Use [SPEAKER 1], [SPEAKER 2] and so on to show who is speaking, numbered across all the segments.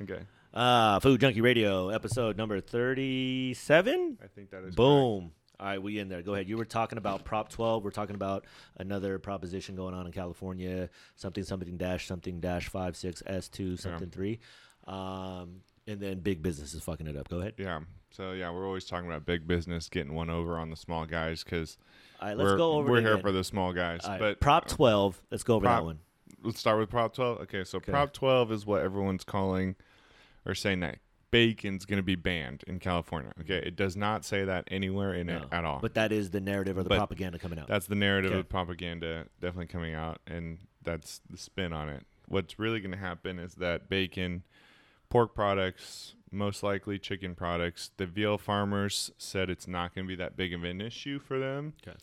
[SPEAKER 1] Okay.
[SPEAKER 2] Uh, Food Junkie Radio, episode number 37.
[SPEAKER 1] I think that is
[SPEAKER 2] Boom. All right, we in there. Go ahead. You were talking about Prop 12. We're talking about another proposition going on in California. Something, something dash, something dash five six S two something three, um, and then big business is fucking it up. Go ahead.
[SPEAKER 1] Yeah. So yeah, we're always talking about big business getting one over on the small guys because
[SPEAKER 2] All right, let's
[SPEAKER 1] we're
[SPEAKER 2] go over.
[SPEAKER 1] we're
[SPEAKER 2] it
[SPEAKER 1] here
[SPEAKER 2] again.
[SPEAKER 1] for the small guys.
[SPEAKER 2] All right,
[SPEAKER 1] but uh,
[SPEAKER 2] Prop 12. Let's go over that
[SPEAKER 1] Prop-
[SPEAKER 2] one.
[SPEAKER 1] let's start with Prop 12. Okay, so Prop 12 is what everyone's calling or saying that bacon's going to be banned in California. Okay, it does not say that anywhere in it
[SPEAKER 2] No.
[SPEAKER 1] at all.
[SPEAKER 2] But that is the narrative or the
[SPEAKER 1] But
[SPEAKER 2] propaganda coming out.
[SPEAKER 1] That's the narrative
[SPEAKER 2] Okay.
[SPEAKER 1] of propaganda definitely coming out, and that's the spin on it. What's really going to happen is that bacon, pork products, most likely chicken products, the veal farmers said it's not going to be that big of an issue for them.
[SPEAKER 2] Okay.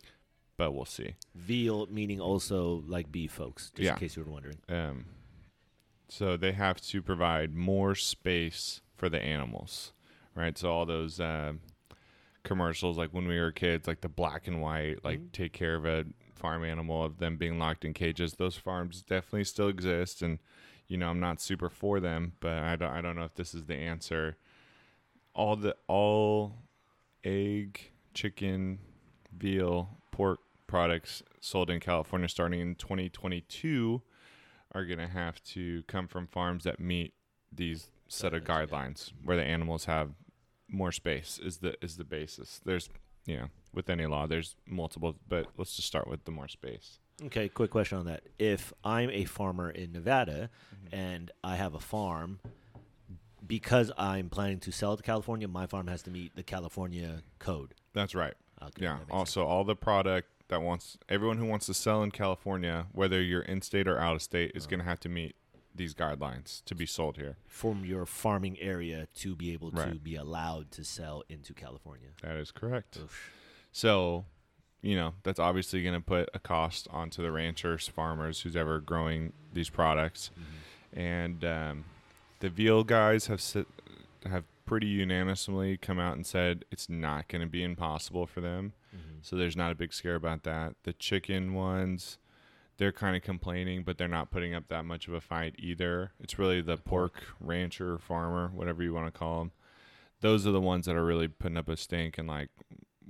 [SPEAKER 1] But we'll see.
[SPEAKER 2] Veal meaning also like beef, folks, just
[SPEAKER 1] Yeah.
[SPEAKER 2] in case you were wondering.
[SPEAKER 1] Um, so they have to provide more space for the animals, right? So all those um commercials, like when we were kids, like the black and white, like take care of a farm animal of them being locked in cages. Those farms definitely still exist, and you know I'm not super for them, but I don't I don't know if this is the answer. All the all egg, chicken, veal, pork products sold in California starting in 2022 are going to have to come from farms that meet these set of guidelines where the animals have more space is the is the basis. There's you know with any law there's multiple but let's just start with the more space.
[SPEAKER 2] Okay, quick question on that. If I'm a farmer in Nevada
[SPEAKER 1] Mm-hmm.
[SPEAKER 2] and I have a farm, because I'm planning to sell it to California, my farm has to meet the California code.
[SPEAKER 1] That's right.
[SPEAKER 2] Okay,
[SPEAKER 1] Yeah.
[SPEAKER 2] that makes
[SPEAKER 1] Also all the product that wants everyone who wants to sell in California whether you're in state or out of state is going to have to meet these guidelines to be sold here.
[SPEAKER 2] from your farming area to be able to
[SPEAKER 1] Right.
[SPEAKER 2] be allowed to sell into California.
[SPEAKER 1] That is correct.
[SPEAKER 2] Oof.
[SPEAKER 1] So, you know, that's obviously going to put a cost onto the ranchers, farmers, who's ever growing these products.
[SPEAKER 2] Mm-hmm.
[SPEAKER 1] And um, the veal guys have s have pretty unanimously come out and said it's not going to be impossible for them.
[SPEAKER 2] Mm-hmm.
[SPEAKER 1] So there's not a big scare about that. The chicken ones, they're kind of complaining, but they're not putting up that much of a fight either. It's really the pork rancher, farmer, whatever you want to call them. Those are the ones that are really putting up a stink and like,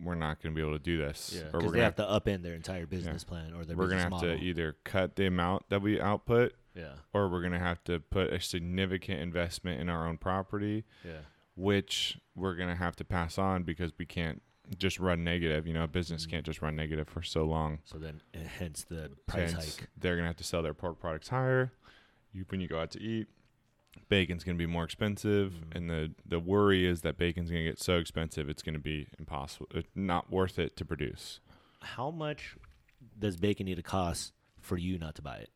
[SPEAKER 1] we're not going to be able to do this.
[SPEAKER 2] Yeah,
[SPEAKER 1] or
[SPEAKER 2] because
[SPEAKER 1] we're
[SPEAKER 2] they
[SPEAKER 1] going
[SPEAKER 2] have to upend their entire business plan or their
[SPEAKER 1] we're gonna
[SPEAKER 2] business
[SPEAKER 1] have
[SPEAKER 2] model.
[SPEAKER 1] to either cut the amount that we output
[SPEAKER 2] yeah,
[SPEAKER 1] or we're going to have to put a significant investment in our own property
[SPEAKER 2] yeah.
[SPEAKER 1] which we're going to have to pass on because we can't just run negative you know a
[SPEAKER 2] Mm-hmm.
[SPEAKER 1] business can't just run negative for so long
[SPEAKER 2] So then, and hence the price
[SPEAKER 1] Hence,
[SPEAKER 2] hike.
[SPEAKER 1] They're gonna have to sell their pork products higher. You when you go out to eat, bacon's gonna be more expensive,
[SPEAKER 2] Mm-hmm.
[SPEAKER 1] and the the worry is that bacon's gonna get so expensive it's gonna be impossible, uh, not worth it to produce.
[SPEAKER 2] How much does bacon need to cost for you not to buy it?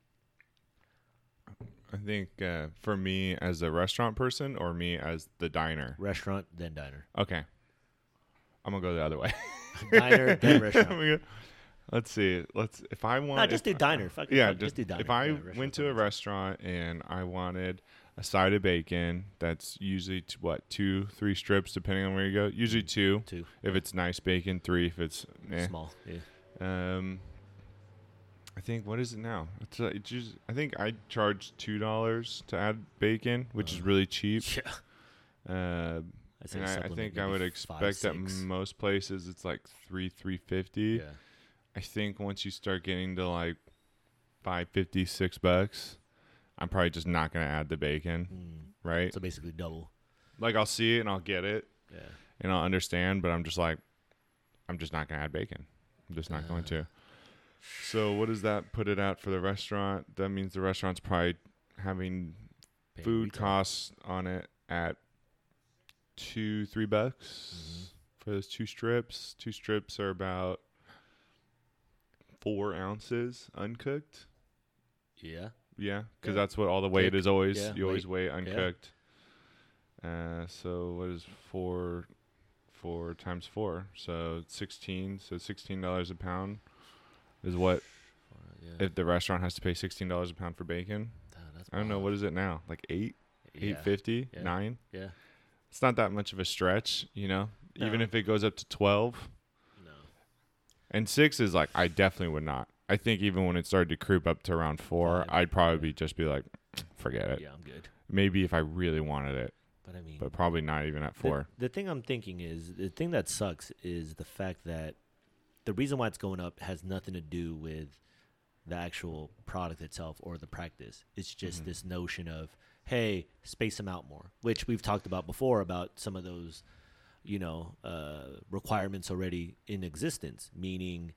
[SPEAKER 1] I think uh, for me as a restaurant person or me as the diner,
[SPEAKER 2] Restaurant then diner,
[SPEAKER 1] okay, I'm gonna go the other way.
[SPEAKER 2] diner then
[SPEAKER 1] I'm
[SPEAKER 2] restaurant.
[SPEAKER 1] gonna- Let's see. Let's if I want
[SPEAKER 2] Nah, just
[SPEAKER 1] if-
[SPEAKER 2] do diner. Fuck it,
[SPEAKER 1] yeah,
[SPEAKER 2] fuck,
[SPEAKER 1] just,
[SPEAKER 2] do diner.
[SPEAKER 1] if I
[SPEAKER 2] Yeah, restaurant
[SPEAKER 1] went to a
[SPEAKER 2] diner.
[SPEAKER 1] restaurant and I wanted a side of bacon, that's usually t- what two, three strips, depending on where you go. Usually two.
[SPEAKER 2] Two.
[SPEAKER 1] If it's nice bacon, three. If it's eh.
[SPEAKER 2] Mm. small, yeah.
[SPEAKER 1] Um, I think what is it now? It's, uh, it's usually, I think I charge two dollars to add bacon, which is really cheap.
[SPEAKER 2] Yeah.
[SPEAKER 1] Uh,
[SPEAKER 2] I'd Oh. say
[SPEAKER 1] and I, I
[SPEAKER 2] supplement
[SPEAKER 1] think I
[SPEAKER 2] maybe
[SPEAKER 1] would
[SPEAKER 2] five,
[SPEAKER 1] expect that
[SPEAKER 2] six.
[SPEAKER 1] most places it's like three, three fifty.
[SPEAKER 2] Yeah.
[SPEAKER 1] I think once you start getting to like five fifty, six bucks, I'm probably just not gonna add the bacon, right?
[SPEAKER 2] Mm. So basically double.
[SPEAKER 1] like I'll see it and I'll get it
[SPEAKER 2] Yeah.
[SPEAKER 1] and I'll understand, but I'm just like, I'm just not gonna add bacon. I'm just not going to. So what does that put it at for the restaurant? That means the restaurant's probably having
[SPEAKER 2] Pay
[SPEAKER 1] food
[SPEAKER 2] retail.
[SPEAKER 1] costs on it at two, three bucks
[SPEAKER 2] Mm-hmm.
[SPEAKER 1] for those two strips. Two strips are about four ounces uncooked.
[SPEAKER 2] Yeah.
[SPEAKER 1] Yeah, because
[SPEAKER 2] Yeah.
[SPEAKER 1] that's what all the weight
[SPEAKER 2] Thick.
[SPEAKER 1] is always.
[SPEAKER 2] Yeah,
[SPEAKER 1] you always weigh
[SPEAKER 2] Yeah.
[SPEAKER 1] uncooked. Uh, so what is four, four times four? So sixteen. So sixteen dollars a pound is what
[SPEAKER 2] Yeah.
[SPEAKER 1] if the restaurant has to pay sixteen dollars a pound for bacon. I don't know what is it now, like eight, eight fifty,
[SPEAKER 2] Uh, Yeah.
[SPEAKER 1] nine.
[SPEAKER 2] Yeah.
[SPEAKER 1] It's not that much of a stretch, you know. Even
[SPEAKER 2] No.
[SPEAKER 1] if it goes up to twelve
[SPEAKER 2] No.
[SPEAKER 1] and six is like, I definitely would not. I think even when it started to creep up to around four,
[SPEAKER 2] Five,
[SPEAKER 1] I'd probably be just be like, forget it.
[SPEAKER 2] Yeah, I'm good.
[SPEAKER 1] Maybe if I really wanted it,
[SPEAKER 2] But I mean,
[SPEAKER 1] but probably not even at
[SPEAKER 2] the-
[SPEAKER 1] four.
[SPEAKER 2] The, thing I'm thinking is the thing that sucks is the fact that the reason why it's going up has nothing to do with the actual product itself or the practice. It's just this notion of hey, space them out more, which we've talked about before about some of those, you know, uh, requirements already in existence, meaning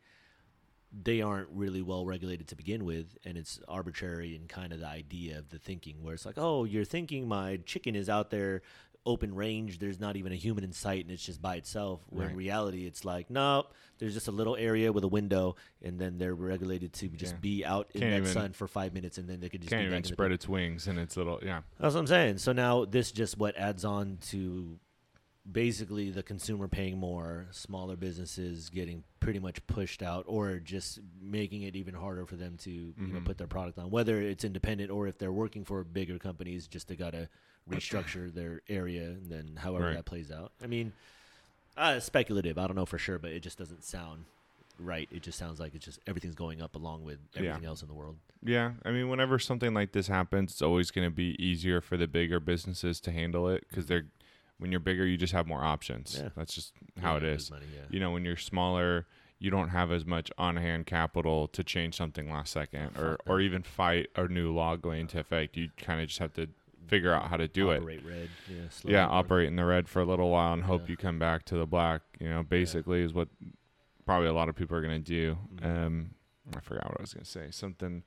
[SPEAKER 2] they aren't really well regulated to begin with and it's arbitrary and kind of the idea of the thinking where it's like oh you're thinking my chicken is out there open range there's not even a human in sight and it's just by itself when
[SPEAKER 1] Right.
[SPEAKER 2] in reality it's like nope there's just a little area with a window and then they're regulated to just
[SPEAKER 1] Yeah.
[SPEAKER 2] be out in
[SPEAKER 1] Can't
[SPEAKER 2] that
[SPEAKER 1] even-
[SPEAKER 2] sun for five minutes and then they could just
[SPEAKER 1] Can't
[SPEAKER 2] be back
[SPEAKER 1] even
[SPEAKER 2] in the
[SPEAKER 1] spread its wings and its little yeah.
[SPEAKER 2] that's what I'm saying. So now this just what adds on to basically the consumer paying more, smaller businesses getting pretty much pushed out, or just making it even harder for them to you know
[SPEAKER 1] Mhm.
[SPEAKER 2] put their product on, whether it's independent or if they're working for bigger companies, just they gotta restructure their area and then however
[SPEAKER 1] Right.
[SPEAKER 2] that plays out. I mean, uh, it's speculative. I don't know for sure, but it just doesn't sound right. It just sounds like it's just everything's going up along with
[SPEAKER 1] Yeah.
[SPEAKER 2] everything else in the world.
[SPEAKER 1] Yeah, I mean, whenever something like this happens, it's always going to be easier for the bigger businesses to handle it because they're when you're bigger, you just have more options.
[SPEAKER 2] Yeah.
[SPEAKER 1] That's just how it
[SPEAKER 2] Yeah, there's
[SPEAKER 1] is.
[SPEAKER 2] money, yeah.
[SPEAKER 1] You know, when you're smaller, you don't have as much on-hand capital to change something last second, or or even fight a new law going into effect. You kind of just have to figure out how to do it.
[SPEAKER 2] Operate red, yeah, slowly
[SPEAKER 1] Yeah,
[SPEAKER 2] work
[SPEAKER 1] operate in the red for a little while and hope
[SPEAKER 2] Yeah.
[SPEAKER 1] you come back to the black. You know, basically is what probably a lot of people are going to do.
[SPEAKER 2] Mhm.
[SPEAKER 1] Um, I forgot what I was going to say. Something.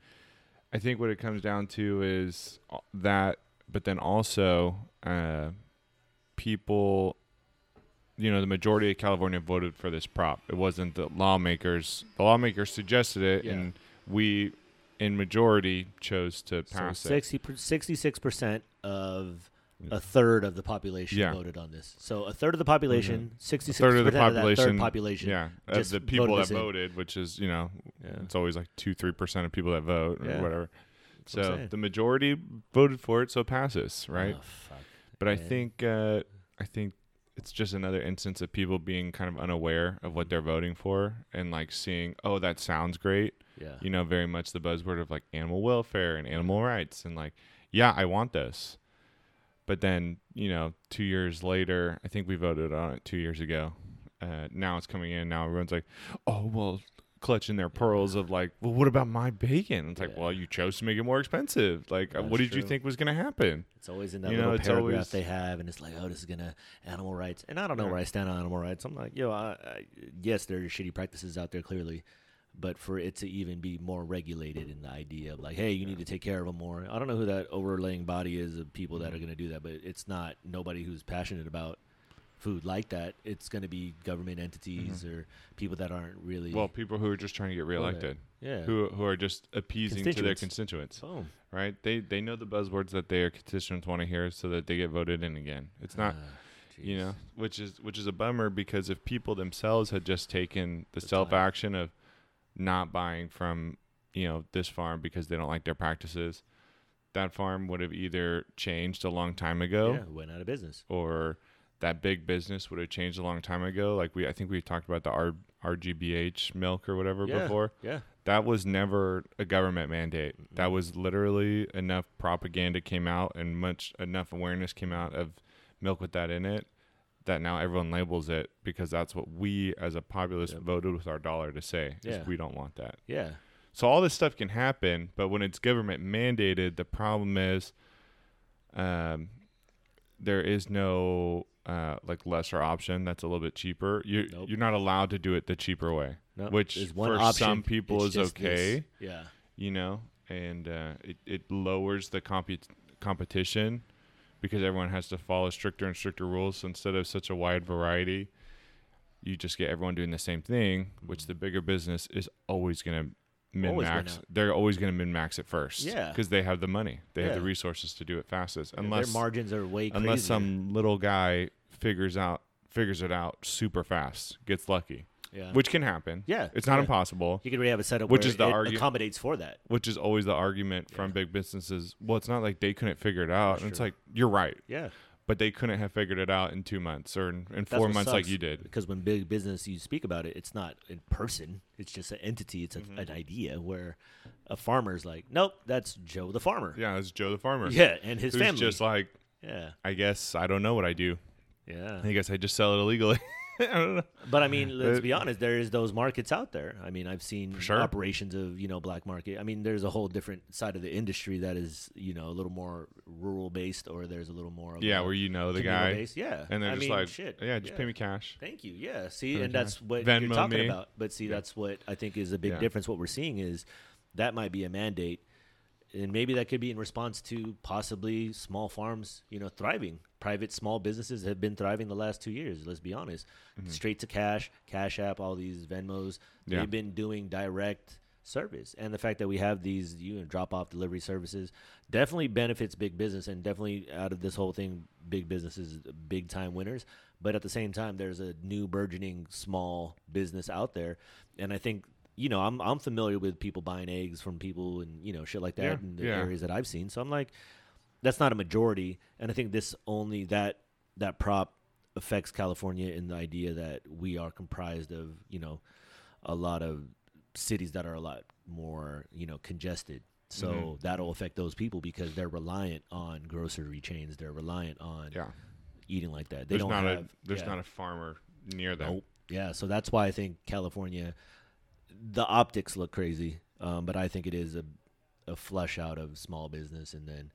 [SPEAKER 1] I think what it comes down to is a- that, but then also uh, people. You know, the majority of California voted for this prop. It wasn't the lawmakers. The lawmakers suggested it,
[SPEAKER 2] Yeah.
[SPEAKER 1] and we, in majority, chose to pass
[SPEAKER 2] so
[SPEAKER 1] it.
[SPEAKER 2] 60 66 percent of
[SPEAKER 1] Yeah.
[SPEAKER 2] a third of the population
[SPEAKER 1] Yeah. Mm-hmm.
[SPEAKER 2] voted on this. So a third of the population, sixty six
[SPEAKER 1] third
[SPEAKER 2] percent
[SPEAKER 1] of
[SPEAKER 2] of
[SPEAKER 1] the
[SPEAKER 2] that
[SPEAKER 1] population,
[SPEAKER 2] third population.
[SPEAKER 1] Yeah, of
[SPEAKER 2] just
[SPEAKER 1] the people
[SPEAKER 2] voted
[SPEAKER 1] that
[SPEAKER 2] this in.
[SPEAKER 1] voted, which is you know,
[SPEAKER 2] Yeah.
[SPEAKER 1] it's always like two three percent of people that vote or
[SPEAKER 2] Yeah.
[SPEAKER 1] whatever.
[SPEAKER 2] what I'm
[SPEAKER 1] So
[SPEAKER 2] saying.
[SPEAKER 1] the majority voted for it, so it passes, right?
[SPEAKER 2] Oh, fuck.
[SPEAKER 1] but I
[SPEAKER 2] yeah.
[SPEAKER 1] think uh, I think it's just another instance of people being kind of unaware of what they're voting for and like seeing, oh, that sounds great.
[SPEAKER 2] Yeah.
[SPEAKER 1] You know, very much the buzzword of like animal welfare and animal rights and like, yeah, I want this. But then, you know, two years later, I think we voted on it two years ago. Uh, now it's coming in. Now everyone's like, oh, well, clutching their pearls of like, well, what about my bacon? It's like,
[SPEAKER 2] Yeah.
[SPEAKER 1] well, you chose to make it more expensive. Like, uh,
[SPEAKER 2] That's
[SPEAKER 1] what did you
[SPEAKER 2] true.
[SPEAKER 1] think was going to happen?
[SPEAKER 2] It's always in that
[SPEAKER 1] You know,
[SPEAKER 2] little
[SPEAKER 1] it's
[SPEAKER 2] paragraph
[SPEAKER 1] always-
[SPEAKER 2] they have, and it's like, oh, this is gonna animal rights, and I don't know
[SPEAKER 1] Yeah.
[SPEAKER 2] where I stand on animal rights. I'm like, yo, I, I, yes, there are shitty practices out there clearly, but for it to even be more regulated in the idea of like, hey, you need to take care of them more. I don't know who that overlaying body is of people
[SPEAKER 1] Mm.
[SPEAKER 2] that are gonna do that, but it's not nobody who's passionate about food like that. It's gonna be government entities or people that aren't really
[SPEAKER 1] Mm-hmm. Well, people who are just trying to get reelected,
[SPEAKER 2] yeah.
[SPEAKER 1] who, who are just appeasing to their
[SPEAKER 2] Constituents.
[SPEAKER 1] constituents.
[SPEAKER 2] Boom.
[SPEAKER 1] right? They they know the buzzwords that their constituents want to hear, so that they get voted in again. It's not,
[SPEAKER 2] Ah,
[SPEAKER 1] you
[SPEAKER 2] jeez.
[SPEAKER 1] know, which is which is a bummer because if people themselves had just taken the
[SPEAKER 2] The time.
[SPEAKER 1] self action of not buying from you know this farm because they don't like their practices, that farm would have either changed a long time ago,
[SPEAKER 2] yeah, went out of business.
[SPEAKER 1] or that big business would have changed a long time ago. Like we, I think we talked about the R, RGBH milk or whatever
[SPEAKER 2] Yeah,
[SPEAKER 1] before
[SPEAKER 2] yeah.
[SPEAKER 1] that was never a government mandate. That was literally enough propaganda came out and much enough awareness came out of milk with that in it that now everyone labels it because that's what we as a populace
[SPEAKER 2] Yep.
[SPEAKER 1] voted with our dollar to say is
[SPEAKER 2] Yeah.
[SPEAKER 1] we don't want that.
[SPEAKER 2] Yeah.
[SPEAKER 1] So all this stuff can happen, but when it's government mandated, the problem is um there is no uh, like lesser option that's a little bit cheaper. You
[SPEAKER 2] Nope.
[SPEAKER 1] you're not allowed to do it the cheaper way
[SPEAKER 2] No,
[SPEAKER 1] Which
[SPEAKER 2] there's one
[SPEAKER 1] for
[SPEAKER 2] option.
[SPEAKER 1] some people
[SPEAKER 2] It's
[SPEAKER 1] is
[SPEAKER 2] just this.
[SPEAKER 1] okay.
[SPEAKER 2] Yeah.
[SPEAKER 1] you know, and uh, it it lowers the compu- competition because everyone has to follow stricter and stricter rules. So instead of such a wide variety, you just get everyone doing the same thing,
[SPEAKER 2] Mm-hmm.
[SPEAKER 1] which the bigger business is always going to min
[SPEAKER 2] win
[SPEAKER 1] max.
[SPEAKER 2] out.
[SPEAKER 1] They're always going to min max it first,
[SPEAKER 2] Yeah.
[SPEAKER 1] because they have the money, they have the
[SPEAKER 2] Yeah.
[SPEAKER 1] resources to do it fastest,
[SPEAKER 2] Yeah,
[SPEAKER 1] unless
[SPEAKER 2] their margins are way crazier.
[SPEAKER 1] unless some little guy figures out figures it out super fast, gets lucky,
[SPEAKER 2] yeah.
[SPEAKER 1] which can happen.
[SPEAKER 2] Yeah,
[SPEAKER 1] it's not
[SPEAKER 2] yeah.
[SPEAKER 1] impossible
[SPEAKER 2] you could really have a setup
[SPEAKER 1] Which
[SPEAKER 2] where
[SPEAKER 1] is the
[SPEAKER 2] it
[SPEAKER 1] argu-
[SPEAKER 2] accommodates for that.
[SPEAKER 1] which is always the argument from
[SPEAKER 2] Yeah.
[SPEAKER 1] big businesses. Well, it's not like they couldn't figure it out.
[SPEAKER 2] That's
[SPEAKER 1] and it's
[SPEAKER 2] true.
[SPEAKER 1] like, you're right.
[SPEAKER 2] Yeah,
[SPEAKER 1] but they couldn't have figured it out in two months or in, in four months like you did.
[SPEAKER 2] Because when big business, you speak about it, it's not in person. It's just an entity. It's a,
[SPEAKER 1] Mm-hmm.
[SPEAKER 2] an idea where a farmer's like, nope, that's Joe the farmer.
[SPEAKER 1] Yeah, it's Joe the farmer.
[SPEAKER 2] Yeah, and his
[SPEAKER 1] who's
[SPEAKER 2] family.
[SPEAKER 1] just like,
[SPEAKER 2] yeah,
[SPEAKER 1] I guess I don't know what I do.
[SPEAKER 2] yeah.
[SPEAKER 1] I guess I just sell it illegally. I don't know.
[SPEAKER 2] But I mean, let's
[SPEAKER 1] But-
[SPEAKER 2] be honest. There is those markets out there. I mean, I've seen
[SPEAKER 1] sure.
[SPEAKER 2] operations of you know black market. I mean, there's a whole different side of the industry that is you know a little more rural based, or there's a little more of
[SPEAKER 1] Yeah,
[SPEAKER 2] a
[SPEAKER 1] where you know the
[SPEAKER 2] communal
[SPEAKER 1] guy,
[SPEAKER 2] based. Yeah,
[SPEAKER 1] and they're
[SPEAKER 2] I
[SPEAKER 1] just
[SPEAKER 2] mean,
[SPEAKER 1] like,
[SPEAKER 2] shit.
[SPEAKER 1] yeah, just pay me cash.
[SPEAKER 2] Thank you. Yeah. See,
[SPEAKER 1] Okay.
[SPEAKER 2] and that's what you're
[SPEAKER 1] Venmo
[SPEAKER 2] talking
[SPEAKER 1] me.
[SPEAKER 2] about. But see, that's what I think is a big
[SPEAKER 1] Yeah.
[SPEAKER 2] difference. What we're seeing is that might be a mandate, and maybe that could be in response to possibly small farms, you know, thriving. Private small businesses have been thriving the last two years. Let's be honest. Straight to cash, Cash App, all these Venmos,
[SPEAKER 1] Yeah.
[SPEAKER 2] they've been doing direct service, and the fact that we have these you know drop off delivery services definitely benefits big business, and definitely out of this whole thing, big business is big time winners. But at the same time, there's a new burgeoning small business out there, and I think you know I'm I'm familiar with people buying eggs from people and you know shit like that
[SPEAKER 1] Yeah,
[SPEAKER 2] in the
[SPEAKER 1] yeah.
[SPEAKER 2] areas that I've seen. So I'm like, that's not a majority, and I think this only that that prop affects California in the idea that we are comprised of you know a lot of cities that are a lot more you know congested. So
[SPEAKER 1] Mhm.
[SPEAKER 2] that'll affect those people because they're reliant on grocery chains. They're reliant on
[SPEAKER 1] Yeah,
[SPEAKER 2] eating like that. They
[SPEAKER 1] there's
[SPEAKER 2] don't
[SPEAKER 1] not
[SPEAKER 2] have
[SPEAKER 1] a there's
[SPEAKER 2] yeah.
[SPEAKER 1] not a farmer near them.
[SPEAKER 2] Nope. Yeah, so that's why I think California, the optics look crazy, um, but I think it is a, a flush out of small business and then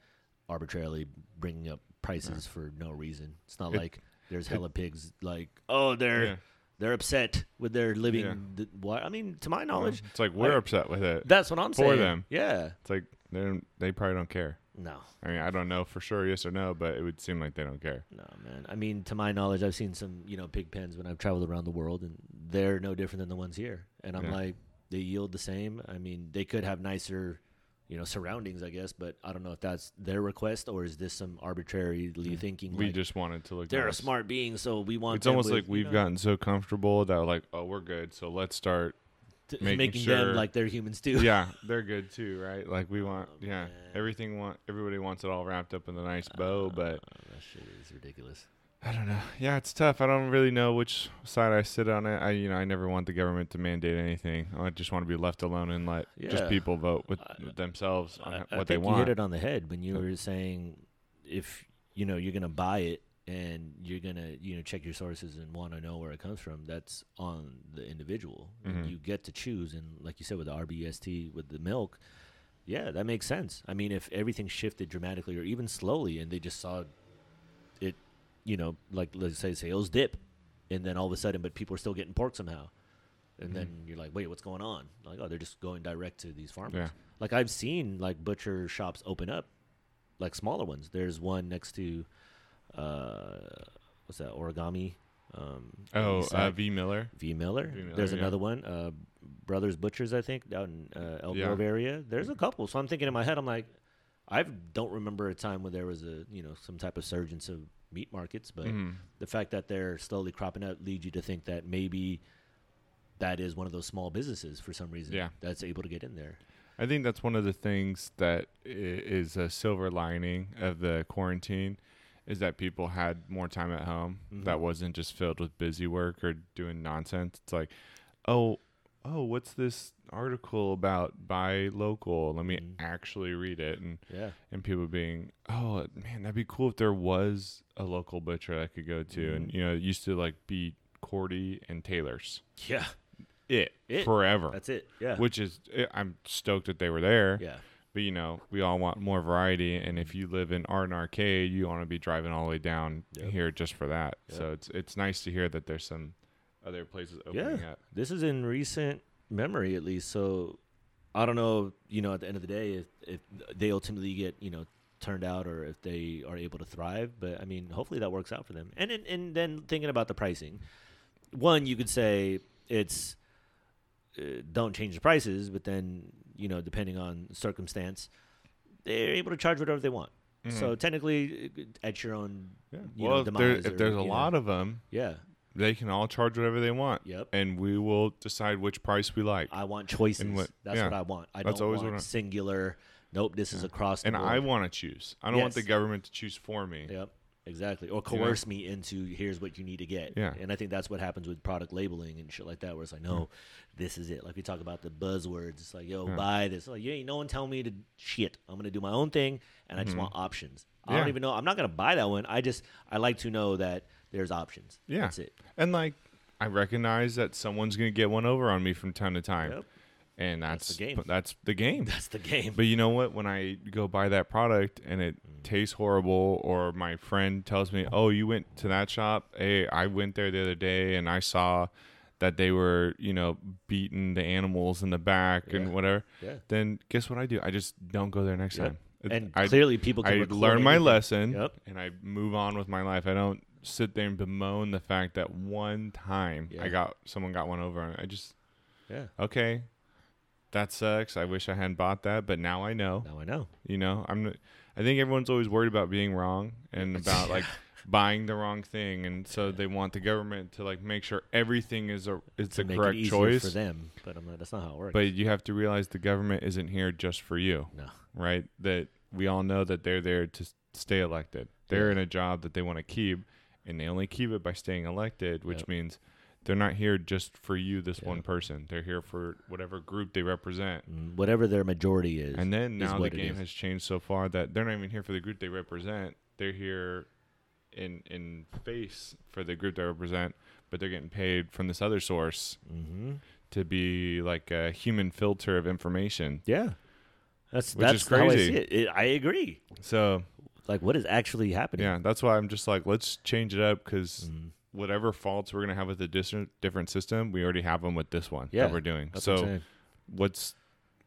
[SPEAKER 2] arbitrarily bringing up prices for no reason. It's not
[SPEAKER 1] It-
[SPEAKER 2] like there's hella pigs like oh they're
[SPEAKER 1] Yeah.
[SPEAKER 2] they're upset with their living.
[SPEAKER 1] Yeah.
[SPEAKER 2] th- why- I mean, to my knowledge,
[SPEAKER 1] It's like we're
[SPEAKER 2] I-
[SPEAKER 1] upset with it.
[SPEAKER 2] that's what I'm
[SPEAKER 1] For
[SPEAKER 2] saying.
[SPEAKER 1] them.
[SPEAKER 2] yeah.
[SPEAKER 1] It's like they don't, they probably don't care.
[SPEAKER 2] No,
[SPEAKER 1] I mean, I don't know for sure, yes or no, but it would seem like they don't care.
[SPEAKER 2] No, man. I mean, to my knowledge, I've seen some, you know, pig pens when I've traveled around the world, and they're no different than the ones here. And I'm
[SPEAKER 1] Yeah.
[SPEAKER 2] like, they yield the same. I mean, they could have nicer, you know, surroundings, I guess, but I don't know if that's their request or is this some arbitrarily thinking
[SPEAKER 1] we
[SPEAKER 2] like,
[SPEAKER 1] just wanted to look.
[SPEAKER 2] they're a
[SPEAKER 1] nice.
[SPEAKER 2] smart being, so we want.
[SPEAKER 1] It's
[SPEAKER 2] them
[SPEAKER 1] almost
[SPEAKER 2] with,
[SPEAKER 1] like
[SPEAKER 2] you
[SPEAKER 1] we've
[SPEAKER 2] know,
[SPEAKER 1] gotten so comfortable that like, oh, we're good, so let's start.
[SPEAKER 2] t-
[SPEAKER 1] making
[SPEAKER 2] making
[SPEAKER 1] sure-
[SPEAKER 2] them like they're humans too.
[SPEAKER 1] yeah, they're good too, right? Like we want,
[SPEAKER 2] Oh,
[SPEAKER 1] yeah,
[SPEAKER 2] man.
[SPEAKER 1] everything want everybody wants it all wrapped up in a nice bow, but
[SPEAKER 2] Oh, that shit is ridiculous.
[SPEAKER 1] I don't know. Yeah, it's tough. I don't really know which side I sit on it. I, you know, I never want the government to mandate anything. I just want to be left alone and let just
[SPEAKER 2] Yeah.
[SPEAKER 1] people vote with
[SPEAKER 2] I-
[SPEAKER 1] with themselves on
[SPEAKER 2] I,
[SPEAKER 1] what
[SPEAKER 2] I
[SPEAKER 1] they
[SPEAKER 2] think
[SPEAKER 1] want.
[SPEAKER 2] You hit it on the head when you
[SPEAKER 1] Yep.
[SPEAKER 2] were saying if you know you're gonna buy it and you're gonna you know check your sources and want to know where it comes from. That's on the individual. And
[SPEAKER 1] Mhm.
[SPEAKER 2] You get to choose, and like you said with the RBST with the milk, yeah, that makes sense. I mean, if everything shifted dramatically or even slowly, and they just saw it, you know, like let's say sales dip, and then all of a sudden, but people are still getting pork somehow.
[SPEAKER 1] Mm-hmm.
[SPEAKER 2] And then you're like, wait, what's going on? Like, oh, they're just going direct to these farmers.
[SPEAKER 1] Yeah.
[SPEAKER 2] Like I've seen like butcher shops open up, like smaller ones. There's one next to, uh, what's that? Origami. Um, in
[SPEAKER 1] Oh, uh,
[SPEAKER 2] Sac-
[SPEAKER 1] V. Miller.
[SPEAKER 2] V Miller.
[SPEAKER 1] V. Miller,
[SPEAKER 2] There's
[SPEAKER 1] yeah.
[SPEAKER 2] another one, uh, Brothers Butchers, I think, out in uh, El
[SPEAKER 1] Yeah.
[SPEAKER 2] Grove area. There's a couple. So I'm thinking in my head, I'm like, I don't remember a time when there was a you know some type of surgence of meat markets, but
[SPEAKER 1] Mhm.
[SPEAKER 2] the fact that they're slowly cropping up leads you to think that maybe that is one of those small businesses for some reason
[SPEAKER 1] Yeah.
[SPEAKER 2] that's able to get in there.
[SPEAKER 1] I think that's one of the things that i- is a silver lining of the quarantine is that people had more time at home
[SPEAKER 2] Mhm.
[SPEAKER 1] that wasn't just filled with busy work or doing nonsense. It's like, oh, oh, what's this article about buy local? Let me
[SPEAKER 2] Mhm.
[SPEAKER 1] actually read it and
[SPEAKER 2] Yeah.
[SPEAKER 1] and people being, oh man, that'd be cool if there was a local butcher I could go to.
[SPEAKER 2] Mm-hmm.
[SPEAKER 1] And you know, it used to like be Cordy and Taylor's.
[SPEAKER 2] Yeah.
[SPEAKER 1] It,
[SPEAKER 2] It.
[SPEAKER 1] forever.
[SPEAKER 2] That's it. Yeah.
[SPEAKER 1] which is i I'm stoked that they were there.
[SPEAKER 2] yeah.
[SPEAKER 1] But you know, we all want more variety, and if you live in Art and Arcade, you want to be driving all the way down
[SPEAKER 2] Yep.
[SPEAKER 1] here just for that.
[SPEAKER 2] Yep.
[SPEAKER 1] So it's it's nice to hear that there's some other places opening
[SPEAKER 2] Yeah.
[SPEAKER 1] up.
[SPEAKER 2] This is in recent memory at least, so I don't know, you know, at the end of the day if, if they ultimately get, you know, turned out or if they are able to thrive, but I mean, hopefully that works out for them. And and, and then thinking about the pricing. One, you could say it's uh, don't change the prices, but then, you know, depending on circumstance, they're able to charge whatever they want. So technically uh, at your own
[SPEAKER 1] Mm-hmm. Yeah.
[SPEAKER 2] you
[SPEAKER 1] well,
[SPEAKER 2] know,
[SPEAKER 1] if, there,
[SPEAKER 2] demise
[SPEAKER 1] if
[SPEAKER 2] or,
[SPEAKER 1] there's
[SPEAKER 2] you
[SPEAKER 1] a
[SPEAKER 2] know.
[SPEAKER 1] lot of them,
[SPEAKER 2] yeah.
[SPEAKER 1] they can all charge whatever they want,
[SPEAKER 2] Yep.
[SPEAKER 1] and we will decide which price we like.
[SPEAKER 2] I want choices.
[SPEAKER 1] And what-
[SPEAKER 2] that's
[SPEAKER 1] yeah.
[SPEAKER 2] what I want. I
[SPEAKER 1] That's
[SPEAKER 2] don't
[SPEAKER 1] always
[SPEAKER 2] want
[SPEAKER 1] what I-
[SPEAKER 2] singular. Nope, this is across the
[SPEAKER 1] and
[SPEAKER 2] board.
[SPEAKER 1] I want to choose. I don't want the
[SPEAKER 2] Yes.
[SPEAKER 1] government to choose for me.
[SPEAKER 2] Yep. Exactly. Or coerce me into here's what you need to get.
[SPEAKER 1] Yeah. Mm.
[SPEAKER 2] And I think that's what happens with product labeling and shit like that, where it's like, no, this is it. Like we talk about the buzzwords. It's like, yo, buy this. Like, you ain't no one telling me to shit. I'm gonna do my own thing and I just want options. I
[SPEAKER 1] Mm-hmm. Yeah.
[SPEAKER 2] don't even know. I'm not gonna buy that one. I just I like to know that there's options.
[SPEAKER 1] Yeah.
[SPEAKER 2] That's it.
[SPEAKER 1] And like I recognize that someone's gonna get one over on me from time to time.
[SPEAKER 2] Yep.
[SPEAKER 1] And that's
[SPEAKER 2] the game.
[SPEAKER 1] but That's the game.
[SPEAKER 2] That's the game.
[SPEAKER 1] But you know what? When I go buy that product and it
[SPEAKER 2] Mm.
[SPEAKER 1] tastes horrible, or my friend tells me, "Oh, you went to that shop? Hey, I went there the other day and I saw that they were, you know, beating the animals in the back and
[SPEAKER 2] Yeah.
[SPEAKER 1] whatever."
[SPEAKER 2] Yeah.
[SPEAKER 1] Then guess what I do? I just don't go there next
[SPEAKER 2] Yep.
[SPEAKER 1] time. It-
[SPEAKER 2] and
[SPEAKER 1] I,
[SPEAKER 2] clearly people can
[SPEAKER 1] I
[SPEAKER 2] record
[SPEAKER 1] learn my
[SPEAKER 2] anything.
[SPEAKER 1] lesson
[SPEAKER 2] Yep.
[SPEAKER 1] and I move on with my life. I don't sit there and bemoan the fact that one time
[SPEAKER 2] Yeah.
[SPEAKER 1] I got someone got one over on it. I just
[SPEAKER 2] Yeah.
[SPEAKER 1] okay. That sucks. I wish I hadn't bought that, but now I know.
[SPEAKER 2] Now I know.
[SPEAKER 1] You know, I'm. not- I think everyone's always worried about being wrong and about like buying the wrong thing, and so they want the government to like make sure everything is a is
[SPEAKER 2] To
[SPEAKER 1] the
[SPEAKER 2] make it
[SPEAKER 1] correct
[SPEAKER 2] easier for
[SPEAKER 1] choice.
[SPEAKER 2] them. But I'm not, that's not how it works.
[SPEAKER 1] But you have to realize the government isn't here just for you,
[SPEAKER 2] no.
[SPEAKER 1] right? That we all know that they're there to s- stay elected. They're in a job that they want to keep, and they only keep it by staying elected, which
[SPEAKER 2] Yep.
[SPEAKER 1] means they're not here just for you, this
[SPEAKER 2] Yeah.
[SPEAKER 1] one person. They're here for whatever group they represent.
[SPEAKER 2] Mm, Whatever their majority is.
[SPEAKER 1] And then
[SPEAKER 2] is
[SPEAKER 1] now the
[SPEAKER 2] what it
[SPEAKER 1] game
[SPEAKER 2] is.
[SPEAKER 1] has changed so far that they're not even here for the group they represent. They're here in in face for the group they represent, but they're getting paid from this other source
[SPEAKER 2] mm-hmm.
[SPEAKER 1] to be like a human filter of information.
[SPEAKER 2] Yeah, that's
[SPEAKER 1] Which
[SPEAKER 2] that's
[SPEAKER 1] is
[SPEAKER 2] how I
[SPEAKER 1] crazy.
[SPEAKER 2] see it. it. I agree.
[SPEAKER 1] So
[SPEAKER 2] Like, what is actually happening?
[SPEAKER 1] yeah, that's why I'm just like, let's change it up because
[SPEAKER 2] Mhm.
[SPEAKER 1] whatever faults we're gonna have with the dis- different system, we already have them with this one
[SPEAKER 2] Yeah,
[SPEAKER 1] that we're doing.
[SPEAKER 2] That's what I'm
[SPEAKER 1] so
[SPEAKER 2] saying.
[SPEAKER 1] what's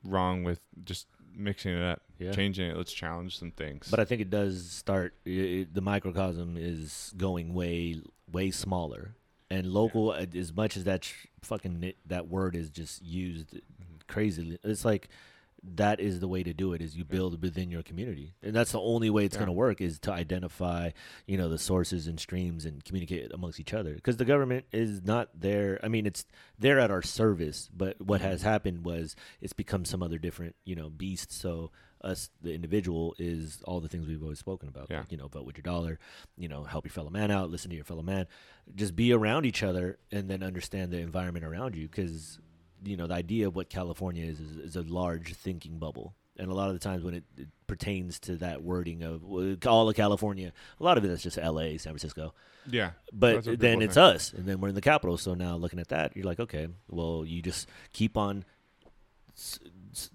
[SPEAKER 1] wrong with just mixing it up,
[SPEAKER 2] Yeah.
[SPEAKER 1] changing it? Let's challenge some things.
[SPEAKER 2] but I think it does start. i i the microcosm is going way way smaller, and local a- as much as that sh- fucking ni- that word is just used
[SPEAKER 1] Mm-hmm.
[SPEAKER 2] crazily. It's like that is the way to do it is you build within your community and that's the only way it's
[SPEAKER 1] Yeah.
[SPEAKER 2] going to work is to identify you know the sources and streams and communicate amongst each other because the government is not there i mean it's they're at our service but what
[SPEAKER 1] Mm-hmm.
[SPEAKER 2] has happened was it's become some other different you know beast so us the individual is all the things we've always spoken about
[SPEAKER 1] Yeah.
[SPEAKER 2] Like, you know vote with your dollar you know help your fellow man out listen to your fellow man just be around each other and then understand the environment around you because you know the idea of what California is, is is a large thinking bubble, and a lot of the times when it, it pertains to that wording of well, all of California, a lot of it is just L.A., San Francisco,
[SPEAKER 1] yeah,
[SPEAKER 2] but
[SPEAKER 1] That's what
[SPEAKER 2] then
[SPEAKER 1] people
[SPEAKER 2] it's
[SPEAKER 1] think.
[SPEAKER 2] us, and then we're in the capital. So now looking at that, you're like, okay, well, you just keep on. S- s-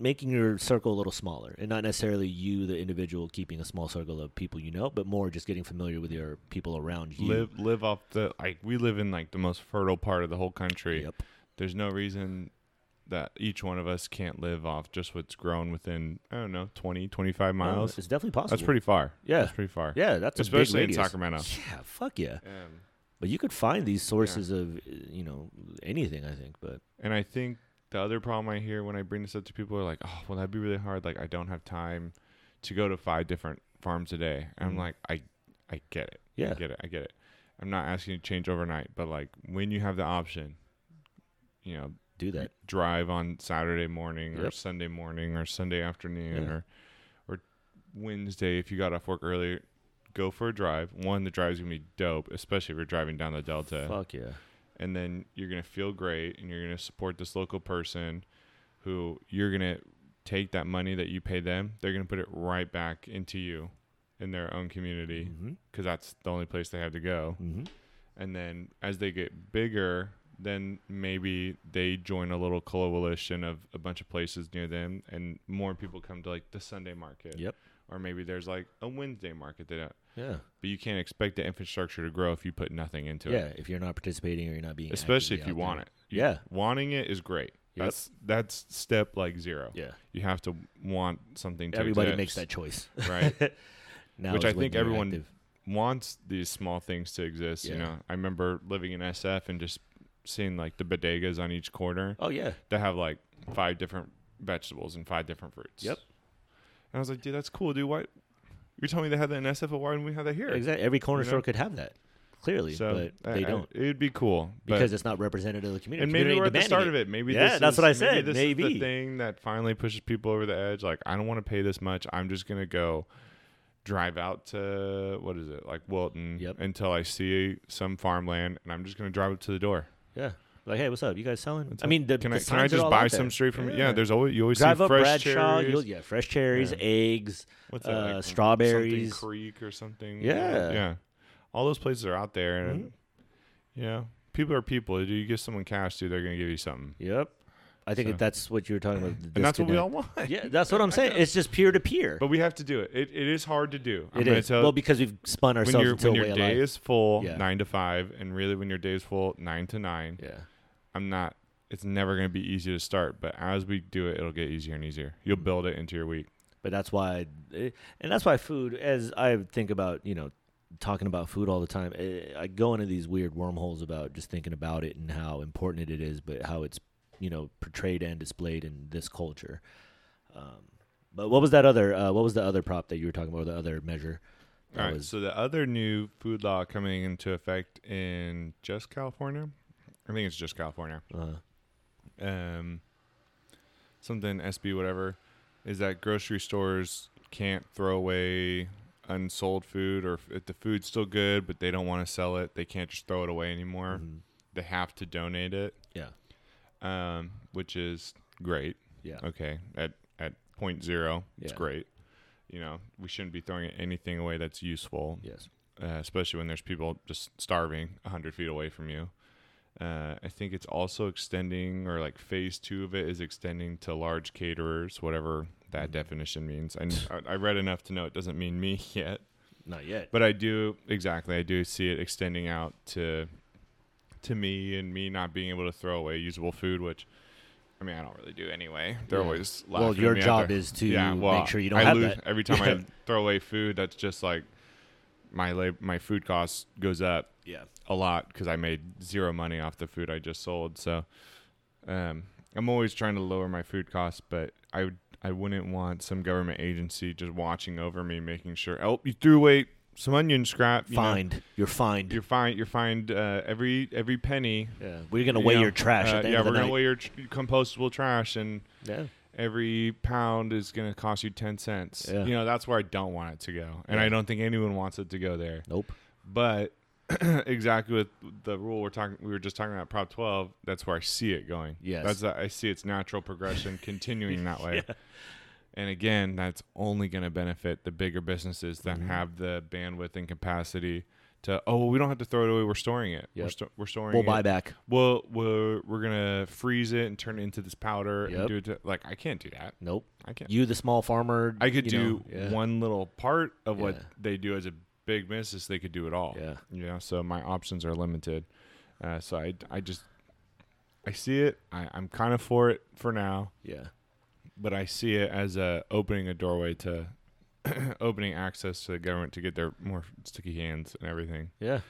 [SPEAKER 2] Making your circle a little smaller, and not necessarily you, the individual, keeping a small circle of people you know, but more just getting familiar with your people around you.
[SPEAKER 1] live live off the like we live in like the most fertile part of the whole country.
[SPEAKER 2] Yep.
[SPEAKER 1] There's no reason that each one of us can't live off just what's grown within I don't know 20 25
[SPEAKER 2] No,
[SPEAKER 1] miles.
[SPEAKER 2] it's definitely possible.
[SPEAKER 1] That's pretty far.
[SPEAKER 2] Yeah.
[SPEAKER 1] That's pretty far.
[SPEAKER 2] Yeah, that's
[SPEAKER 1] Especially
[SPEAKER 2] a
[SPEAKER 1] in
[SPEAKER 2] big radius.
[SPEAKER 1] Sacramento.
[SPEAKER 2] Yeah, fuck yeah.
[SPEAKER 1] Um,
[SPEAKER 2] But you could find these sources of of uh, you know anything. I think, but
[SPEAKER 1] and I think the other problem I hear when I bring this up to people are like, "Oh, well that'd be really hard. Like I don't have time to go to five different farms a day." And I'm
[SPEAKER 2] Mhm.
[SPEAKER 1] like, "I I get it.
[SPEAKER 2] yeah,
[SPEAKER 1] I get it. I get it. I'm not asking you to change overnight, but like when you have the option, you know,
[SPEAKER 2] do that.
[SPEAKER 1] drive on Saturday morning or
[SPEAKER 2] Yep.
[SPEAKER 1] Sunday morning or Sunday afternoon
[SPEAKER 2] Yeah.
[SPEAKER 1] or or Wednesday if you got off work earlier, go for a drive. One, the drive's gonna be dope, especially if you're driving down the Delta.
[SPEAKER 2] Fuck yeah,
[SPEAKER 1] And then you're gonna feel great and you're gonna support this local person who you're gonna take that money that you pay them, they're gonna put it right back into you in their own community
[SPEAKER 2] mm-hmm.
[SPEAKER 1] because that's the only place they have to go
[SPEAKER 2] Mm-hmm.
[SPEAKER 1] and then as they get bigger then maybe they join a little coalition of a bunch of places near them and more people come to like the sunday market
[SPEAKER 2] Yep.
[SPEAKER 1] or maybe there's like a wednesday market they don't
[SPEAKER 2] yeah,
[SPEAKER 1] but you can't expect the infrastructure to grow if you put nothing into
[SPEAKER 2] yeah.
[SPEAKER 1] it
[SPEAKER 2] If you're not participating or you're not being,
[SPEAKER 1] especially
[SPEAKER 2] actively
[SPEAKER 1] if you
[SPEAKER 2] out
[SPEAKER 1] want
[SPEAKER 2] there.
[SPEAKER 1] it You-
[SPEAKER 2] Yeah.
[SPEAKER 1] wanting it is great that's that's step like zero
[SPEAKER 2] yeah,
[SPEAKER 1] you have to want something to
[SPEAKER 2] everybody makes
[SPEAKER 1] exist,
[SPEAKER 2] that choice.
[SPEAKER 1] right
[SPEAKER 2] now,
[SPEAKER 1] Which
[SPEAKER 2] is
[SPEAKER 1] I
[SPEAKER 2] when
[SPEAKER 1] think
[SPEAKER 2] you're
[SPEAKER 1] everyone-
[SPEAKER 2] active.
[SPEAKER 1] wants these small things to exist. You
[SPEAKER 2] Yeah.
[SPEAKER 1] know, I remember living in SF and just seeing like the bodegas on each corner
[SPEAKER 2] Oh yeah,
[SPEAKER 1] that have like five different vegetables and five different fruits.
[SPEAKER 2] Yep.
[SPEAKER 1] And I was like, dude, that's cool, dude. Why you're telling me they had that in SF, but why didn't we have that here?
[SPEAKER 2] exactly. Every corner
[SPEAKER 1] You know?
[SPEAKER 2] store could have that clearly,
[SPEAKER 1] So
[SPEAKER 2] but
[SPEAKER 1] I-
[SPEAKER 2] they
[SPEAKER 1] I-
[SPEAKER 2] don't
[SPEAKER 1] it'd be cool but-
[SPEAKER 2] because it's not representative of the community.
[SPEAKER 1] and maybe
[SPEAKER 2] Community
[SPEAKER 1] we're at the
[SPEAKER 2] demanding
[SPEAKER 1] start of it. Maybe
[SPEAKER 2] Yeah,
[SPEAKER 1] this
[SPEAKER 2] that's
[SPEAKER 1] is,
[SPEAKER 2] what I
[SPEAKER 1] Maybe
[SPEAKER 2] said.
[SPEAKER 1] this is the
[SPEAKER 2] Maybe.
[SPEAKER 1] thing that finally pushes people over the edge. Like, I don't want to pay this much. I'm just gonna go drive out to what is it like Wilton
[SPEAKER 2] Yep.
[SPEAKER 1] until I see some farmland, and I'm just gonna drive up to the door.
[SPEAKER 2] Yeah. Like, hey, what's up? You guys selling?
[SPEAKER 1] What's
[SPEAKER 2] I
[SPEAKER 1] up?
[SPEAKER 2] mean, the,
[SPEAKER 1] Can
[SPEAKER 2] the
[SPEAKER 1] I can I
[SPEAKER 2] signs are
[SPEAKER 1] just
[SPEAKER 2] all
[SPEAKER 1] buy
[SPEAKER 2] out
[SPEAKER 1] some
[SPEAKER 2] there.
[SPEAKER 1] straight from? Yeah, there's always you always
[SPEAKER 2] drive
[SPEAKER 1] see
[SPEAKER 2] up
[SPEAKER 1] fresh
[SPEAKER 2] Bradshaw.
[SPEAKER 1] cherries.
[SPEAKER 2] You'll, yeah, fresh cherries,
[SPEAKER 1] Yeah.
[SPEAKER 2] eggs,
[SPEAKER 1] What's that,
[SPEAKER 2] uh,
[SPEAKER 1] like,
[SPEAKER 2] strawberries.
[SPEAKER 1] something Creek or something.
[SPEAKER 2] Yeah.
[SPEAKER 1] yeah. All those places are out there, and
[SPEAKER 2] Mm-hmm.
[SPEAKER 1] you know, people are people. You give someone cash, dude, they're gonna give you something,
[SPEAKER 2] yep. I think
[SPEAKER 1] So.
[SPEAKER 2] that's what you were talking about. the
[SPEAKER 1] and that's what we all
[SPEAKER 2] disconnect.
[SPEAKER 1] want.
[SPEAKER 2] Yeah, that's what I'm saying. It's just peer to peer.
[SPEAKER 1] But we have to do it. It, it is hard to do. I'm
[SPEAKER 2] It
[SPEAKER 1] gonna
[SPEAKER 2] is
[SPEAKER 1] tell-
[SPEAKER 2] well because we've spun
[SPEAKER 1] when
[SPEAKER 2] ourselves
[SPEAKER 1] your
[SPEAKER 2] into
[SPEAKER 1] when
[SPEAKER 2] a way
[SPEAKER 1] your
[SPEAKER 2] of
[SPEAKER 1] day
[SPEAKER 2] life.
[SPEAKER 1] is full,
[SPEAKER 2] Yeah.
[SPEAKER 1] nine to five, and really when your day is full, nine to nine.
[SPEAKER 2] yeah.
[SPEAKER 1] I'm not. It's never gonna be easy to start, but as we do it, it'll get easier and easier. You'll build it into your week.
[SPEAKER 2] but that's why eh, and that's why food as i think about you know talking about food all the time eh, i go into these weird wormholes about just thinking about it and how important it is but how it's you know portrayed and displayed in this culture um, but what was that other uh, what was the other prop that you were talking about or the other measure that
[SPEAKER 1] All right.
[SPEAKER 2] was
[SPEAKER 1] So the other new food law coming into effect in just California, I think it's just California.
[SPEAKER 2] uh,
[SPEAKER 1] Um, something SB whatever, is that grocery stores can't throw away unsold food, or if the food's still good but they don't want to sell it, they can't just throw it away anymore.
[SPEAKER 2] mhm.
[SPEAKER 1] They have to donate it,
[SPEAKER 2] yeah
[SPEAKER 1] um, which is great.
[SPEAKER 2] yeah
[SPEAKER 1] Okay, at at point zero, it's
[SPEAKER 2] Yeah.
[SPEAKER 1] great. You know, we shouldn't be throwing anything away that's useful
[SPEAKER 2] yes
[SPEAKER 1] uh, especially when there's people just starving 100 feet away from you. Uh, I think it's also extending, or like phase two of it is extending to large caterers, whatever
[SPEAKER 2] Mm-hmm.
[SPEAKER 1] that definition means. I, I- I read enough to know it doesn't mean me yet,
[SPEAKER 2] not yet
[SPEAKER 1] but I do exactly. I do see it extending out to to me and me not being able to throw away usable food, which I mean I don't really do anyway. They're
[SPEAKER 2] Yeah.
[SPEAKER 1] always laughing
[SPEAKER 2] well
[SPEAKER 1] at
[SPEAKER 2] your
[SPEAKER 1] me out
[SPEAKER 2] job
[SPEAKER 1] there.
[SPEAKER 2] is to
[SPEAKER 1] Yeah, well,
[SPEAKER 2] make sure you don't
[SPEAKER 1] I
[SPEAKER 2] have
[SPEAKER 1] lose,
[SPEAKER 2] that
[SPEAKER 1] Every time I throw away food, that's just like my lab, my food cost goes up
[SPEAKER 2] yeah
[SPEAKER 1] a lot because I made zero money off the food I just sold. So um, I'm always trying to lower my food costs, but I would- I wouldn't want some government agency just watching over me, making sure. Oh, you threw away some onion scrap. You know,
[SPEAKER 2] fined you're fined
[SPEAKER 1] you're fine. You're fined uh, every every penny.
[SPEAKER 2] yeah we're gonna
[SPEAKER 1] you
[SPEAKER 2] weigh
[SPEAKER 1] know.
[SPEAKER 2] your trash
[SPEAKER 1] Uh,
[SPEAKER 2] at the end
[SPEAKER 1] yeah, we're
[SPEAKER 2] of the
[SPEAKER 1] gonna
[SPEAKER 2] night
[SPEAKER 1] weigh your tr- compostable trash and
[SPEAKER 2] yeah
[SPEAKER 1] every pound is going to cost you 10 cents.
[SPEAKER 2] Yeah.
[SPEAKER 1] You know, that's where I don't want it to go. And I
[SPEAKER 2] Yeah.
[SPEAKER 1] don't think anyone wants it to go there.
[SPEAKER 2] nope
[SPEAKER 1] But exactly with the rule we're talking we were just talking about Prop 12, that's where I see it going.
[SPEAKER 2] Yes.
[SPEAKER 1] That's uh, I see its natural progression continuing that way. And again, that's only going to benefit the bigger businesses that
[SPEAKER 2] Mm-hmm.
[SPEAKER 1] have the bandwidth and capacity to oh, we don't have to throw it away, we're storing it. We're,
[SPEAKER 2] Yep.
[SPEAKER 1] sto- we're storing
[SPEAKER 2] we'll
[SPEAKER 1] it
[SPEAKER 2] buy back
[SPEAKER 1] well we're, we're gonna freeze it and turn it into this powder and
[SPEAKER 2] Yep.
[SPEAKER 1] do it to, like i can't do that
[SPEAKER 2] Nope.
[SPEAKER 1] i can't
[SPEAKER 2] You, the small farmer.
[SPEAKER 1] i could
[SPEAKER 2] you
[SPEAKER 1] do
[SPEAKER 2] know, yeah.
[SPEAKER 1] one little part of what
[SPEAKER 2] Yeah.
[SPEAKER 1] they do as a big business they could do it all
[SPEAKER 2] Yeah.
[SPEAKER 1] you know so my options are limited uh, so I, I just i see it I, i'm kind of for it for now
[SPEAKER 2] Yeah.
[SPEAKER 1] but i see it as a opening a doorway to opening access to the government to get their more sticky hands and everything
[SPEAKER 2] Yeah.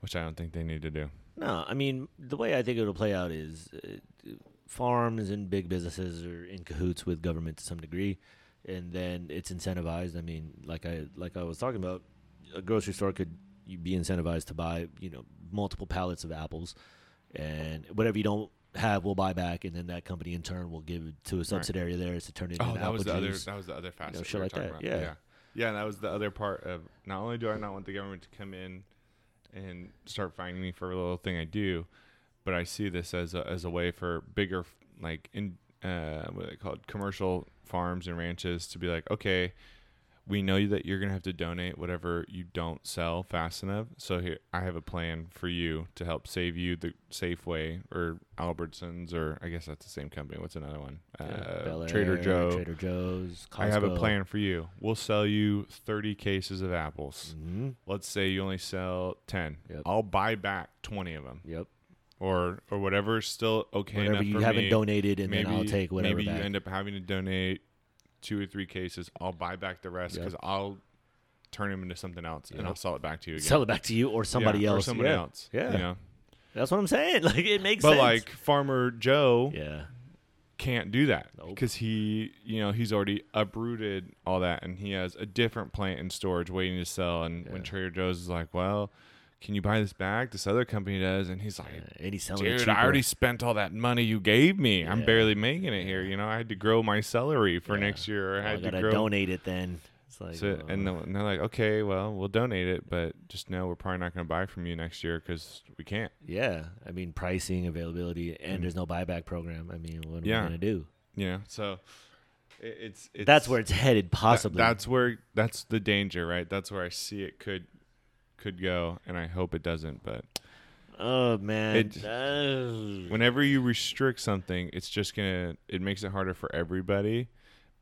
[SPEAKER 1] which i don't think they need to do
[SPEAKER 2] No, I mean the way I think it'll play out is uh, farms and big businesses are in cahoots with government to some degree, and then it's incentivized. I mean, like I like I was talking about, a grocery store could you be incentivized to buy you know multiple pallets of apples, and whatever you don't have, we'll buy back, and then that company in turn will give it to a subsidiary of theirs to turn it into
[SPEAKER 1] Oh, that
[SPEAKER 2] apple
[SPEAKER 1] was the other.
[SPEAKER 2] juice.
[SPEAKER 1] That was the other facet.
[SPEAKER 2] shit
[SPEAKER 1] we were
[SPEAKER 2] like
[SPEAKER 1] talking
[SPEAKER 2] that,
[SPEAKER 1] About.
[SPEAKER 2] yeah.
[SPEAKER 1] yeah, Yeah, That was the other part of. Not only do I not want the government to come in and start fining me for a little thing I do, but I see this as a, as a way for bigger, like in uh, what are they called, commercial farms and ranches to be like, okay, we know that you're gonna have to donate whatever you don't sell fast enough. So here, I have a plan for you to help save you the Safeway or Albertsons or I guess that's the same company. What's another one?
[SPEAKER 2] Yeah,
[SPEAKER 1] Uh,
[SPEAKER 2] Bel
[SPEAKER 1] Trader
[SPEAKER 2] Air,
[SPEAKER 1] Joe.
[SPEAKER 2] Trader Joe's. Costco.
[SPEAKER 1] I have a plan for you. We'll sell you 30 cases of apples.
[SPEAKER 2] Mhm.
[SPEAKER 1] Let's say you only sell 10.
[SPEAKER 2] Yep.
[SPEAKER 1] I'll buy back 20 of them
[SPEAKER 2] Yep.
[SPEAKER 1] or or whatever's still okay
[SPEAKER 2] whatever
[SPEAKER 1] enough
[SPEAKER 2] you
[SPEAKER 1] for
[SPEAKER 2] haven't
[SPEAKER 1] me.
[SPEAKER 2] donated, and
[SPEAKER 1] maybe
[SPEAKER 2] then I'll take whatever
[SPEAKER 1] maybe
[SPEAKER 2] back.
[SPEAKER 1] you end up having to donate two or three cases. I'll buy back the rest
[SPEAKER 2] Yep.
[SPEAKER 1] cuz I'll turn them into something else
[SPEAKER 2] Yep.
[SPEAKER 1] and I'll sell it back to you again.
[SPEAKER 2] Sell it back to you or somebody
[SPEAKER 1] Yeah,
[SPEAKER 2] else.
[SPEAKER 1] or someone
[SPEAKER 2] yeah.
[SPEAKER 1] else.
[SPEAKER 2] Yeah.
[SPEAKER 1] you know?
[SPEAKER 2] That's what I'm saying. Like it makes
[SPEAKER 1] But
[SPEAKER 2] sense.
[SPEAKER 1] like Farmer Joe
[SPEAKER 2] yeah,
[SPEAKER 1] can't do that
[SPEAKER 2] Nope.
[SPEAKER 1] because he you know he's already uprooted all that and he has a different plant in storage waiting to sell and when
[SPEAKER 2] Yeah.
[SPEAKER 1] trader joe's is like well can you buy this back this other company does and he's like
[SPEAKER 2] Yeah, and he's selling it
[SPEAKER 1] dude
[SPEAKER 2] cheaper.
[SPEAKER 1] i already spent all that money you gave me i'm
[SPEAKER 2] Yeah.
[SPEAKER 1] barely making it here you know i had to grow my celery for
[SPEAKER 2] Yeah.
[SPEAKER 1] next year or i
[SPEAKER 2] I
[SPEAKER 1] had to
[SPEAKER 2] gotta
[SPEAKER 1] grow
[SPEAKER 2] donate it then. It's It's like
[SPEAKER 1] So, and,
[SPEAKER 2] uh,
[SPEAKER 1] they'll- and they're like, okay, well, we'll donate it, but just know we're probably not going to buy from you next year because we can't.
[SPEAKER 2] yeah, I mean pricing, availability, and
[SPEAKER 1] Mhm.
[SPEAKER 2] there's no buyback program. I mean, what
[SPEAKER 1] Yeah.
[SPEAKER 2] are we gonna do?
[SPEAKER 1] You know, so it, it's, it's
[SPEAKER 2] that's where it's headed,
[SPEAKER 1] that-
[SPEAKER 2] possibly.
[SPEAKER 1] that's where that's the danger, right? That's where I see it could could go, and I hope it doesn't. But
[SPEAKER 2] oh man.
[SPEAKER 1] It-
[SPEAKER 2] Oh.
[SPEAKER 1] whenever you restrict something, it's just gonna it makes it harder for everybody,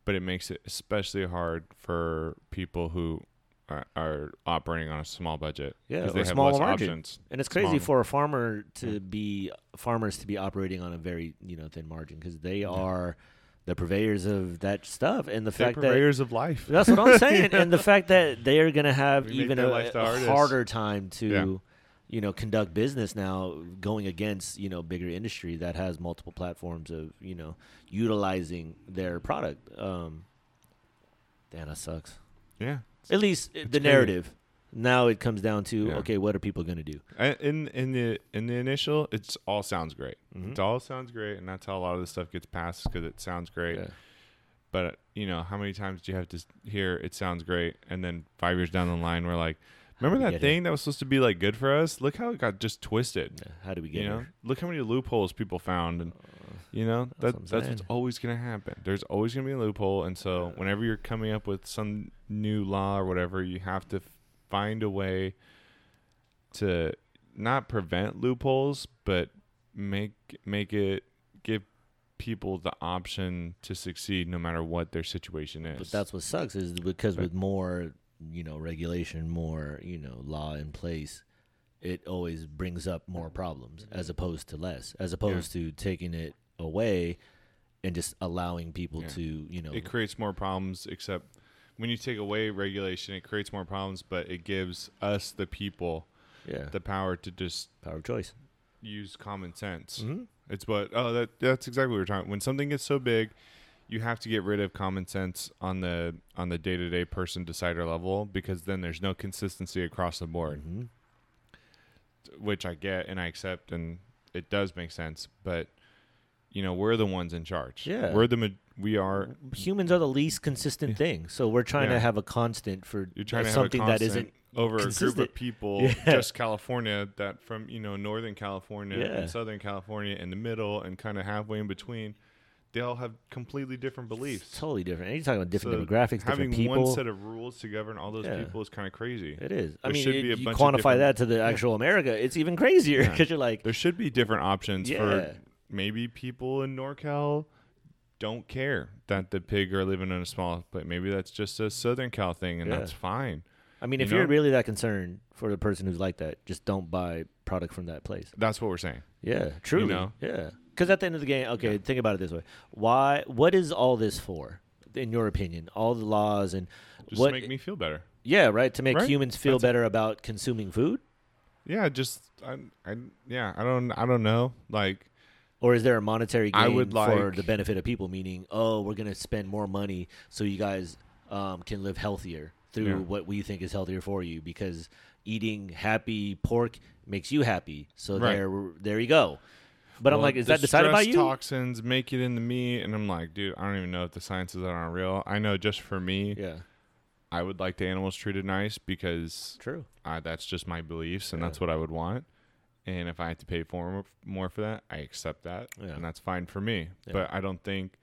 [SPEAKER 1] but it makes it especially hard for people who are, are operating on a small budget.
[SPEAKER 2] Yeah,
[SPEAKER 1] 'cause
[SPEAKER 2] or
[SPEAKER 1] they have
[SPEAKER 2] small
[SPEAKER 1] less
[SPEAKER 2] margin.
[SPEAKER 1] options.
[SPEAKER 2] And it's crazy
[SPEAKER 1] Small.
[SPEAKER 2] for a farmer to be farmers to be operating on a very you know thin margin because they are the purveyors of that stuff, and the
[SPEAKER 1] They're
[SPEAKER 2] fact that
[SPEAKER 1] purveyors of life.
[SPEAKER 2] that's what I'm saying, and the fact that they are going to have
[SPEAKER 1] We made
[SPEAKER 2] even
[SPEAKER 1] their
[SPEAKER 2] a,
[SPEAKER 1] life the
[SPEAKER 2] a
[SPEAKER 1] hardest.
[SPEAKER 2] harder time to.
[SPEAKER 1] Yeah.
[SPEAKER 2] You know, conduct business now, going against you know bigger industry that has multiple platforms of you know utilizing their product. Um, damn, that sucks.
[SPEAKER 1] Yeah,
[SPEAKER 2] At least uh, the
[SPEAKER 1] crazy.
[SPEAKER 2] narrative. Now it comes down to
[SPEAKER 1] Yeah.
[SPEAKER 2] okay, what are people going to do?
[SPEAKER 1] I- in in the in the initial, it's all sounds great.
[SPEAKER 2] Mhm.
[SPEAKER 1] It all sounds great, and that's how a lot of this stuff gets passed because it sounds great.
[SPEAKER 2] Yeah.
[SPEAKER 1] But you know, how many times do you have to s- hear it sounds great, and then five years down the line, we're like, remember
[SPEAKER 2] we
[SPEAKER 1] that
[SPEAKER 2] get
[SPEAKER 1] thing that was supposed to be like good for us? Look how it got just twisted.
[SPEAKER 2] Yeah, How do we get
[SPEAKER 1] You know,
[SPEAKER 2] here?
[SPEAKER 1] look how many loopholes people found, and you know
[SPEAKER 2] That's
[SPEAKER 1] that
[SPEAKER 2] what I'm
[SPEAKER 1] that's, what's
[SPEAKER 2] saying.
[SPEAKER 1] always gonna happen. There's always gonna be a loophole, and so whenever you're coming up with some new law or whatever, you have to f- find a way to not prevent loopholes, but make make it give people the option to succeed no matter what their situation is.
[SPEAKER 2] But that's what sucks is because
[SPEAKER 1] But-
[SPEAKER 2] with more, you know, regulation, more, you know, law in place, it always brings up more problems as opposed to less, as opposed to taking it away and just allowing people
[SPEAKER 1] Yeah.
[SPEAKER 2] to, you know,
[SPEAKER 1] it creates more problems except when you take away regulation it creates more problems but it gives us the people
[SPEAKER 2] yeah,
[SPEAKER 1] the power to just
[SPEAKER 2] power of choice.
[SPEAKER 1] use common sense
[SPEAKER 2] Mm-hmm.
[SPEAKER 1] it's what oh that that's exactly what we're talking when something gets so big you have to get rid of common sense on the on the day-to-day person decider level because then there's no consistency across the board
[SPEAKER 2] Mm-hmm.
[SPEAKER 1] which i get and i accept and it does make sense but you know we're the ones in charge
[SPEAKER 2] Yeah.
[SPEAKER 1] we're the ma- we are
[SPEAKER 2] Humans are the least consistent thing, so we're trying
[SPEAKER 1] Yeah.
[SPEAKER 2] to have a constant for
[SPEAKER 1] you're trying to have a
[SPEAKER 2] something that
[SPEAKER 1] constant
[SPEAKER 2] isn't
[SPEAKER 1] over a group
[SPEAKER 2] consistent.
[SPEAKER 1] of people
[SPEAKER 2] Yeah.
[SPEAKER 1] just california that from you know northern california
[SPEAKER 2] Yeah.
[SPEAKER 1] and southern california and the middle and kind of halfway in between they all have completely different beliefs
[SPEAKER 2] totally different. And you're talking about different
[SPEAKER 1] So
[SPEAKER 2] demographics,
[SPEAKER 1] having
[SPEAKER 2] different people.
[SPEAKER 1] one set of rules to govern all those
[SPEAKER 2] Yeah.
[SPEAKER 1] people is kind of crazy
[SPEAKER 2] It is. I
[SPEAKER 1] There
[SPEAKER 2] mean,
[SPEAKER 1] should
[SPEAKER 2] it-
[SPEAKER 1] be a
[SPEAKER 2] you
[SPEAKER 1] bunch of
[SPEAKER 2] quantify
[SPEAKER 1] different-
[SPEAKER 2] that to the actual America, it's even crazier
[SPEAKER 1] Yeah.
[SPEAKER 2] because you're like,
[SPEAKER 1] there should be different options
[SPEAKER 2] Yeah.
[SPEAKER 1] for maybe people in norcal don't care that the pig are living in a small place maybe that's just a southern cal thing and
[SPEAKER 2] Yeah.
[SPEAKER 1] that's fine
[SPEAKER 2] I mean,
[SPEAKER 1] you
[SPEAKER 2] if you're
[SPEAKER 1] know?
[SPEAKER 2] really that concerned for the person who's like that, just don't buy product from that place.
[SPEAKER 1] that's what we're saying
[SPEAKER 2] Yeah, truly.
[SPEAKER 1] know?
[SPEAKER 2] Yeah, because at the end of the game, okay, think about it this way: why? What is all this for, in your opinion? All the laws and
[SPEAKER 1] just
[SPEAKER 2] what?
[SPEAKER 1] make me feel better
[SPEAKER 2] yeah, right. To make
[SPEAKER 1] Right?
[SPEAKER 2] humans feel
[SPEAKER 1] That's it.
[SPEAKER 2] better about consuming food,
[SPEAKER 1] Yeah, just I, I yeah, I don't I don't know. Like
[SPEAKER 2] or is there a monetary gain
[SPEAKER 1] I would
[SPEAKER 2] for
[SPEAKER 1] like-
[SPEAKER 2] the benefit of people? Meaning, oh, we're gonna spend more money so you guys um, can live healthier through
[SPEAKER 1] Yeah.
[SPEAKER 2] what we think is healthier for you because eating happy pork makes you happy. So
[SPEAKER 1] Right.
[SPEAKER 2] there, there you go. But I'm
[SPEAKER 1] well,
[SPEAKER 2] like, is
[SPEAKER 1] the
[SPEAKER 2] that decided by
[SPEAKER 1] stress
[SPEAKER 2] you?
[SPEAKER 1] Toxins make it in the meat, and I'm like, dude, I don't even know if the science is that on real. I know just for me,
[SPEAKER 2] Yeah,
[SPEAKER 1] I would like the animals treated nice because
[SPEAKER 2] true.
[SPEAKER 1] I, that's just my beliefs, and
[SPEAKER 2] Yeah.
[SPEAKER 1] that's what I would want. And if I have to pay for more, more for that, I accept that,
[SPEAKER 2] Yeah.
[SPEAKER 1] and that's fine for me.
[SPEAKER 2] Yeah.
[SPEAKER 1] But I don't think,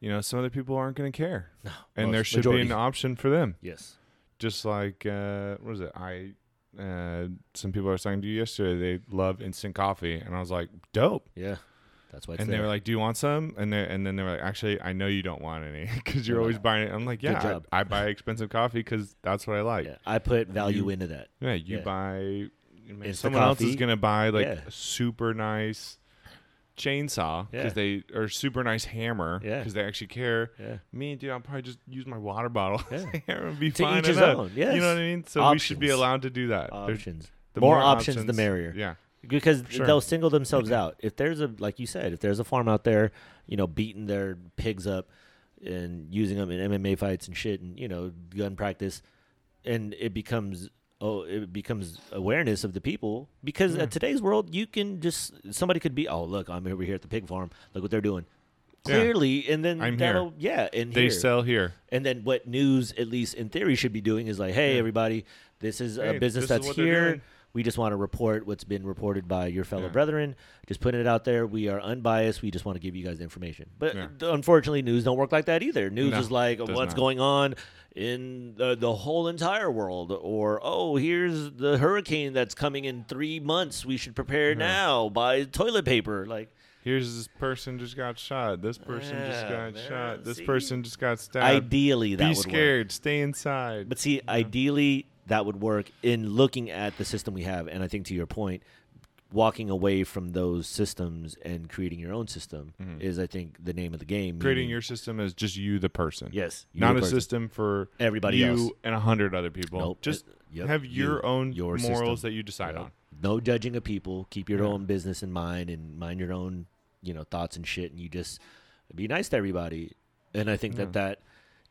[SPEAKER 1] you know, some other people aren't going to care,
[SPEAKER 2] No,
[SPEAKER 1] and
[SPEAKER 2] most-
[SPEAKER 1] there should
[SPEAKER 2] majority.
[SPEAKER 1] be an option for them.
[SPEAKER 2] Yes.
[SPEAKER 1] just like uh what is it i uh some people I was talking to you yesterday they love instant coffee and i was like dope
[SPEAKER 2] Yeah. That's why it's
[SPEAKER 1] and
[SPEAKER 2] there.
[SPEAKER 1] they were like do you want some and they and then they were like actually i know you don't want any because you're
[SPEAKER 2] Yeah.
[SPEAKER 1] always buying it i'm like
[SPEAKER 2] Good
[SPEAKER 1] yeah
[SPEAKER 2] job.
[SPEAKER 1] I, I buy expensive coffee because that's what i like yeah,
[SPEAKER 2] yeah, I put value
[SPEAKER 1] you-
[SPEAKER 2] into that.
[SPEAKER 1] you
[SPEAKER 2] Yeah.
[SPEAKER 1] buy I mean,
[SPEAKER 2] Instant
[SPEAKER 1] someone else is
[SPEAKER 2] coffee.
[SPEAKER 1] gonna buy like
[SPEAKER 2] Yeah.
[SPEAKER 1] a super nice chainsaw because
[SPEAKER 2] Yeah.
[SPEAKER 1] they are super nice hammer
[SPEAKER 2] Yeah.
[SPEAKER 1] because they actually care
[SPEAKER 2] Yeah.
[SPEAKER 1] me, dude, I'll probably just use my water bottle.
[SPEAKER 2] Yeah.
[SPEAKER 1] and be
[SPEAKER 2] To
[SPEAKER 1] fine.
[SPEAKER 2] each his
[SPEAKER 1] enough.
[SPEAKER 2] own,
[SPEAKER 1] You
[SPEAKER 2] yes.
[SPEAKER 1] know what I mean? So we should be
[SPEAKER 2] Options.
[SPEAKER 1] allowed to do that. There's-
[SPEAKER 2] Options.
[SPEAKER 1] the
[SPEAKER 2] more options, the merrier.
[SPEAKER 1] Yeah.
[SPEAKER 2] because
[SPEAKER 1] Sure.
[SPEAKER 2] they'll single themselves out. If there's a like you said, if there's a farm out there, you know, beating their pigs up and using them in MMA fights and shit, and you know, gun practice, and it becomes oh, it becomes awareness of the people because
[SPEAKER 1] Yeah.
[SPEAKER 2] at today's world, you can just somebody could be oh look, I'm over here at the pig farm, look what they're doing.
[SPEAKER 1] Yeah.
[SPEAKER 2] clearly, and then
[SPEAKER 1] I'm here.
[SPEAKER 2] that'll yeah, and
[SPEAKER 1] They
[SPEAKER 2] here.
[SPEAKER 1] sell here.
[SPEAKER 2] And then what news, at least in theory, should be doing is like, hey,
[SPEAKER 1] Yeah.
[SPEAKER 2] everybody, this is
[SPEAKER 1] Hey,
[SPEAKER 2] a business
[SPEAKER 1] this
[SPEAKER 2] that's
[SPEAKER 1] is what they're
[SPEAKER 2] here.
[SPEAKER 1] doing.
[SPEAKER 2] We just want to report what's been reported by your fellow
[SPEAKER 1] Yeah.
[SPEAKER 2] brethren. Just putting it out there. We are unbiased. We just want to give you guys the information. But
[SPEAKER 1] Yeah.
[SPEAKER 2] th- unfortunately, news don't work like that either. News
[SPEAKER 1] No,
[SPEAKER 2] is like
[SPEAKER 1] does
[SPEAKER 2] what's
[SPEAKER 1] not.
[SPEAKER 2] going on in the, the whole entire world, or oh, here's the hurricane that's coming in three months. We should prepare now. Buy toilet paper. Like
[SPEAKER 1] Here's this person just got shot. This person just
[SPEAKER 2] Yeah,
[SPEAKER 1] got
[SPEAKER 2] man,
[SPEAKER 1] shot. This
[SPEAKER 2] see?
[SPEAKER 1] person just got stabbed.
[SPEAKER 2] ideally, that
[SPEAKER 1] Be
[SPEAKER 2] would work.
[SPEAKER 1] scared. Stay inside.
[SPEAKER 2] But see, ideally, that would work in looking at the system we have. And I think to your point, walking away from those systems and creating your own system is, I think, the name of the game.
[SPEAKER 1] Mm-hmm. Creating
[SPEAKER 2] meaning-
[SPEAKER 1] your system as just you, the person.
[SPEAKER 2] Mm. yes, you
[SPEAKER 1] Not
[SPEAKER 2] the
[SPEAKER 1] a
[SPEAKER 2] person.
[SPEAKER 1] system for
[SPEAKER 2] Everybody
[SPEAKER 1] you
[SPEAKER 2] else.
[SPEAKER 1] and a hundred other people.
[SPEAKER 2] Nope.
[SPEAKER 1] Just
[SPEAKER 2] It- yep,
[SPEAKER 1] have
[SPEAKER 2] you,
[SPEAKER 1] your own
[SPEAKER 2] your
[SPEAKER 1] morals
[SPEAKER 2] system.
[SPEAKER 1] that you decide on.
[SPEAKER 2] No judging of people. Keep your
[SPEAKER 1] Yeah.
[SPEAKER 2] own business in mind and mind your own, you know, thoughts and shit. And you just be nice to everybody. And I think
[SPEAKER 1] Yeah.
[SPEAKER 2] that that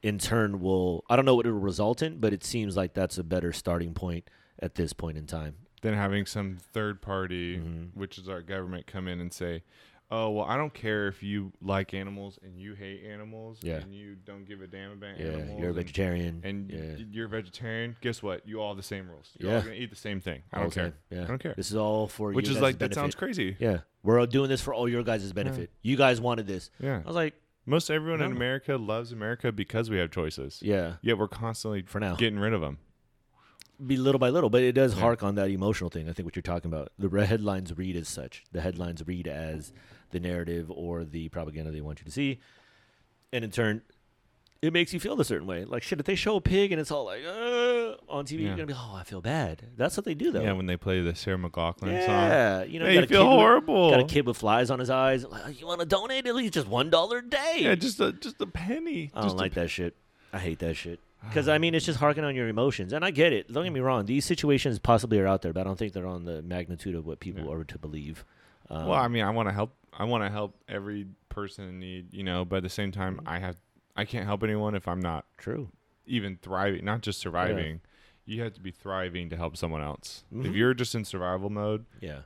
[SPEAKER 2] in turn will. I don't know what it'll result in, but it seems like that's a better starting point at this point in time.
[SPEAKER 1] Than having some third party,
[SPEAKER 2] Mm-hmm.
[SPEAKER 1] which is our government, come in and say, "Oh, well, I don't care if you like animals and you hate animals
[SPEAKER 2] Yeah.
[SPEAKER 1] and you don't give a damn about
[SPEAKER 2] Yeah,
[SPEAKER 1] animals."
[SPEAKER 2] you're a
[SPEAKER 1] and-
[SPEAKER 2] vegetarian.
[SPEAKER 1] and y-
[SPEAKER 2] yeah.
[SPEAKER 1] you're a vegetarian, guess what? You all have the same rules. You're all
[SPEAKER 2] Yeah.
[SPEAKER 1] gonna eat the same thing. I
[SPEAKER 2] All
[SPEAKER 1] don't
[SPEAKER 2] the
[SPEAKER 1] care.
[SPEAKER 2] same. Yeah.
[SPEAKER 1] I don't care.
[SPEAKER 2] This is all for
[SPEAKER 1] Which
[SPEAKER 2] your
[SPEAKER 1] is
[SPEAKER 2] guys'
[SPEAKER 1] like that
[SPEAKER 2] benefit.
[SPEAKER 1] sounds crazy.
[SPEAKER 2] Yeah, we're all doing this for all your guys' benefit. You guys wanted this.
[SPEAKER 1] Yeah.
[SPEAKER 2] I was like,
[SPEAKER 1] Most everyone in
[SPEAKER 2] No.
[SPEAKER 1] America loves America because we have choices.
[SPEAKER 2] yeah,
[SPEAKER 1] Yet we're constantly
[SPEAKER 2] For now.
[SPEAKER 1] getting rid of them.
[SPEAKER 2] be little by little, but it does
[SPEAKER 1] Yeah.
[SPEAKER 2] hark on that emotional thing. I think what you're talking about. The re- headlines read as such. The headlines read as the narrative or the propaganda they want you to see, and in turn. It makes you feel a certain way. Like shit, if they show a pig and it's all like uh, on TV,
[SPEAKER 1] Yeah.
[SPEAKER 2] you're gonna be, oh, I feel bad. That's what they do, though.
[SPEAKER 1] Yeah, when they play the Sarah McLaughlin song.
[SPEAKER 2] Yeah, you know,
[SPEAKER 1] Hey,
[SPEAKER 2] got
[SPEAKER 1] you
[SPEAKER 2] a
[SPEAKER 1] feel
[SPEAKER 2] kid with-
[SPEAKER 1] horrible.
[SPEAKER 2] got a kid with flies on his eyes. Like, "Oh, you want to donate at least just one dollar a day?
[SPEAKER 1] Yeah, just a just a penny.
[SPEAKER 2] I
[SPEAKER 1] just
[SPEAKER 2] don't
[SPEAKER 1] a
[SPEAKER 2] like that shit. I hate that shit. Because I mean, it's just harking on your emotions, and I get it. Don't get me wrong; these situations possibly are out there, but I don't think they're on the magnitude of what people
[SPEAKER 1] Yeah.
[SPEAKER 2] are to believe. Um,
[SPEAKER 1] well, I mean, I want to help. I want to help every person in need, you know. But at the same time,
[SPEAKER 2] Mm-hmm.
[SPEAKER 1] I have I can't help anyone if I'm not
[SPEAKER 2] true.
[SPEAKER 1] even thriving, not just surviving. You have to be thriving to help someone else.
[SPEAKER 2] Mm-hmm.
[SPEAKER 1] If you're just in survival mode,
[SPEAKER 2] Yeah,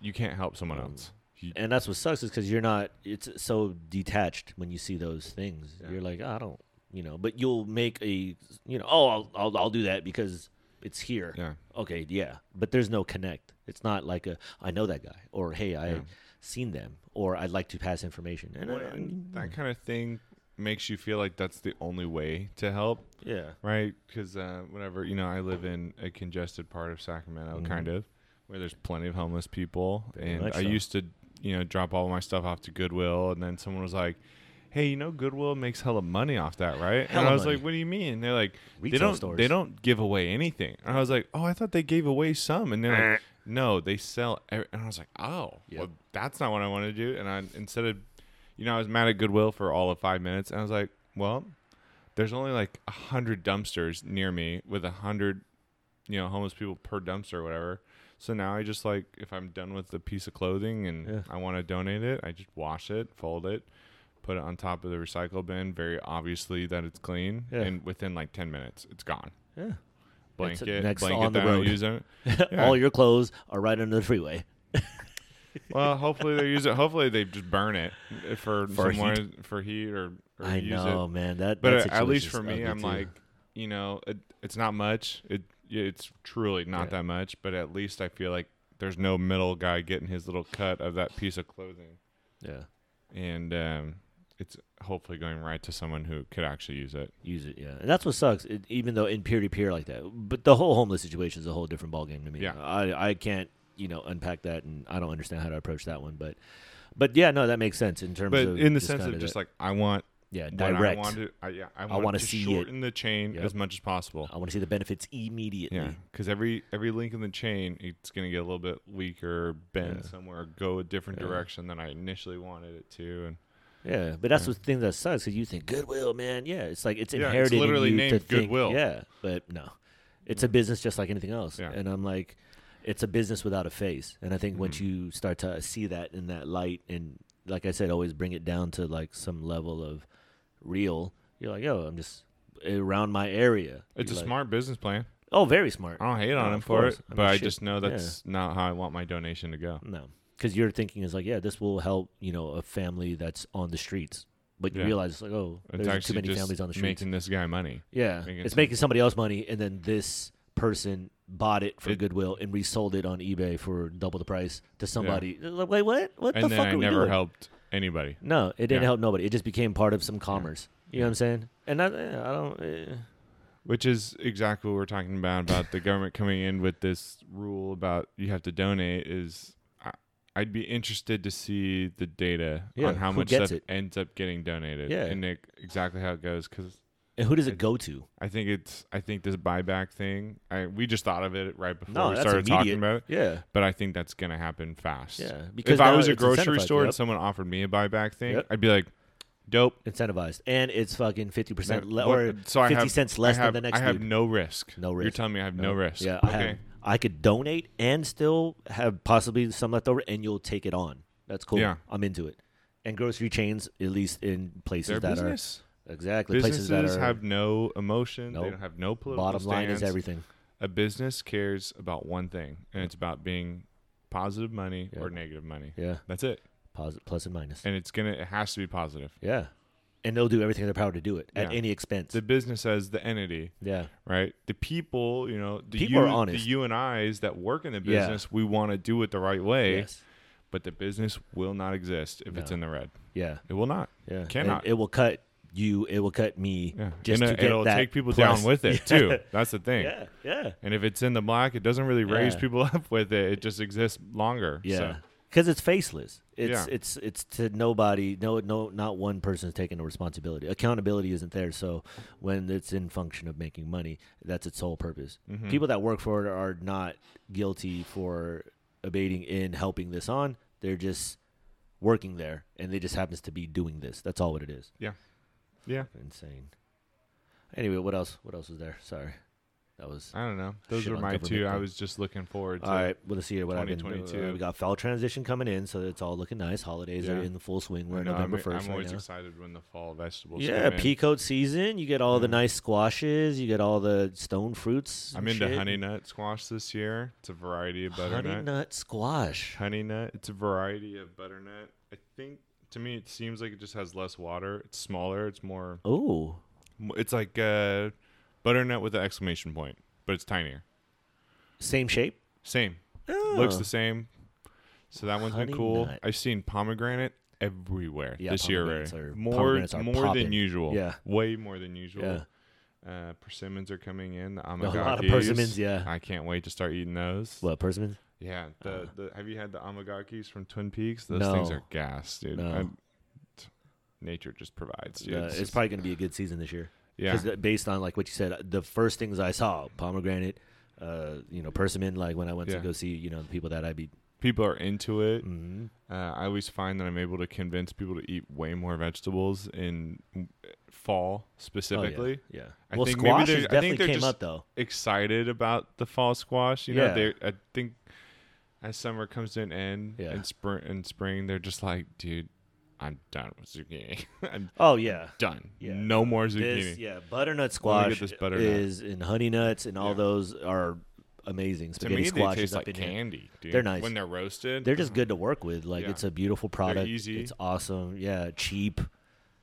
[SPEAKER 1] you can't help someone else. You-
[SPEAKER 2] Mm-hmm. and that's what sucks is because you're not. It's so detached when you see those things.
[SPEAKER 1] Yeah.
[SPEAKER 2] You're like, "Oh, I don't, you know. But you'll make a, you know, oh, I'll, I'll, I'll do that because it's here.
[SPEAKER 1] yeah,
[SPEAKER 2] okay, yeah, but there's no connect. It's not like a I know that guy or hey, I
[SPEAKER 1] Yeah.
[SPEAKER 2] seen them or I'd like to pass information. And, uh,
[SPEAKER 1] Well,
[SPEAKER 2] I-
[SPEAKER 1] and that kind of thing makes you feel like that's the only way to help,
[SPEAKER 2] yeah,
[SPEAKER 1] right? Because uh, whenever you know, I live in a congested part of Sacramento,
[SPEAKER 2] Mm-hmm.
[SPEAKER 1] kind of where there's plenty of homeless people,
[SPEAKER 2] Very
[SPEAKER 1] and
[SPEAKER 2] much
[SPEAKER 1] I
[SPEAKER 2] so.
[SPEAKER 1] used to, you know, drop all my stuff off to Goodwill, and then someone was like. Hey, you know Goodwill makes hella money off that, right? and
[SPEAKER 2] Hella
[SPEAKER 1] I was
[SPEAKER 2] money.
[SPEAKER 1] like, "What do you mean?" And they're like, "They
[SPEAKER 2] Retail
[SPEAKER 1] don't,
[SPEAKER 2] stores.
[SPEAKER 1] they don't give away anything." And I was like, "Oh, I thought they gave away some." And they're like, "No, they sell." Every-. And I was like, "Oh,
[SPEAKER 2] Eh. Yep.
[SPEAKER 1] well, that's not what I want to do." And I instead of you know, I was mad at Goodwill for all of five minutes, and I was like, well, there's only like a hundred dumpsters near me with a hundred, you know, homeless people per dumpster or whatever. So now I just like, if I'm done with the piece of clothing and
[SPEAKER 2] Yeah.
[SPEAKER 1] I want to donate it, I just wash it, fold it, put it on top of the recycle bin, very obviously that it's clean,
[SPEAKER 2] Yeah.
[SPEAKER 1] and within like ten minutes, it's gone.
[SPEAKER 2] yeah. It's
[SPEAKER 1] Blanket,
[SPEAKER 2] next
[SPEAKER 1] blanket
[SPEAKER 2] on the
[SPEAKER 1] that I don't
[SPEAKER 2] road.
[SPEAKER 1] use it.
[SPEAKER 2] All your clothes are right under the freeway.
[SPEAKER 1] Well, hopefully they use it. Hopefully they just burn it eh, for,
[SPEAKER 2] For
[SPEAKER 1] somewhere for heat or, or
[SPEAKER 2] I
[SPEAKER 1] use it.
[SPEAKER 2] know, man. That
[SPEAKER 1] but
[SPEAKER 2] that
[SPEAKER 1] uh, at least
[SPEAKER 2] situation's
[SPEAKER 1] for me,
[SPEAKER 2] ugly,
[SPEAKER 1] I'm
[SPEAKER 2] too.
[SPEAKER 1] like, you know, it, it's not much. It yeah, it's truly not
[SPEAKER 2] Yeah.
[SPEAKER 1] that much. But at least I feel like there's no middle guy getting his little cut of that piece of clothing,
[SPEAKER 2] yeah,
[SPEAKER 1] and um, it's hopefully going right to someone who could actually use it.
[SPEAKER 2] use it. Yeah, and that's what sucks. It, even though in peer to peer like that, but the whole homeless situation is a whole different ballgame to me.
[SPEAKER 1] Yeah.
[SPEAKER 2] I I can't you know unpack that, and I don't understand how to approach that one, but. But yeah, no, that makes sense in terms
[SPEAKER 1] But
[SPEAKER 2] of
[SPEAKER 1] in the
[SPEAKER 2] just
[SPEAKER 1] sense
[SPEAKER 2] kinda
[SPEAKER 1] of just
[SPEAKER 2] that-
[SPEAKER 1] like I want
[SPEAKER 2] yeah,
[SPEAKER 1] what
[SPEAKER 2] direct.
[SPEAKER 1] I want to. I, yeah, I want,
[SPEAKER 2] wanna
[SPEAKER 1] to
[SPEAKER 2] see it.
[SPEAKER 1] shorten the chain
[SPEAKER 2] Yep. Oh,
[SPEAKER 1] as much as possible.
[SPEAKER 2] I want to see the benefits immediately.
[SPEAKER 1] Yeah, because every every link in the chain, it's gonna get a little bit weaker, bend somewhere, go a different
[SPEAKER 2] Yeah.
[SPEAKER 1] direction than I initially wanted it to, and
[SPEAKER 2] Yeah, but that's the thing that sucks because you think goodwill, man. Yeah, it's like it's
[SPEAKER 1] Yeah, it's
[SPEAKER 2] inherited. in
[SPEAKER 1] literally
[SPEAKER 2] you to
[SPEAKER 1] named
[SPEAKER 2] think-
[SPEAKER 1] Goodwill. Mm.
[SPEAKER 2] yeah, but no, it's a business just like anything else.
[SPEAKER 1] Yeah.
[SPEAKER 2] And I'm like, it's a business without a face. And I think once
[SPEAKER 1] Mhm.
[SPEAKER 2] you start to see that in that light, and like I said, always bring it down to like some level of real. You're like, oh, I'm just around my area.
[SPEAKER 1] it's
[SPEAKER 2] You're
[SPEAKER 1] a
[SPEAKER 2] like,
[SPEAKER 1] smart Uh. business plan.
[SPEAKER 2] Oh, very smart.
[SPEAKER 1] I don't hate on
[SPEAKER 2] No,
[SPEAKER 1] him
[SPEAKER 2] of
[SPEAKER 1] for
[SPEAKER 2] course.
[SPEAKER 1] it,
[SPEAKER 2] I mean,
[SPEAKER 1] but I
[SPEAKER 2] shit.
[SPEAKER 1] just know that's not how I want my donation to go.
[SPEAKER 2] No. because you're thinking is like, yeah, this will help you know a family that's on the streets, but you
[SPEAKER 1] Yeah.
[SPEAKER 2] realize it's like, oh,
[SPEAKER 1] It's
[SPEAKER 2] there's too
[SPEAKER 1] actually
[SPEAKER 2] many
[SPEAKER 1] just
[SPEAKER 2] families on the streets.
[SPEAKER 1] making this guy money.
[SPEAKER 2] yeah,
[SPEAKER 1] making
[SPEAKER 2] it's
[SPEAKER 1] some-
[SPEAKER 2] making somebody else money, and then this person bought it for
[SPEAKER 1] It-
[SPEAKER 2] goodwill and resold it on eBay for double the price to somebody. Like, wait, what? What
[SPEAKER 1] and
[SPEAKER 2] the
[SPEAKER 1] then
[SPEAKER 2] fuck
[SPEAKER 1] I
[SPEAKER 2] are we
[SPEAKER 1] never
[SPEAKER 2] doing?
[SPEAKER 1] helped anybody.
[SPEAKER 2] No, it didn't
[SPEAKER 1] Yeah.
[SPEAKER 2] help nobody. It just became part of some commerce. You know what I'm saying? And I, eh, I don't. eh.
[SPEAKER 1] Which is exactly what we're talking about about the government coming in with this rule about you have to donate. Is I, I'd be interested to see the data
[SPEAKER 2] Yeah,
[SPEAKER 1] on how
[SPEAKER 2] who
[SPEAKER 1] much
[SPEAKER 2] gets
[SPEAKER 1] stuff
[SPEAKER 2] it?
[SPEAKER 1] ends up getting donated.
[SPEAKER 2] Yeah.
[SPEAKER 1] and it, exactly how it goes. Because
[SPEAKER 2] And who does it go to?
[SPEAKER 1] I think it's I think this buyback thing. I we just thought of it right before
[SPEAKER 2] No,
[SPEAKER 1] we
[SPEAKER 2] that's
[SPEAKER 1] started talking
[SPEAKER 2] immediate.
[SPEAKER 1] about it.
[SPEAKER 2] Yeah,
[SPEAKER 1] But I think that's gonna happen fast.
[SPEAKER 2] yeah. Because
[SPEAKER 1] Because if I
[SPEAKER 2] now
[SPEAKER 1] was a
[SPEAKER 2] it's
[SPEAKER 1] grocery
[SPEAKER 2] incentivized.
[SPEAKER 1] store and
[SPEAKER 2] Yep.
[SPEAKER 1] someone offered me a buyback thing,
[SPEAKER 2] Yep.
[SPEAKER 1] I'd be like, "Dope."
[SPEAKER 2] incentivized, and it's fucking fifty percent
[SPEAKER 1] That-
[SPEAKER 2] le-
[SPEAKER 1] what-
[SPEAKER 2] or
[SPEAKER 1] so I
[SPEAKER 2] fifty
[SPEAKER 1] have-
[SPEAKER 2] cents less
[SPEAKER 1] I have,
[SPEAKER 2] than the next
[SPEAKER 1] I have
[SPEAKER 2] dude.
[SPEAKER 1] no risk.
[SPEAKER 2] No
[SPEAKER 1] You're
[SPEAKER 2] risk.
[SPEAKER 1] telling me I have no, risk.
[SPEAKER 2] Yeah, I, have,
[SPEAKER 1] Okay.
[SPEAKER 2] I could donate and still have possibly some left over, and you'll take it on. That's cool.
[SPEAKER 1] Yeah.
[SPEAKER 2] I'm into it. And grocery chains, at least in places
[SPEAKER 1] Their
[SPEAKER 2] that
[SPEAKER 1] business.
[SPEAKER 2] are exactly places
[SPEAKER 1] Businesses
[SPEAKER 2] that are
[SPEAKER 1] have no emotion.
[SPEAKER 2] Nope.
[SPEAKER 1] They don't have no political
[SPEAKER 2] bottom line is
[SPEAKER 1] stands.
[SPEAKER 2] everything.
[SPEAKER 1] A business cares about one thing, and it's about being positive money
[SPEAKER 2] Yeah.
[SPEAKER 1] or negative money.
[SPEAKER 2] Yeah,
[SPEAKER 1] That's it.
[SPEAKER 2] positive, plus and minus.
[SPEAKER 1] And it's gonna. It has to be positive.
[SPEAKER 2] yeah, and they'll do everything in their power to do it at
[SPEAKER 1] Yeah.
[SPEAKER 2] any expense.
[SPEAKER 1] The business as the entity,
[SPEAKER 2] yeah,
[SPEAKER 1] right? The people, you know, the
[SPEAKER 2] People
[SPEAKER 1] you,
[SPEAKER 2] are honest.
[SPEAKER 1] the you and I's that work in the
[SPEAKER 2] Yeah.
[SPEAKER 1] business, we want to do it the right way.
[SPEAKER 2] yes,
[SPEAKER 1] But the business will not exist if it's
[SPEAKER 2] No.
[SPEAKER 1] in the red.
[SPEAKER 2] yeah,
[SPEAKER 1] It will not.
[SPEAKER 2] yeah.
[SPEAKER 1] Cannot.
[SPEAKER 2] It, it will cut you. It will cut me.
[SPEAKER 1] Yeah.
[SPEAKER 2] Just
[SPEAKER 1] and
[SPEAKER 2] to
[SPEAKER 1] it-
[SPEAKER 2] get
[SPEAKER 1] it'll
[SPEAKER 2] that
[SPEAKER 1] take people
[SPEAKER 2] plus.
[SPEAKER 1] down with it
[SPEAKER 2] Yeah.
[SPEAKER 1] too. That's the thing.
[SPEAKER 2] Yeah, yeah.
[SPEAKER 1] And if it's in the black, it doesn't really raise
[SPEAKER 2] Yeah.
[SPEAKER 1] people up with it. It just exists longer.
[SPEAKER 2] Yeah,
[SPEAKER 1] So,
[SPEAKER 2] because it's faceless. It's
[SPEAKER 1] Yeah.
[SPEAKER 2] it's it's to nobody. No, no, not one person's taking the responsibility. Accountability isn't there. So when it's in function of making money, that's its sole purpose.
[SPEAKER 1] Mm-hmm.
[SPEAKER 2] People that work for it are not guilty for abating in helping this on. They're just working there, and they just happens to be doing this. That's all what it is.
[SPEAKER 1] yeah.
[SPEAKER 2] Insane. Anyway, what else? What else was there? Sorry, that was.
[SPEAKER 1] I don't know. Those
[SPEAKER 2] Shit
[SPEAKER 1] were
[SPEAKER 2] on
[SPEAKER 1] my
[SPEAKER 2] government
[SPEAKER 1] two. I
[SPEAKER 2] thing.
[SPEAKER 1] was just looking forward to.
[SPEAKER 2] All right, well, let's see what I've been doing.
[SPEAKER 1] 2022.
[SPEAKER 2] Uh, We got fall transition coming in, so it's all looking nice. Holidays are
[SPEAKER 1] Yeah.
[SPEAKER 2] in the full swing. We're
[SPEAKER 1] I
[SPEAKER 2] in
[SPEAKER 1] know,
[SPEAKER 2] November
[SPEAKER 1] I'm, e-
[SPEAKER 2] 1st
[SPEAKER 1] I'm
[SPEAKER 2] right
[SPEAKER 1] always
[SPEAKER 2] now.
[SPEAKER 1] excited when the fall vegetables.
[SPEAKER 2] Yeah,
[SPEAKER 1] come in.
[SPEAKER 2] peacoat season. You get all the
[SPEAKER 1] Yeah.
[SPEAKER 2] nice squashes. You get all the stone fruits.
[SPEAKER 1] I'm
[SPEAKER 2] and
[SPEAKER 1] into
[SPEAKER 2] shit.
[SPEAKER 1] honey nut squash this year. It's a variety of butternut.
[SPEAKER 2] Honey nut squash.
[SPEAKER 1] honey nut. It's a variety of butternut. I think to me it seems like it just has less water. It's smaller. It's more.
[SPEAKER 2] Oh,
[SPEAKER 1] It's like uh, butternut with an exclamation point, but it's tinier.
[SPEAKER 2] same shape.
[SPEAKER 1] Same. Looks
[SPEAKER 2] Oh.
[SPEAKER 1] the same. So that one's
[SPEAKER 2] Honey
[SPEAKER 1] been cool.
[SPEAKER 2] nut.
[SPEAKER 1] I've seen pomegranate everywhere
[SPEAKER 2] Yeah,
[SPEAKER 1] this year
[SPEAKER 2] pomegranates
[SPEAKER 1] already.
[SPEAKER 2] are-
[SPEAKER 1] More,
[SPEAKER 2] pomegranates are
[SPEAKER 1] more
[SPEAKER 2] popping.
[SPEAKER 1] than usual.
[SPEAKER 2] Yeah.
[SPEAKER 1] Way more than usual. Uh, persimmons are coming in. The
[SPEAKER 2] lot of
[SPEAKER 1] amagakis.
[SPEAKER 2] persimmons, yeah.
[SPEAKER 1] I can't wait to start eating those.
[SPEAKER 2] What persimmon?
[SPEAKER 1] Yeah. The,
[SPEAKER 2] Uh.
[SPEAKER 1] the Have you had the amagakis from Twin Peaks? Those things
[SPEAKER 2] No.
[SPEAKER 1] are gas, dude.
[SPEAKER 2] No.
[SPEAKER 1] I'm- t- nature just provides, dude.
[SPEAKER 2] Uh,
[SPEAKER 1] It's
[SPEAKER 2] it's,
[SPEAKER 1] just-
[SPEAKER 2] probably going to be a good season this year.
[SPEAKER 1] yeah.
[SPEAKER 2] 'Cause, uh, based on like what you said, the first things I saw pomegranate, uh, you know, persimmon. Like when I went
[SPEAKER 1] Yeah.
[SPEAKER 2] to go see, you know, the people that I be. oh,
[SPEAKER 1] People are into it.
[SPEAKER 2] Mm-hmm.
[SPEAKER 1] Uh, I always find that I'm able to convince people to eat way more vegetables in
[SPEAKER 2] Oh,
[SPEAKER 1] fall specifically.
[SPEAKER 2] yeah.
[SPEAKER 1] I
[SPEAKER 2] well,
[SPEAKER 1] think maybe
[SPEAKER 2] squash
[SPEAKER 1] they're-
[SPEAKER 2] is
[SPEAKER 1] I think
[SPEAKER 2] definitely
[SPEAKER 1] they're
[SPEAKER 2] came
[SPEAKER 1] just-
[SPEAKER 2] up though.
[SPEAKER 1] Excited about the fall squash, you know.
[SPEAKER 2] Yeah.
[SPEAKER 1] They, I think, as summer comes to an end
[SPEAKER 2] Yeah.
[SPEAKER 1] and spring and spring, they're just like, dude, I'm done with zucchini. I'm
[SPEAKER 2] Oh yeah.
[SPEAKER 1] done.
[SPEAKER 2] Yeah.
[SPEAKER 1] No more zucchini.
[SPEAKER 2] This, yeah, butternut
[SPEAKER 1] Let me
[SPEAKER 2] squash
[SPEAKER 1] get this butternut.
[SPEAKER 2] is in honey nuts, and all
[SPEAKER 1] Yeah.
[SPEAKER 2] those are amazing.
[SPEAKER 1] to
[SPEAKER 2] Spaghetti
[SPEAKER 1] me, they
[SPEAKER 2] squash is
[SPEAKER 1] taste
[SPEAKER 2] up
[SPEAKER 1] like
[SPEAKER 2] in here.
[SPEAKER 1] candy. Dude.
[SPEAKER 2] They're nice.
[SPEAKER 1] when they're roasted.
[SPEAKER 2] They're just good to work with. Like
[SPEAKER 1] Yeah.
[SPEAKER 2] it's a beautiful product.
[SPEAKER 1] easy.
[SPEAKER 2] It's awesome. Yeah, cheap.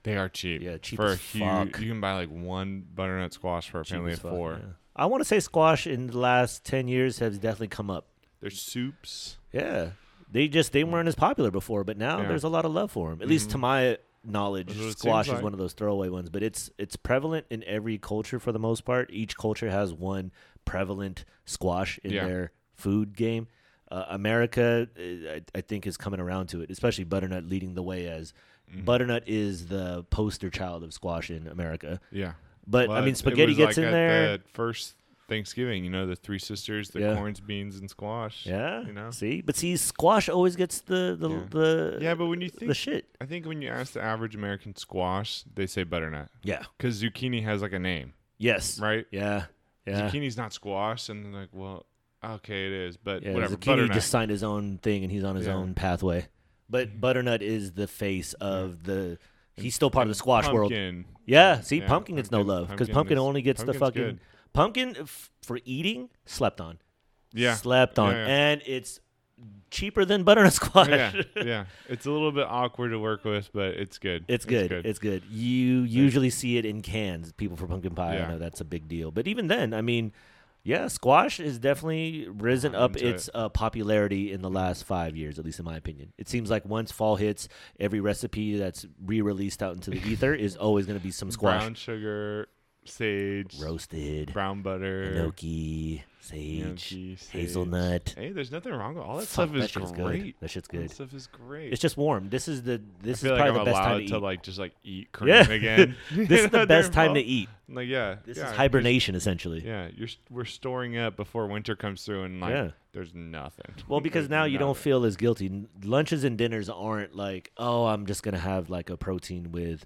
[SPEAKER 1] They are cheap.
[SPEAKER 2] Yeah, cheap
[SPEAKER 1] for
[SPEAKER 2] as
[SPEAKER 1] a huge.
[SPEAKER 2] fuck.
[SPEAKER 1] You can buy like one butternut squash for a
[SPEAKER 2] cheap
[SPEAKER 1] family
[SPEAKER 2] as
[SPEAKER 1] of
[SPEAKER 2] fuck,
[SPEAKER 1] four.
[SPEAKER 2] yeah. I want to say squash in the last ten years has definitely come up.
[SPEAKER 1] They're soups.
[SPEAKER 2] Yeah, they just they weren't as popular before, but now
[SPEAKER 1] Yeah. Mm-hmm.
[SPEAKER 2] there's a lot of love for them. At least to my knowledge,
[SPEAKER 1] That's what it seems
[SPEAKER 2] squash is
[SPEAKER 1] like.
[SPEAKER 2] one of those throwaway ones, but it's it's prevalent in every culture for the most part. Each culture has one prevalent squash in
[SPEAKER 1] Yeah.
[SPEAKER 2] their food game. Uh, America, uh, I, I think, is coming around to it, especially butternut leading the way as
[SPEAKER 1] Mm-hmm.
[SPEAKER 2] butternut is the poster child of squash in America.
[SPEAKER 1] Yeah.
[SPEAKER 2] But
[SPEAKER 1] Well,
[SPEAKER 2] I mean,
[SPEAKER 1] it- it
[SPEAKER 2] spaghetti
[SPEAKER 1] was
[SPEAKER 2] gets
[SPEAKER 1] like
[SPEAKER 2] in
[SPEAKER 1] at
[SPEAKER 2] there.
[SPEAKER 1] The first Thanksgiving, you know, the three sisters, the
[SPEAKER 2] Yeah.
[SPEAKER 1] corns, beans, and squash.
[SPEAKER 2] yeah,
[SPEAKER 1] you know.
[SPEAKER 2] see, but see, squash always gets the the
[SPEAKER 1] Yeah.
[SPEAKER 2] the
[SPEAKER 1] Yeah, but when you think,
[SPEAKER 2] the shit.
[SPEAKER 1] I think when you ask the average American squash, they say butternut
[SPEAKER 2] Yeah.
[SPEAKER 1] because zucchini has like a name,
[SPEAKER 2] Yes.
[SPEAKER 1] right?
[SPEAKER 2] Yeah. Yeah.
[SPEAKER 1] Zucchini's not squash, and they're like, well, okay, it is, but
[SPEAKER 2] yeah
[SPEAKER 1] whatever.
[SPEAKER 2] Zucchini
[SPEAKER 1] butternut.
[SPEAKER 2] just signed his own thing and he's on his
[SPEAKER 1] Yeah. Mm-hmm.
[SPEAKER 2] own pathway. But Butternut is the face of the. He's still part of the squash world.
[SPEAKER 1] Pumpkin.
[SPEAKER 2] Yeah. See,
[SPEAKER 1] Yeah,
[SPEAKER 2] pumpkin gets no
[SPEAKER 1] pumpkin-
[SPEAKER 2] love because
[SPEAKER 1] pumpkin
[SPEAKER 2] pumpkin
[SPEAKER 1] is-
[SPEAKER 2] only gets the
[SPEAKER 1] pumpkin's
[SPEAKER 2] fucking
[SPEAKER 1] good.
[SPEAKER 2] pumpkin f- for eating slept on.
[SPEAKER 1] Yeah.
[SPEAKER 2] Slept on,
[SPEAKER 1] Yeah, yeah.
[SPEAKER 2] and it's cheaper than butternut squash.
[SPEAKER 1] yeah, yeah. It's a little bit awkward to work with, but it's good.
[SPEAKER 2] It's good. It's good. You usually see it in cans. People for pumpkin pie,
[SPEAKER 1] Yeah.
[SPEAKER 2] I know that's a big deal. But even then, I mean, yeah, squash has definitely risen
[SPEAKER 1] I'm
[SPEAKER 2] up
[SPEAKER 1] into
[SPEAKER 2] its uh, popularity in the last five years, at least in my opinion. It seems like once fall hits, every recipe that's re-released out into the ether is always going to be some squash,
[SPEAKER 1] Brown sugar, sage,
[SPEAKER 2] roasted,
[SPEAKER 1] brown butter,
[SPEAKER 2] gnocchi, sage,
[SPEAKER 1] gnocchi, sage.
[SPEAKER 2] hazelnut.
[SPEAKER 1] Hey, there's nothing wrong with all that
[SPEAKER 2] Fuck,
[SPEAKER 1] stuff. Is
[SPEAKER 2] shit's good.
[SPEAKER 1] great.
[SPEAKER 2] That shit's
[SPEAKER 1] That
[SPEAKER 2] good.
[SPEAKER 1] stuff is great.
[SPEAKER 2] It's just warm. This is the this
[SPEAKER 1] I
[SPEAKER 2] is
[SPEAKER 1] feel
[SPEAKER 2] probably
[SPEAKER 1] like I'm
[SPEAKER 2] the best
[SPEAKER 1] allowed
[SPEAKER 2] time to
[SPEAKER 1] to,
[SPEAKER 2] eat.
[SPEAKER 1] like just like eat cream
[SPEAKER 2] Yeah.
[SPEAKER 1] again.
[SPEAKER 2] this is
[SPEAKER 1] You know,
[SPEAKER 2] the best
[SPEAKER 1] they're
[SPEAKER 2] time to
[SPEAKER 1] all-
[SPEAKER 2] eat.
[SPEAKER 1] Like yeah,
[SPEAKER 2] This
[SPEAKER 1] yeah,
[SPEAKER 2] is
[SPEAKER 1] you're-
[SPEAKER 2] hibernation essentially.
[SPEAKER 1] Yeah, you're s- we're storing up before winter comes through and like
[SPEAKER 2] Yeah.
[SPEAKER 1] there's nothing.
[SPEAKER 2] Well, because
[SPEAKER 1] There's
[SPEAKER 2] now you don't
[SPEAKER 1] nothing.
[SPEAKER 2] feel as guilty. N- Lunches and dinners aren't like, oh, I'm just gonna have like a protein with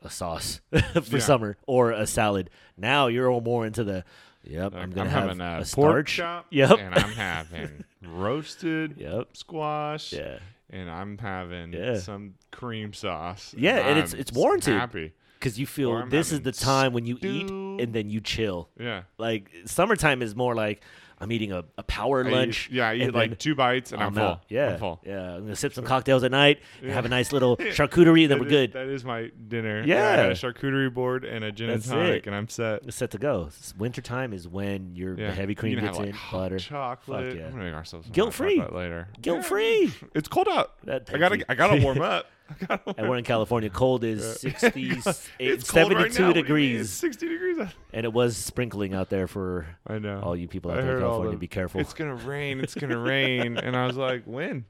[SPEAKER 2] a sauce for
[SPEAKER 1] Yeah.
[SPEAKER 2] summer or a salad. Now you're all more into the, yep,
[SPEAKER 1] Like,
[SPEAKER 2] I'm gonna have
[SPEAKER 1] having a,
[SPEAKER 2] a
[SPEAKER 1] pork
[SPEAKER 2] starch.
[SPEAKER 1] chop.
[SPEAKER 2] Yep.
[SPEAKER 1] and I'm having roasted
[SPEAKER 2] Yep.
[SPEAKER 1] squash.
[SPEAKER 2] Yeah.
[SPEAKER 1] and I'm having
[SPEAKER 2] Yeah.
[SPEAKER 1] some cream sauce.
[SPEAKER 2] Yeah, and it's-
[SPEAKER 1] I'm
[SPEAKER 2] it's warranted.
[SPEAKER 1] Happy.
[SPEAKER 2] Because you feel
[SPEAKER 1] I'm
[SPEAKER 2] this is
[SPEAKER 1] having
[SPEAKER 2] the time when you eat
[SPEAKER 1] stew.
[SPEAKER 2] and then you chill.
[SPEAKER 1] Yeah.
[SPEAKER 2] Like summertime is more like I'm eating a, a power
[SPEAKER 1] I eat-
[SPEAKER 2] lunch.
[SPEAKER 1] yeah, I eat
[SPEAKER 2] and
[SPEAKER 1] like
[SPEAKER 2] then
[SPEAKER 1] two bites and I'm, full.
[SPEAKER 2] out. Yeah,
[SPEAKER 1] I'm full.
[SPEAKER 2] yeah. I'm gonna sip some cocktails at night, and
[SPEAKER 1] Yeah.
[SPEAKER 2] have a nice little charcuterie, and then
[SPEAKER 1] That
[SPEAKER 2] we're
[SPEAKER 1] is-
[SPEAKER 2] good.
[SPEAKER 1] that is my dinner. I had
[SPEAKER 2] Yeah.
[SPEAKER 1] a charcuterie board and a gin
[SPEAKER 2] That's
[SPEAKER 1] and tonic,
[SPEAKER 2] it.
[SPEAKER 1] and I'm set.
[SPEAKER 2] It's set to go. S- Wintertime is when your
[SPEAKER 1] Yeah.
[SPEAKER 2] heavy
[SPEAKER 1] You
[SPEAKER 2] cream
[SPEAKER 1] can
[SPEAKER 2] gets
[SPEAKER 1] have, like,
[SPEAKER 2] in,
[SPEAKER 1] hot
[SPEAKER 2] butter.
[SPEAKER 1] Chocolate.
[SPEAKER 2] yeah.
[SPEAKER 1] I'm gonna make ourselves some hot
[SPEAKER 2] Guilt-free.
[SPEAKER 1] chocolate later.
[SPEAKER 2] Guilt
[SPEAKER 1] Yeah.
[SPEAKER 2] free.
[SPEAKER 1] It's cold out.
[SPEAKER 2] That-
[SPEAKER 1] I gotta.
[SPEAKER 2] thank you.
[SPEAKER 1] I gotta warm up. I gotta warm
[SPEAKER 2] And we're in California. Cold is 60,
[SPEAKER 1] It's cold
[SPEAKER 2] 72
[SPEAKER 1] right now. What do you mean? It's
[SPEAKER 2] degrees.
[SPEAKER 1] 60 degrees. out.
[SPEAKER 2] And it was sprinkling out there for
[SPEAKER 1] I know.
[SPEAKER 2] all you people
[SPEAKER 1] I
[SPEAKER 2] out there in
[SPEAKER 1] heard all
[SPEAKER 2] California.
[SPEAKER 1] the-
[SPEAKER 2] Be careful.
[SPEAKER 1] It's gonna rain. It's gonna rain. And I was like, when?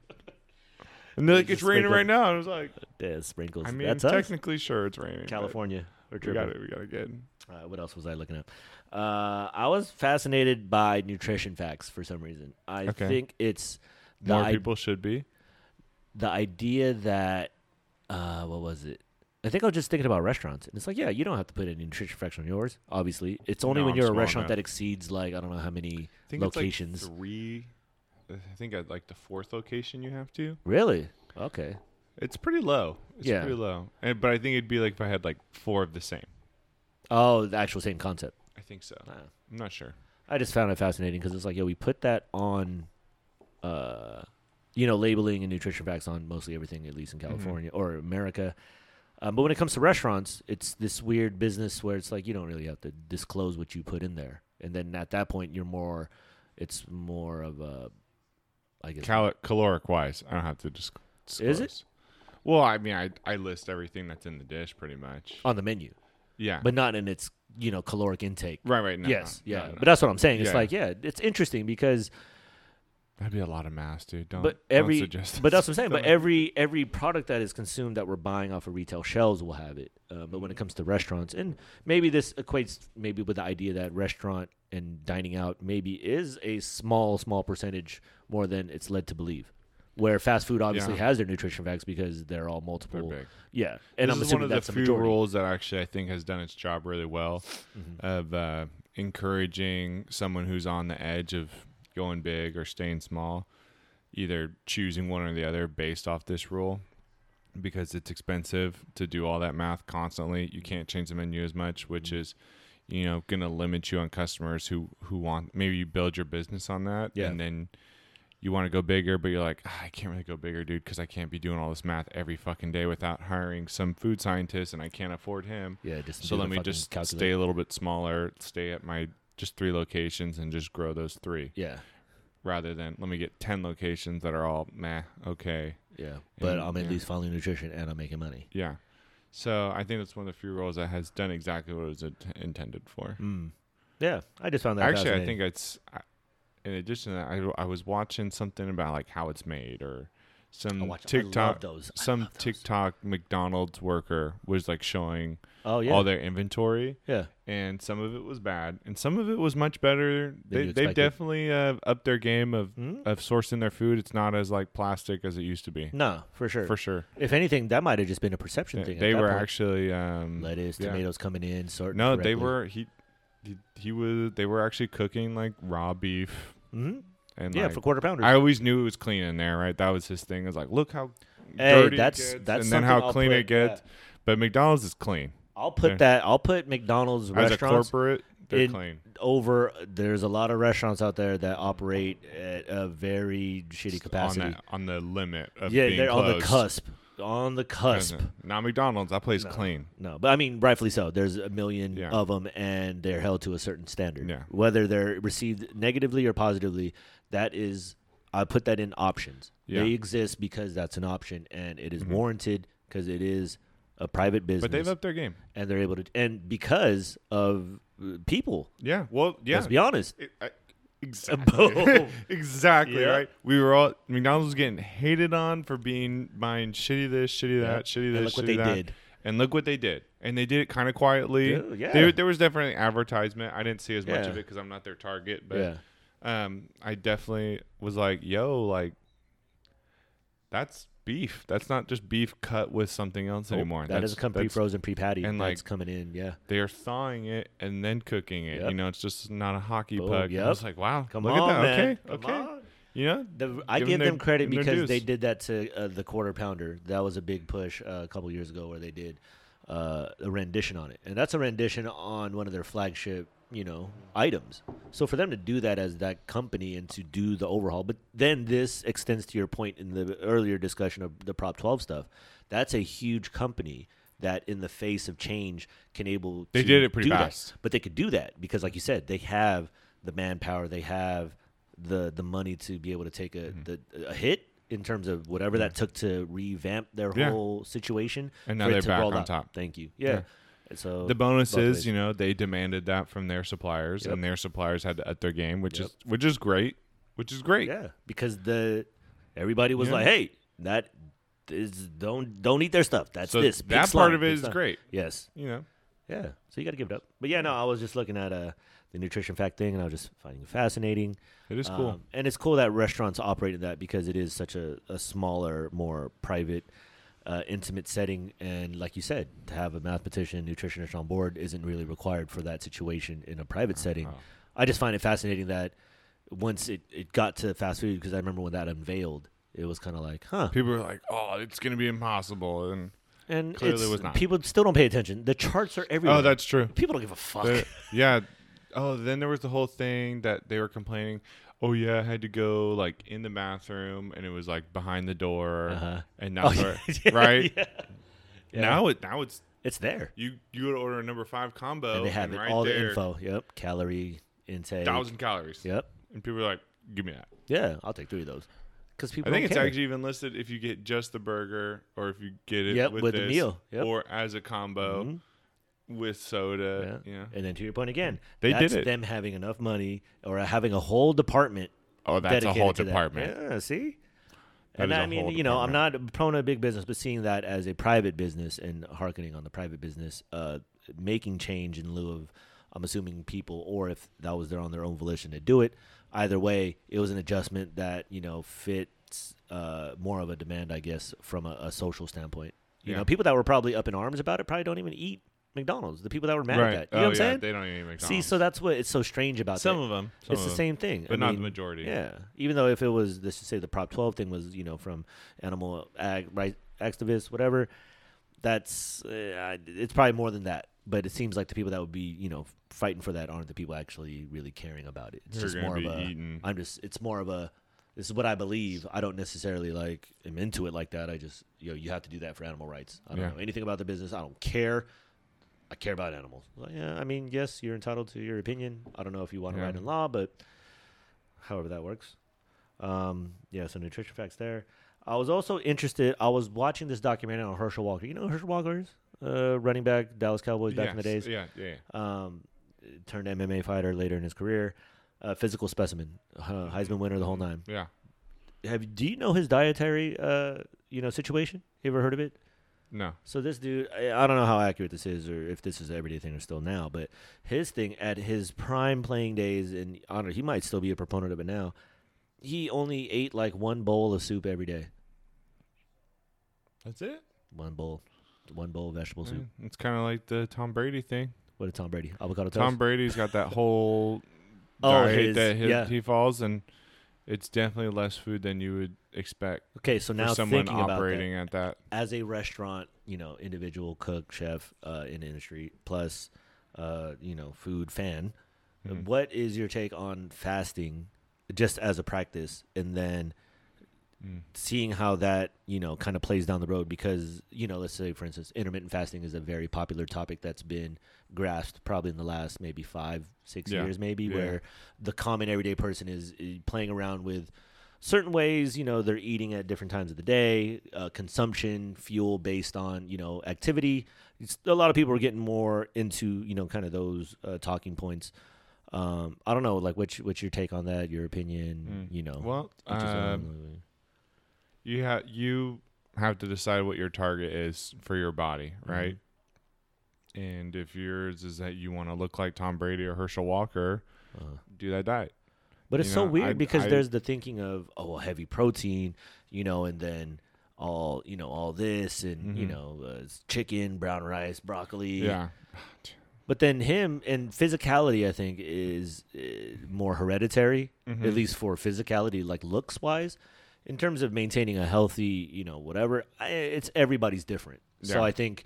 [SPEAKER 1] And they're like,
[SPEAKER 2] There's
[SPEAKER 1] it's
[SPEAKER 2] a
[SPEAKER 1] raining
[SPEAKER 2] sprinkle.
[SPEAKER 1] right now. And I was like,
[SPEAKER 2] Yeah, sprinkles.
[SPEAKER 1] I mean,
[SPEAKER 2] That's us.
[SPEAKER 1] technically, sure, it's raining. but
[SPEAKER 2] California. We're
[SPEAKER 1] We got
[SPEAKER 2] tripping.
[SPEAKER 1] it. We got it good.
[SPEAKER 2] Uh, what else was I looking up? Uh, I was fascinated by nutrition facts for some reason. I
[SPEAKER 1] Okay.
[SPEAKER 2] think it's the
[SPEAKER 1] More
[SPEAKER 2] i-
[SPEAKER 1] people should be.
[SPEAKER 2] the idea that uh, what was it? I think I was just thinking about restaurants, and it's like, yeah, you don't have to put any nutrition facts on yours. Obviously, it's only
[SPEAKER 1] No,
[SPEAKER 2] when
[SPEAKER 1] I'm
[SPEAKER 2] you're a
[SPEAKER 1] small
[SPEAKER 2] restaurant
[SPEAKER 1] enough.
[SPEAKER 2] that exceeds like I don't know how many
[SPEAKER 1] I think
[SPEAKER 2] locations.
[SPEAKER 1] It's like three. I think at like the fourth location you have to.
[SPEAKER 2] really? Okay.
[SPEAKER 1] It's pretty low. It's
[SPEAKER 2] Yeah.
[SPEAKER 1] pretty low. And, but I think it'd be like if I had like four of the same.
[SPEAKER 2] Oh, the actual same concept.
[SPEAKER 1] I think so.
[SPEAKER 2] Ah.
[SPEAKER 1] I'm not sure.
[SPEAKER 2] I just found it fascinating because it's like, yeah, we put that on, uh, you know, labeling and nutrition facts on mostly everything, at least
[SPEAKER 1] Mm-hmm.
[SPEAKER 2] in California or America. Um, but when it comes to restaurants, it's this weird business where it's like you don't really have to disclose what you put in there, and then at that point, you're more, it's more of a, I guess,
[SPEAKER 1] Cal- caloric wise, I don't have to disc- disclose.
[SPEAKER 2] Is it?
[SPEAKER 1] Well, I mean, I I list everything that's in the dish pretty much.
[SPEAKER 2] on the menu,
[SPEAKER 1] yeah.
[SPEAKER 2] Uh, but not in its you know caloric intake.
[SPEAKER 1] right, right now.
[SPEAKER 2] yes, yeah, but that's what I'm saying. It's
[SPEAKER 1] Yeah.
[SPEAKER 2] like, yeah, it's interesting because
[SPEAKER 1] that'd be a lot of mass, dude. Don't.
[SPEAKER 2] but every
[SPEAKER 1] Don't suggest
[SPEAKER 2] but
[SPEAKER 1] that.
[SPEAKER 2] that's what I'm saying. But every every product that is consumed that we're buying off of retail shelves will have it. Uh, but when it comes to restaurants, and maybe this equates maybe with the idea that restaurant and dining out maybe is a small small percentage more than it's led to believe. Where fast food obviously
[SPEAKER 1] Yeah.
[SPEAKER 2] has their nutrition facts because they're all multiple.
[SPEAKER 1] big.
[SPEAKER 2] Yeah, and I'm
[SPEAKER 1] this is one
[SPEAKER 2] assuming
[SPEAKER 1] of the
[SPEAKER 2] that's the
[SPEAKER 1] few
[SPEAKER 2] majority. Mm-hmm.
[SPEAKER 1] rules that actually I think has done its job really well of uh, encouraging someone who's on the edge of going big or staying small, either choosing one or the other based off this rule. Because it's expensive to do all that math constantly,
[SPEAKER 2] Mm-hmm.
[SPEAKER 1] you can't change the menu as much, which is, you know, going to limit you on customers who who want. Maybe you build your business on that,
[SPEAKER 2] Yeah.
[SPEAKER 1] and then you want to go bigger, but you're like, "Ah, I can't really go bigger, dude, because I can't be doing all this math every fucking day without hiring some food scientist, and I can't afford him.
[SPEAKER 2] Yeah, just
[SPEAKER 1] So
[SPEAKER 2] do
[SPEAKER 1] let
[SPEAKER 2] the
[SPEAKER 1] me
[SPEAKER 2] fucking
[SPEAKER 1] just
[SPEAKER 2] calculate.
[SPEAKER 1] stay a little bit smaller, stay at my just three locations, and just grow those three,
[SPEAKER 2] Yeah,
[SPEAKER 1] rather than let me get ten locations that are all meh, okay,
[SPEAKER 2] yeah, but
[SPEAKER 1] And-
[SPEAKER 2] I'm at
[SPEAKER 1] yeah.
[SPEAKER 2] least following nutrition and I'm making money.
[SPEAKER 1] yeah. So I think that's one of the few roles that has done exactly what it was int- intended for.
[SPEAKER 2] Yeah, I just found that
[SPEAKER 1] Hmm. Actually, I
[SPEAKER 2] fascinating.
[SPEAKER 1] think it's. I, in addition to that, I, I was watching something about like how it's made or some
[SPEAKER 2] I watch- I love
[SPEAKER 1] TikTok.
[SPEAKER 2] those. I
[SPEAKER 1] some
[SPEAKER 2] love those.
[SPEAKER 1] TikTok McDonald's worker was like showing
[SPEAKER 2] Oh yeah,
[SPEAKER 1] all their inventory,
[SPEAKER 2] yeah.
[SPEAKER 1] and some of it was bad, and some of it was much better. They
[SPEAKER 2] you
[SPEAKER 1] they
[SPEAKER 2] expected.
[SPEAKER 1] definitely uh, upped their game of
[SPEAKER 2] Uh,
[SPEAKER 1] of sourcing their food. It's not as like plastic as it used to be,
[SPEAKER 2] No, for sure.
[SPEAKER 1] for sure.
[SPEAKER 2] If anything, that might have just been a perception thing. at
[SPEAKER 1] They
[SPEAKER 2] that
[SPEAKER 1] were
[SPEAKER 2] point.
[SPEAKER 1] actually um,
[SPEAKER 2] lettuce,
[SPEAKER 1] yeah.
[SPEAKER 2] tomatoes coming in. Sort
[SPEAKER 1] No, they were he, he he was they were actually cooking like raw beef
[SPEAKER 2] hmm
[SPEAKER 1] and
[SPEAKER 2] Yeah,
[SPEAKER 1] like,
[SPEAKER 2] for quarter pounders.
[SPEAKER 1] I always knew it was clean in there, right? That was his thing. It was like, look how
[SPEAKER 2] Hey,
[SPEAKER 1] dirty
[SPEAKER 2] that's-
[SPEAKER 1] it gets,
[SPEAKER 2] that's
[SPEAKER 1] and then
[SPEAKER 2] something
[SPEAKER 1] how
[SPEAKER 2] I'll
[SPEAKER 1] clean
[SPEAKER 2] put-
[SPEAKER 1] it gets.
[SPEAKER 2] yeah.
[SPEAKER 1] But McDonald's is clean
[SPEAKER 2] I'll put
[SPEAKER 1] Yeah.
[SPEAKER 2] that. I'll put McDonald's
[SPEAKER 1] as a
[SPEAKER 2] restaurants.
[SPEAKER 1] corporate. They're
[SPEAKER 2] in-
[SPEAKER 1] clean.
[SPEAKER 2] over there's a lot of restaurants out there that operate at a very shitty capacity.
[SPEAKER 1] On, that, on the limit of
[SPEAKER 2] yeah,
[SPEAKER 1] being
[SPEAKER 2] they're on the
[SPEAKER 1] closed.
[SPEAKER 2] cusp. On the cusp.
[SPEAKER 1] Not McDonald's. That place clean.
[SPEAKER 2] No, but I mean, rightfully so. There's a million
[SPEAKER 1] Yeah.
[SPEAKER 2] of them, and they're held to a certain standard.
[SPEAKER 1] Yeah.
[SPEAKER 2] Whether they're received negatively or positively, that is, I put that in options.
[SPEAKER 1] Yeah. Mm-hmm.
[SPEAKER 2] They exist because that's an option, and it is warranted because it is a private business,
[SPEAKER 1] But they've upped their game.
[SPEAKER 2] and they're able to, and because of uh, people.
[SPEAKER 1] Yeah. Well, yeah.
[SPEAKER 2] Let's be honest.
[SPEAKER 1] It- I- exactly.
[SPEAKER 2] Boom.
[SPEAKER 1] exactly
[SPEAKER 2] Yeah.
[SPEAKER 1] right. We were all McDonald's was getting hated on for being buying shitty this, shitty that,
[SPEAKER 2] And
[SPEAKER 1] shitty this,
[SPEAKER 2] look what they
[SPEAKER 1] shitty that.
[SPEAKER 2] did.
[SPEAKER 1] And look what they did. And they did it kind of quietly.
[SPEAKER 2] Yeah, yeah.
[SPEAKER 1] There, there was definitely advertisement. I didn't see as much
[SPEAKER 2] Yeah.
[SPEAKER 1] of it because I'm not their target. But um, I definitely was like, yo, like, that's beef. That's not just beef cut with something else anymore.
[SPEAKER 2] that
[SPEAKER 1] that's,
[SPEAKER 2] doesn't come
[SPEAKER 1] that's-
[SPEAKER 2] pre-frozen, pre-patty.
[SPEAKER 1] and,
[SPEAKER 2] that's
[SPEAKER 1] like,
[SPEAKER 2] coming in. Yeah.
[SPEAKER 1] they're thawing it and then cooking it.
[SPEAKER 2] Yep.
[SPEAKER 1] You know, it's just not a hockey
[SPEAKER 2] Boom,
[SPEAKER 1] puck.
[SPEAKER 2] yep.
[SPEAKER 1] I was like, wow,
[SPEAKER 2] Come
[SPEAKER 1] look
[SPEAKER 2] on,
[SPEAKER 1] at that.
[SPEAKER 2] man.
[SPEAKER 1] Okay,
[SPEAKER 2] Come
[SPEAKER 1] okay.
[SPEAKER 2] on.
[SPEAKER 1] You know,
[SPEAKER 2] The, I
[SPEAKER 1] Give
[SPEAKER 2] give,
[SPEAKER 1] 'em their-
[SPEAKER 2] them credit
[SPEAKER 1] give 'em their
[SPEAKER 2] because they
[SPEAKER 1] dues.
[SPEAKER 2] did that to uh, the quarter pounder. That was a big push uh, a couple years ago where they did uh, a rendition on it, and that's a rendition on one of their flagship, you know, items. So for them to do that as that company and to do the overhaul, but then this extends to your point in the earlier discussion of the Prop 12 stuff. That's a huge company that, in the face of change, can able
[SPEAKER 1] They
[SPEAKER 2] to
[SPEAKER 1] did it pretty
[SPEAKER 2] do that
[SPEAKER 1] fast.
[SPEAKER 2] but they could do that because like you said they have the manpower they have the the money to be able to take
[SPEAKER 1] Mm-hmm.
[SPEAKER 2] a the, a hit in terms of whatever that took to revamp their
[SPEAKER 1] Yeah.
[SPEAKER 2] whole situation
[SPEAKER 1] And now
[SPEAKER 2] for it
[SPEAKER 1] they're
[SPEAKER 2] to
[SPEAKER 1] back
[SPEAKER 2] roll
[SPEAKER 1] on
[SPEAKER 2] out.
[SPEAKER 1] top.
[SPEAKER 2] thank you yeah, And so
[SPEAKER 1] the bonus
[SPEAKER 2] both
[SPEAKER 1] is,
[SPEAKER 2] ways.
[SPEAKER 1] you know, they demanded that from their suppliers,
[SPEAKER 2] Yep.
[SPEAKER 1] and their suppliers had to up their game, which
[SPEAKER 2] Yep.
[SPEAKER 1] is which is great, which is great.
[SPEAKER 2] yeah because the everybody was
[SPEAKER 1] Yeah.
[SPEAKER 2] like hey that is don't don't eat their stuff that's
[SPEAKER 1] So
[SPEAKER 2] this
[SPEAKER 1] that
[SPEAKER 2] Pick
[SPEAKER 1] part
[SPEAKER 2] slime,
[SPEAKER 1] of it
[SPEAKER 2] pick
[SPEAKER 1] is
[SPEAKER 2] slime."
[SPEAKER 1] great.
[SPEAKER 2] yes
[SPEAKER 1] You know,
[SPEAKER 2] Yeah. So you got to give it up. But yeah, no, I was just looking at uh, the nutrition fact thing, and I was just finding it fascinating. Um,
[SPEAKER 1] It is cool.
[SPEAKER 2] and it's cool that restaurants operate in that because it is such a, a smaller, more private, uh, intimate setting. And like you said, to have a mathematician, nutritionist on board isn't really required for that situation in a
[SPEAKER 1] Uh-huh.
[SPEAKER 2] private setting.
[SPEAKER 1] know.
[SPEAKER 2] I just find it fascinating that once it, it got to fast food, because I remember when that unveiled, it was kind of like, huh.
[SPEAKER 1] people are like, "Oh, it's gonna be impossible," and
[SPEAKER 2] And
[SPEAKER 1] Clearly
[SPEAKER 2] it's-
[SPEAKER 1] was not.
[SPEAKER 2] people still don't pay attention. The charts are everywhere.
[SPEAKER 1] oh, that's true.
[SPEAKER 2] people don't give a fuck.
[SPEAKER 1] The- yeah. Oh, then there was the whole thing that they were complaining. Oh yeah, I had to go like in the bathroom, and it was like behind the door,
[SPEAKER 2] Uh-huh.
[SPEAKER 1] and
[SPEAKER 2] Oh,
[SPEAKER 1] that's where,
[SPEAKER 2] yeah,
[SPEAKER 1] right
[SPEAKER 2] yeah.
[SPEAKER 1] now it now it's
[SPEAKER 2] It's there.
[SPEAKER 1] you you go to order a number five combo,
[SPEAKER 2] and they have it,
[SPEAKER 1] right
[SPEAKER 2] all the
[SPEAKER 1] there,
[SPEAKER 2] info. Yep. Calorie intake.
[SPEAKER 1] thousand calories,
[SPEAKER 2] Yep.
[SPEAKER 1] and people are like, "Give me that."
[SPEAKER 2] Yeah. I'll take three of those. Because people
[SPEAKER 1] I think
[SPEAKER 2] don't
[SPEAKER 1] it's
[SPEAKER 2] care.
[SPEAKER 1] actually even listed if you get just the burger, or if you get it
[SPEAKER 2] Yep,
[SPEAKER 1] with,
[SPEAKER 2] with the
[SPEAKER 1] this,
[SPEAKER 2] meal. Yep. Mm-hmm.
[SPEAKER 1] or as a combo with soda. Yeah.
[SPEAKER 2] And then to your point again,
[SPEAKER 1] They did
[SPEAKER 2] that's
[SPEAKER 1] it.
[SPEAKER 2] them having enough money or having a whole department.
[SPEAKER 1] Oh, that's a
[SPEAKER 2] dedicated
[SPEAKER 1] whole
[SPEAKER 2] to that.
[SPEAKER 1] department.
[SPEAKER 2] Yeah. See.
[SPEAKER 1] That
[SPEAKER 2] and
[SPEAKER 1] is
[SPEAKER 2] I
[SPEAKER 1] a
[SPEAKER 2] mean,
[SPEAKER 1] whole
[SPEAKER 2] you know, I'm not prone to big business, but seeing that as a private business and hearkening on the private business, uh, making change in lieu of, I'm assuming people, or if that was their on their own volition to do it, either way, it was an adjustment that you know fits uh, more of a demand, I guess, from a, a social standpoint. You
[SPEAKER 1] Yeah.
[SPEAKER 2] know, people that were probably up in arms about it probably don't even eat McDonald's. The people that were mad
[SPEAKER 1] Right.
[SPEAKER 2] at that,
[SPEAKER 1] oh
[SPEAKER 2] you know what I'm
[SPEAKER 1] yeah,
[SPEAKER 2] saying?
[SPEAKER 1] they don't even make
[SPEAKER 2] See, so that's what it's so strange about
[SPEAKER 1] some
[SPEAKER 2] that
[SPEAKER 1] of them,
[SPEAKER 2] it's the same thing,
[SPEAKER 1] but not the majority.
[SPEAKER 2] Yeah, even though if it was, let's just say the Prop 12 thing was, you know, from animal ag right activists, whatever. That's uh, I- it's probably more than that, but it seems like the people that would be, you know, fighting for that aren't the people actually really caring about it. It's
[SPEAKER 1] They're
[SPEAKER 2] just
[SPEAKER 1] gonna
[SPEAKER 2] more of
[SPEAKER 1] be
[SPEAKER 2] a.
[SPEAKER 1] eating.
[SPEAKER 2] am just. It's more of a. This is what I believe. I don't necessarily like am into it like that. I just, you know, you have to do that for animal rights. I don't
[SPEAKER 1] Yeah.
[SPEAKER 2] know anything about the business. I don't care. I care about animals. Well, yeah, I mean, yes, you're entitled to your opinion. I don't know if you want to
[SPEAKER 1] Yeah.
[SPEAKER 2] write in law, but however that works. Um, yeah, so nutrition facts there. I was also interested. I was watching this documentary on Herschel Walker. You know who Herschel Walker is uh, running back, Dallas Cowboys back in the
[SPEAKER 1] Yes,
[SPEAKER 2] days.
[SPEAKER 1] Yeah, yeah. yeah.
[SPEAKER 2] Um, turned MMA fighter later in his career. Uh, physical specimen, uh, Heisman winner the whole nine.
[SPEAKER 1] Yeah.
[SPEAKER 2] Have do you know his dietary uh, you know situation? You ever heard of it?
[SPEAKER 1] No.
[SPEAKER 2] So this dude, I, I don't know how accurate this is, or if this is an everyday thing or still now, but his thing at his prime playing days, and honor, he might still be a proponent of it now. He only ate like one bowl of soup every day.
[SPEAKER 1] That's it.
[SPEAKER 2] One bowl, one bowl of vegetable soup.
[SPEAKER 1] Yeah, It's kind of like the Tom Brady thing.
[SPEAKER 2] What did Tom Brady? Avocado toast.
[SPEAKER 1] Tom Brady's got that whole
[SPEAKER 2] Oh,
[SPEAKER 1] diet
[SPEAKER 2] his-
[SPEAKER 1] that he,
[SPEAKER 2] yeah.
[SPEAKER 1] he follows, and it's definitely less food than you would expect
[SPEAKER 2] okay, so now
[SPEAKER 1] for someone
[SPEAKER 2] thinking about that,
[SPEAKER 1] operating at that.
[SPEAKER 2] as a restaurant, you know, individual cook, chef uh, in the industry, plus uh, you know, food fan.
[SPEAKER 1] Mm-hmm.
[SPEAKER 2] What is your take on fasting just as a practice and then Mm. seeing how that, you know, kind of plays down the road because, you know, let's say for instance, intermittent fasting is a very popular topic that's been grasped probably in the last maybe 5, 6
[SPEAKER 1] Yeah.
[SPEAKER 2] years maybe
[SPEAKER 1] Yeah.
[SPEAKER 2] where the common everyday person is eh, playing around with certain ways you know they're eating at different times of the day uh, consumption fuel based on you know activity it's, a lot of people are getting more into you know kind of those uh, talking points um, i don't know like what's, what's your take on that your opinion you know
[SPEAKER 1] Mm. Well,
[SPEAKER 2] each his
[SPEAKER 1] um,
[SPEAKER 2] own.
[SPEAKER 1] you have you have to decide what your target is for your body,
[SPEAKER 2] Mm-hmm.
[SPEAKER 1] right? And if yours is that you want to look like Tom Brady or Herschel Walker,
[SPEAKER 2] Uh.
[SPEAKER 1] do that diet.
[SPEAKER 2] But it's
[SPEAKER 1] You
[SPEAKER 2] so
[SPEAKER 1] know,
[SPEAKER 2] weird
[SPEAKER 1] I-
[SPEAKER 2] because
[SPEAKER 1] I-
[SPEAKER 2] there's the thinking of oh well, heavy protein, you know, and then all you know all this and you know uh, it's chicken, brown rice, broccoli.
[SPEAKER 1] Mm-hmm. Yeah.
[SPEAKER 2] But then him and physicality, I think, is uh, more hereditary,
[SPEAKER 1] Mm-hmm.
[SPEAKER 2] at least for physicality, like looks wise. In terms of maintaining a healthy, you know, whatever, I, it's everybody's different. So
[SPEAKER 1] Yeah.
[SPEAKER 2] I think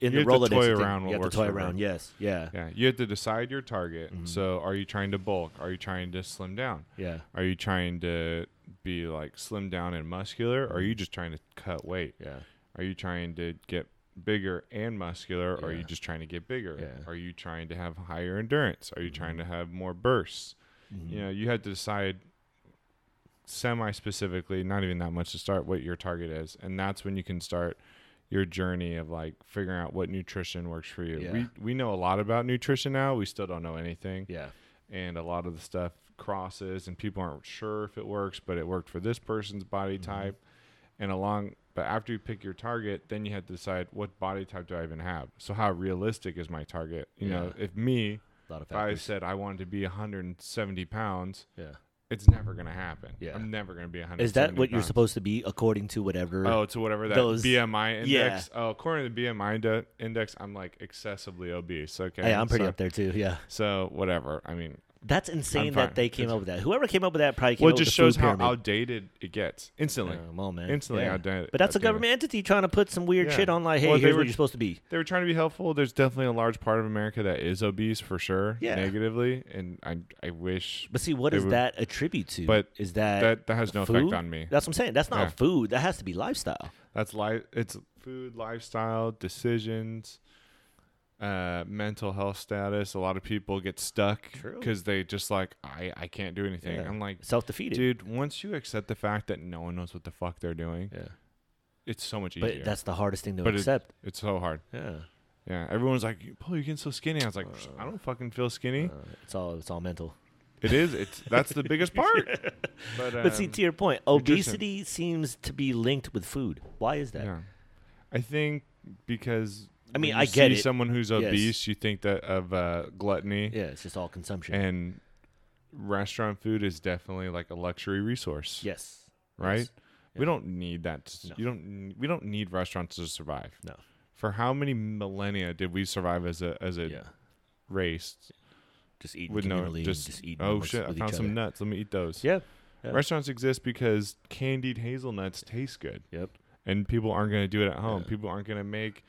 [SPEAKER 2] in
[SPEAKER 1] You
[SPEAKER 2] the
[SPEAKER 1] have
[SPEAKER 2] Rolodex,
[SPEAKER 1] to toy
[SPEAKER 2] I think
[SPEAKER 1] around
[SPEAKER 2] you
[SPEAKER 1] what
[SPEAKER 2] have to
[SPEAKER 1] works
[SPEAKER 2] toy
[SPEAKER 1] for
[SPEAKER 2] around.
[SPEAKER 1] them.
[SPEAKER 2] Yes, yeah,
[SPEAKER 1] Yeah. You have to decide your target.
[SPEAKER 2] Mm-hmm.
[SPEAKER 1] So are you trying to bulk? Are you trying to slim down?
[SPEAKER 2] yeah.
[SPEAKER 1] Are you trying to be like slim down and muscular? Or are you just trying to cut weight?
[SPEAKER 2] yeah.
[SPEAKER 1] Are you trying to get bigger and muscular? Or are you
[SPEAKER 2] Yeah.
[SPEAKER 1] just trying to get bigger?
[SPEAKER 2] Yeah. Mm-hmm.
[SPEAKER 1] Are you trying to have higher endurance? Are you trying to have more bursts? You know, you had to decide semi specifically, not even that much to start, what your target is. And that's when you can start your journey of like figuring out what nutrition works for you.
[SPEAKER 2] Yeah.
[SPEAKER 1] We we know a lot about nutrition now. We still don't know anything
[SPEAKER 2] Yeah.
[SPEAKER 1] and a lot of the stuff crosses and people aren't sure if it works but it worked for this person's body
[SPEAKER 2] Mm-hmm.
[SPEAKER 1] type and along but after you pick your target then you have to decide what body type do i even have so how realistic is my target you know if me
[SPEAKER 2] A lot of
[SPEAKER 1] if i
[SPEAKER 2] factors.
[SPEAKER 1] said i wanted to be 170 pounds
[SPEAKER 2] yeah.
[SPEAKER 1] it's never gonna happen
[SPEAKER 2] Yeah.
[SPEAKER 1] i'm never gonna be 170
[SPEAKER 2] Is that what you're
[SPEAKER 1] pounds.
[SPEAKER 2] supposed to be according to whatever?
[SPEAKER 1] Oh, to whatever that
[SPEAKER 2] Those-
[SPEAKER 1] BMI
[SPEAKER 2] yeah.
[SPEAKER 1] index. Oh, according to the BMI inde- index, I'm like excessively obese. Okay,
[SPEAKER 2] hey, I'm pretty
[SPEAKER 1] so,
[SPEAKER 2] up there too. Yeah,
[SPEAKER 1] So whatever. I mean,
[SPEAKER 2] that's insane
[SPEAKER 1] fine.
[SPEAKER 2] that they came
[SPEAKER 1] It's-
[SPEAKER 2] up with that. Whoever came up with that probably came
[SPEAKER 1] well, it
[SPEAKER 2] up
[SPEAKER 1] just
[SPEAKER 2] with
[SPEAKER 1] shows
[SPEAKER 2] the food
[SPEAKER 1] how
[SPEAKER 2] pyramid.
[SPEAKER 1] outdated it gets instantly.
[SPEAKER 2] Yeah, come on, man.
[SPEAKER 1] Instantly
[SPEAKER 2] Yeah.
[SPEAKER 1] outdated.
[SPEAKER 2] But that's a
[SPEAKER 1] outdated.
[SPEAKER 2] government entity trying to put some weird
[SPEAKER 1] Yeah.
[SPEAKER 2] shit on, like, hey,
[SPEAKER 1] Well, they
[SPEAKER 2] here's
[SPEAKER 1] were-
[SPEAKER 2] what you're supposed to be.
[SPEAKER 1] They were trying to be helpful. There's definitely a large part of America that is obese for sure,
[SPEAKER 2] Yeah.
[SPEAKER 1] negatively, and I I wish
[SPEAKER 2] But see, what
[SPEAKER 1] They
[SPEAKER 2] does
[SPEAKER 1] were-
[SPEAKER 2] that attribute to?
[SPEAKER 1] But
[SPEAKER 2] is that
[SPEAKER 1] that that has no
[SPEAKER 2] food?
[SPEAKER 1] effect on me.
[SPEAKER 2] That's what I'm saying. That's not
[SPEAKER 1] Yeah.
[SPEAKER 2] food. That has to be lifestyle.
[SPEAKER 1] That's life. It's food, lifestyle, decisions, uh, mental health status. A lot of people get stuck
[SPEAKER 2] True.
[SPEAKER 1] because they just like I I can't do anything.
[SPEAKER 2] Yeah.
[SPEAKER 1] I'm like.
[SPEAKER 2] Self defeated.
[SPEAKER 1] Dude, once you accept the fact that no one knows what the fuck they're doing,
[SPEAKER 2] Yeah.
[SPEAKER 1] it's so much
[SPEAKER 2] But
[SPEAKER 1] easier.
[SPEAKER 2] that's the hardest thing to
[SPEAKER 1] But it-
[SPEAKER 2] accept.
[SPEAKER 1] it's so hard.
[SPEAKER 2] yeah.
[SPEAKER 1] Yeah, everyone's like, "Paul, you're getting so skinny." I was like, "I don't fucking feel skinny."
[SPEAKER 2] Uh, it's all it's all mental.
[SPEAKER 1] it is. It's that's the biggest part. But, um,
[SPEAKER 2] But see, to your point,
[SPEAKER 1] nutrition.
[SPEAKER 2] obesity seems to be linked with food. Why is that?
[SPEAKER 1] yeah, I think because
[SPEAKER 2] I mean,
[SPEAKER 1] when
[SPEAKER 2] I
[SPEAKER 1] you
[SPEAKER 2] get
[SPEAKER 1] see
[SPEAKER 2] it.
[SPEAKER 1] someone who's
[SPEAKER 2] Yes.
[SPEAKER 1] obese, you think that of uh, gluttony,
[SPEAKER 2] Yeah, it's just all consumption.
[SPEAKER 1] and restaurant food is definitely like a luxury resource,
[SPEAKER 2] yes.
[SPEAKER 1] right?
[SPEAKER 2] Yes.
[SPEAKER 1] We don't need that. To,
[SPEAKER 2] No.
[SPEAKER 1] You don't. We don't need restaurants to survive.
[SPEAKER 2] No.
[SPEAKER 1] For how many millennia did we survive as a as a
[SPEAKER 2] Yeah.
[SPEAKER 1] race
[SPEAKER 2] Just eating
[SPEAKER 1] with no
[SPEAKER 2] communally,
[SPEAKER 1] just,
[SPEAKER 2] just, just eating.
[SPEAKER 1] oh
[SPEAKER 2] amongst-
[SPEAKER 1] shit? I
[SPEAKER 2] with
[SPEAKER 1] found
[SPEAKER 2] each
[SPEAKER 1] some
[SPEAKER 2] other.
[SPEAKER 1] nuts. Let me eat those.
[SPEAKER 2] Yeah. Yeah.
[SPEAKER 1] Restaurants exist because candied hazelnuts taste good,
[SPEAKER 2] Yep.
[SPEAKER 1] and people aren't going to do it at home.
[SPEAKER 2] Yeah.
[SPEAKER 1] People aren't going to make,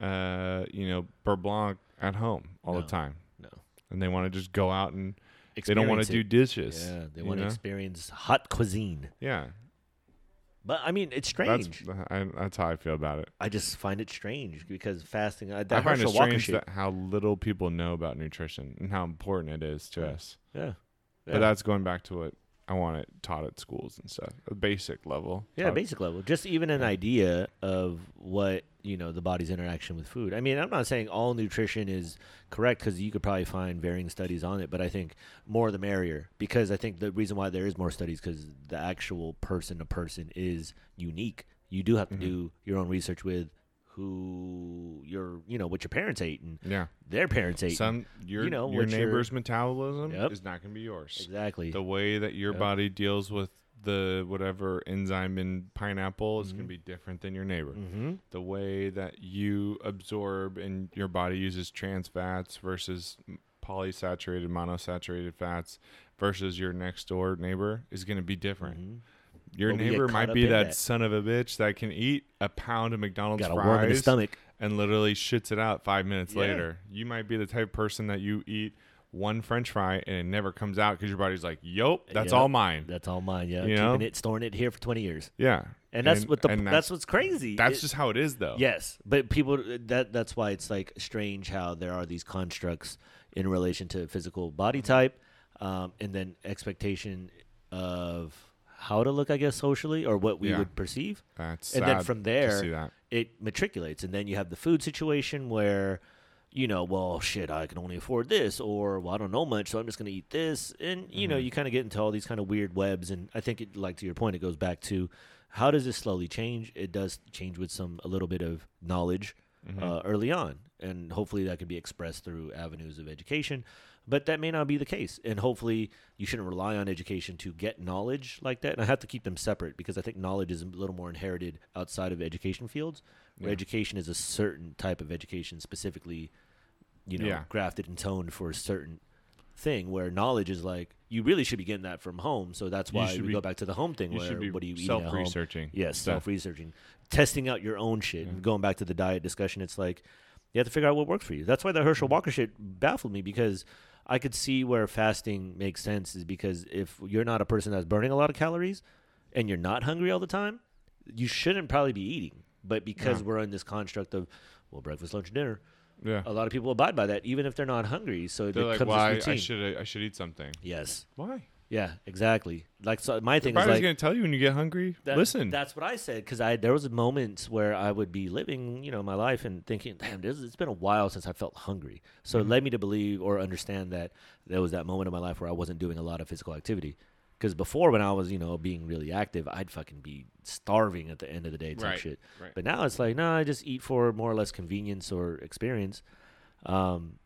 [SPEAKER 1] uh, you know, beurre blanc at home all
[SPEAKER 2] No.
[SPEAKER 1] the time,
[SPEAKER 2] No.
[SPEAKER 1] and they want to just go out and they don't want
[SPEAKER 2] Experience
[SPEAKER 1] to do
[SPEAKER 2] it.
[SPEAKER 1] dishes.
[SPEAKER 2] Yeah, they
[SPEAKER 1] you
[SPEAKER 2] want to
[SPEAKER 1] know?
[SPEAKER 2] experience hot cuisine.
[SPEAKER 1] Yeah,
[SPEAKER 2] But I mean, it's
[SPEAKER 1] that's
[SPEAKER 2] strange.
[SPEAKER 1] I, that's how I feel about it.
[SPEAKER 2] I just find it strange because fasting. Uh,
[SPEAKER 1] I
[SPEAKER 2] that
[SPEAKER 1] find it
[SPEAKER 2] Herschel Walker
[SPEAKER 1] strange
[SPEAKER 2] shit.
[SPEAKER 1] that how little people know about nutrition and how important it is to
[SPEAKER 2] Yeah.
[SPEAKER 1] us.
[SPEAKER 2] yeah, Yeah.
[SPEAKER 1] But that's going back to what I want it taught at schools and stuff, a basic level.
[SPEAKER 2] yeah,
[SPEAKER 1] taught-
[SPEAKER 2] basic level. Just even an idea of what you know the body's interaction with food. I mean, I'm not saying all nutrition is correct because you could probably find varying studies on it, but I think more the merrier because I think the reason why there is more studies because the actual person to person is unique. You do have to
[SPEAKER 1] Mm-hmm.
[SPEAKER 2] do your own research with who your you know what your parents ate and
[SPEAKER 1] Yeah.
[SPEAKER 2] their parents ate.
[SPEAKER 1] Some your
[SPEAKER 2] You know,
[SPEAKER 1] your
[SPEAKER 2] what your-
[SPEAKER 1] neighbor's metabolism
[SPEAKER 2] Yep.
[SPEAKER 1] is not going to be yours.
[SPEAKER 2] exactly.
[SPEAKER 1] The way that your body deals with the whatever enzyme in pineapple is
[SPEAKER 2] Mm-hmm.
[SPEAKER 1] going to be different than your neighbor.
[SPEAKER 2] Mhm.
[SPEAKER 1] The way that you absorb and your body uses trans fats versus m- polysaturated, monosaturated fats versus your next door neighbor is going to be different. Your
[SPEAKER 2] Mm-hmm. But we get
[SPEAKER 1] neighbor
[SPEAKER 2] caught
[SPEAKER 1] might
[SPEAKER 2] up
[SPEAKER 1] be
[SPEAKER 2] in
[SPEAKER 1] that,
[SPEAKER 2] that.
[SPEAKER 1] son of a bitch that can eat a pound of McDonald's
[SPEAKER 2] Got a
[SPEAKER 1] fries
[SPEAKER 2] worm in his stomach.
[SPEAKER 1] and literally shits it out five minutes
[SPEAKER 2] Yeah.
[SPEAKER 1] later. You might be the type of person that you eat one French fry and it never comes out because your body's like, "Yup, that's
[SPEAKER 2] Yep.
[SPEAKER 1] all mine."
[SPEAKER 2] That's all mine. Yeah,
[SPEAKER 1] You
[SPEAKER 2] keeping
[SPEAKER 1] know?
[SPEAKER 2] it, storing it here for twenty years,
[SPEAKER 1] yeah,
[SPEAKER 2] and that's what the
[SPEAKER 1] and
[SPEAKER 2] that's, what's crazy.
[SPEAKER 1] that's
[SPEAKER 2] It-
[SPEAKER 1] just how it is, though.
[SPEAKER 2] yes, but people that that's why it's like strange how there are these constructs in relation to physical body
[SPEAKER 1] Mm-hmm.
[SPEAKER 2] type, um, and then expectation of how to look, I guess, socially or what we
[SPEAKER 1] Yeah.
[SPEAKER 2] would perceive.
[SPEAKER 1] that's
[SPEAKER 2] and then
[SPEAKER 1] sad
[SPEAKER 2] from
[SPEAKER 1] to see
[SPEAKER 2] there
[SPEAKER 1] that.
[SPEAKER 2] it matriculates and then you have the food situation where you know well shit i can only afford this or well i don't know much so i'm just going to eat this and you
[SPEAKER 1] Mm-hmm.
[SPEAKER 2] know you kind of get into all these kind of weird webs and i think it like to your point it goes back to how does this slowly change it does change with some a little bit of knowledge
[SPEAKER 1] Mm-hmm.
[SPEAKER 2] uh, early on and hopefully that can be expressed through avenues of education but that may not be the case and hopefully you shouldn't rely on education to get knowledge like that and i have to keep them separate because i think knowledge is a little more inherited outside of education fields where education is a certain type of education specifically you know
[SPEAKER 1] Yeah.
[SPEAKER 2] grafted and toned for a certain thing where knowledge is like you really should be getting that from home so that's
[SPEAKER 1] You
[SPEAKER 2] why
[SPEAKER 1] should
[SPEAKER 2] we
[SPEAKER 1] be-
[SPEAKER 2] go back to the home thing
[SPEAKER 1] You
[SPEAKER 2] where
[SPEAKER 1] should be
[SPEAKER 2] what do you eat at home
[SPEAKER 1] self-researching.
[SPEAKER 2] Yes,
[SPEAKER 1] stuff.
[SPEAKER 2] self researching, testing out your own shit. And going back to the diet discussion, it's like you have to figure out what works for you. That's why the Herschel Walker shit baffled me because I could see where fasting makes sense is because if you're not a person that's burning a lot of calories and you're not hungry all the time, you shouldn't probably be eating. But because
[SPEAKER 1] Yeah.
[SPEAKER 2] we're in this construct of well, breakfast, lunch, dinner,
[SPEAKER 1] Yeah,
[SPEAKER 2] a lot of people abide by that even if they're not hungry. So Oh, it
[SPEAKER 1] they're
[SPEAKER 2] becomes
[SPEAKER 1] like, "Why
[SPEAKER 2] this
[SPEAKER 1] I
[SPEAKER 2] routine.
[SPEAKER 1] should I should eat something?
[SPEAKER 2] yes.
[SPEAKER 1] Why?"
[SPEAKER 2] Yeah. Exactly. Like so my thing is
[SPEAKER 1] Body's
[SPEAKER 2] like
[SPEAKER 1] gonna tell you when you get hungry.
[SPEAKER 2] that-
[SPEAKER 1] Listen,
[SPEAKER 2] That's what I said because I there was moments where I would be living, you know, my life and thinking, damn, this, it's been a while since I felt hungry. So
[SPEAKER 1] Mm-hmm.
[SPEAKER 2] it led me to believe or understand that there was that moment in my life where I wasn't doing a lot of physical activity. Because before, when I was, you know, being really active, I'd fucking be starving at the end of the day, type
[SPEAKER 1] Right,
[SPEAKER 2] shit.
[SPEAKER 1] right.
[SPEAKER 2] But now it's like, no, I just eat for more or less convenience or experience. Um,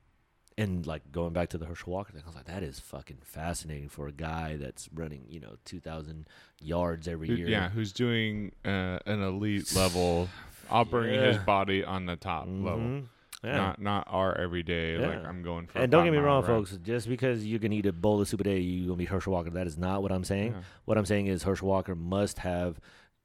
[SPEAKER 2] and like going back to the Herschel Walker thing, I was like, that is fucking fascinating for a guy that's running, you know, two thousand yards every
[SPEAKER 1] Who-
[SPEAKER 2] year.
[SPEAKER 1] yeah, who's doing uh, an elite level, operating his
[SPEAKER 2] Yeah.
[SPEAKER 1] body on the top level,
[SPEAKER 2] Mhm. Yeah.
[SPEAKER 1] not not our everyday. Like
[SPEAKER 2] Yeah.
[SPEAKER 1] I'm going for. a
[SPEAKER 2] and don't
[SPEAKER 1] five
[SPEAKER 2] get me
[SPEAKER 1] mile
[SPEAKER 2] wrong,
[SPEAKER 1] run.
[SPEAKER 2] folks. Just because you can eat a bowl of soup a day, you're gonna be Herschel Walker. That is not what I'm saying.
[SPEAKER 1] Yeah.
[SPEAKER 2] What I'm saying is Herschel Walker must have,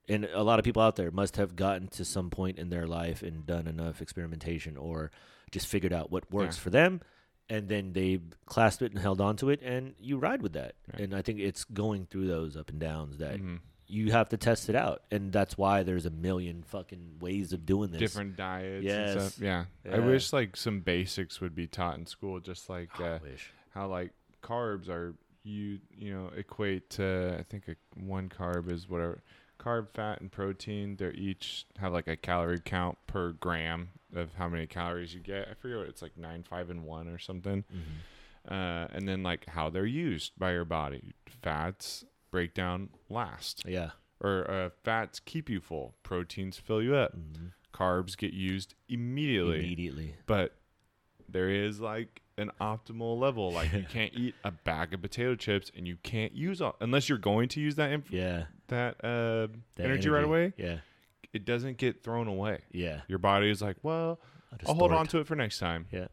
[SPEAKER 2] and a lot of people out there must have gotten to some point in their life and done enough experimentation or just figured out what works
[SPEAKER 1] Yeah.
[SPEAKER 2] for them, and then they clasped it and held on to it, and you ride with that.
[SPEAKER 1] Yeah.
[SPEAKER 2] And I think it's going through those up and downs that
[SPEAKER 1] Mhm.
[SPEAKER 2] you have to test it out, and that's why there's a million fucking ways of doing this.
[SPEAKER 1] Different diets. And
[SPEAKER 2] Yes.
[SPEAKER 1] stuff. Yeah.
[SPEAKER 2] Yeah. Oh,
[SPEAKER 1] I wish like some basics would be taught in school, just like
[SPEAKER 2] I
[SPEAKER 1] uh,
[SPEAKER 2] wish.
[SPEAKER 1] how like carbs are you you know equate to. I think a, one carb is whatever. Carb, fat, and protein, they are each have like a calorie count per gram of how many calories you get. I forget what it's like nine, five, and one or something.
[SPEAKER 2] Mhm.
[SPEAKER 1] uh, and then like how they're used by your body. Fats break down last,
[SPEAKER 2] Yeah.
[SPEAKER 1] or uh, fats keep you full. Proteins fill you up.
[SPEAKER 2] Mm-hmm.
[SPEAKER 1] Carbs get used immediately,
[SPEAKER 2] Immediately.
[SPEAKER 1] but there is like an optimal level. Like you can't eat a bag of potato chips, and you can't use all unless you're going to use that inf-
[SPEAKER 2] Yeah.
[SPEAKER 1] that, uh,
[SPEAKER 2] that
[SPEAKER 1] energy right away.
[SPEAKER 2] Yeah.
[SPEAKER 1] It doesn't get thrown away.
[SPEAKER 2] Yeah.
[SPEAKER 1] Your body is like, well,
[SPEAKER 2] I'll just
[SPEAKER 1] I'll hold
[SPEAKER 2] store
[SPEAKER 1] on
[SPEAKER 2] it.
[SPEAKER 1] to it for next time.
[SPEAKER 2] Yeah.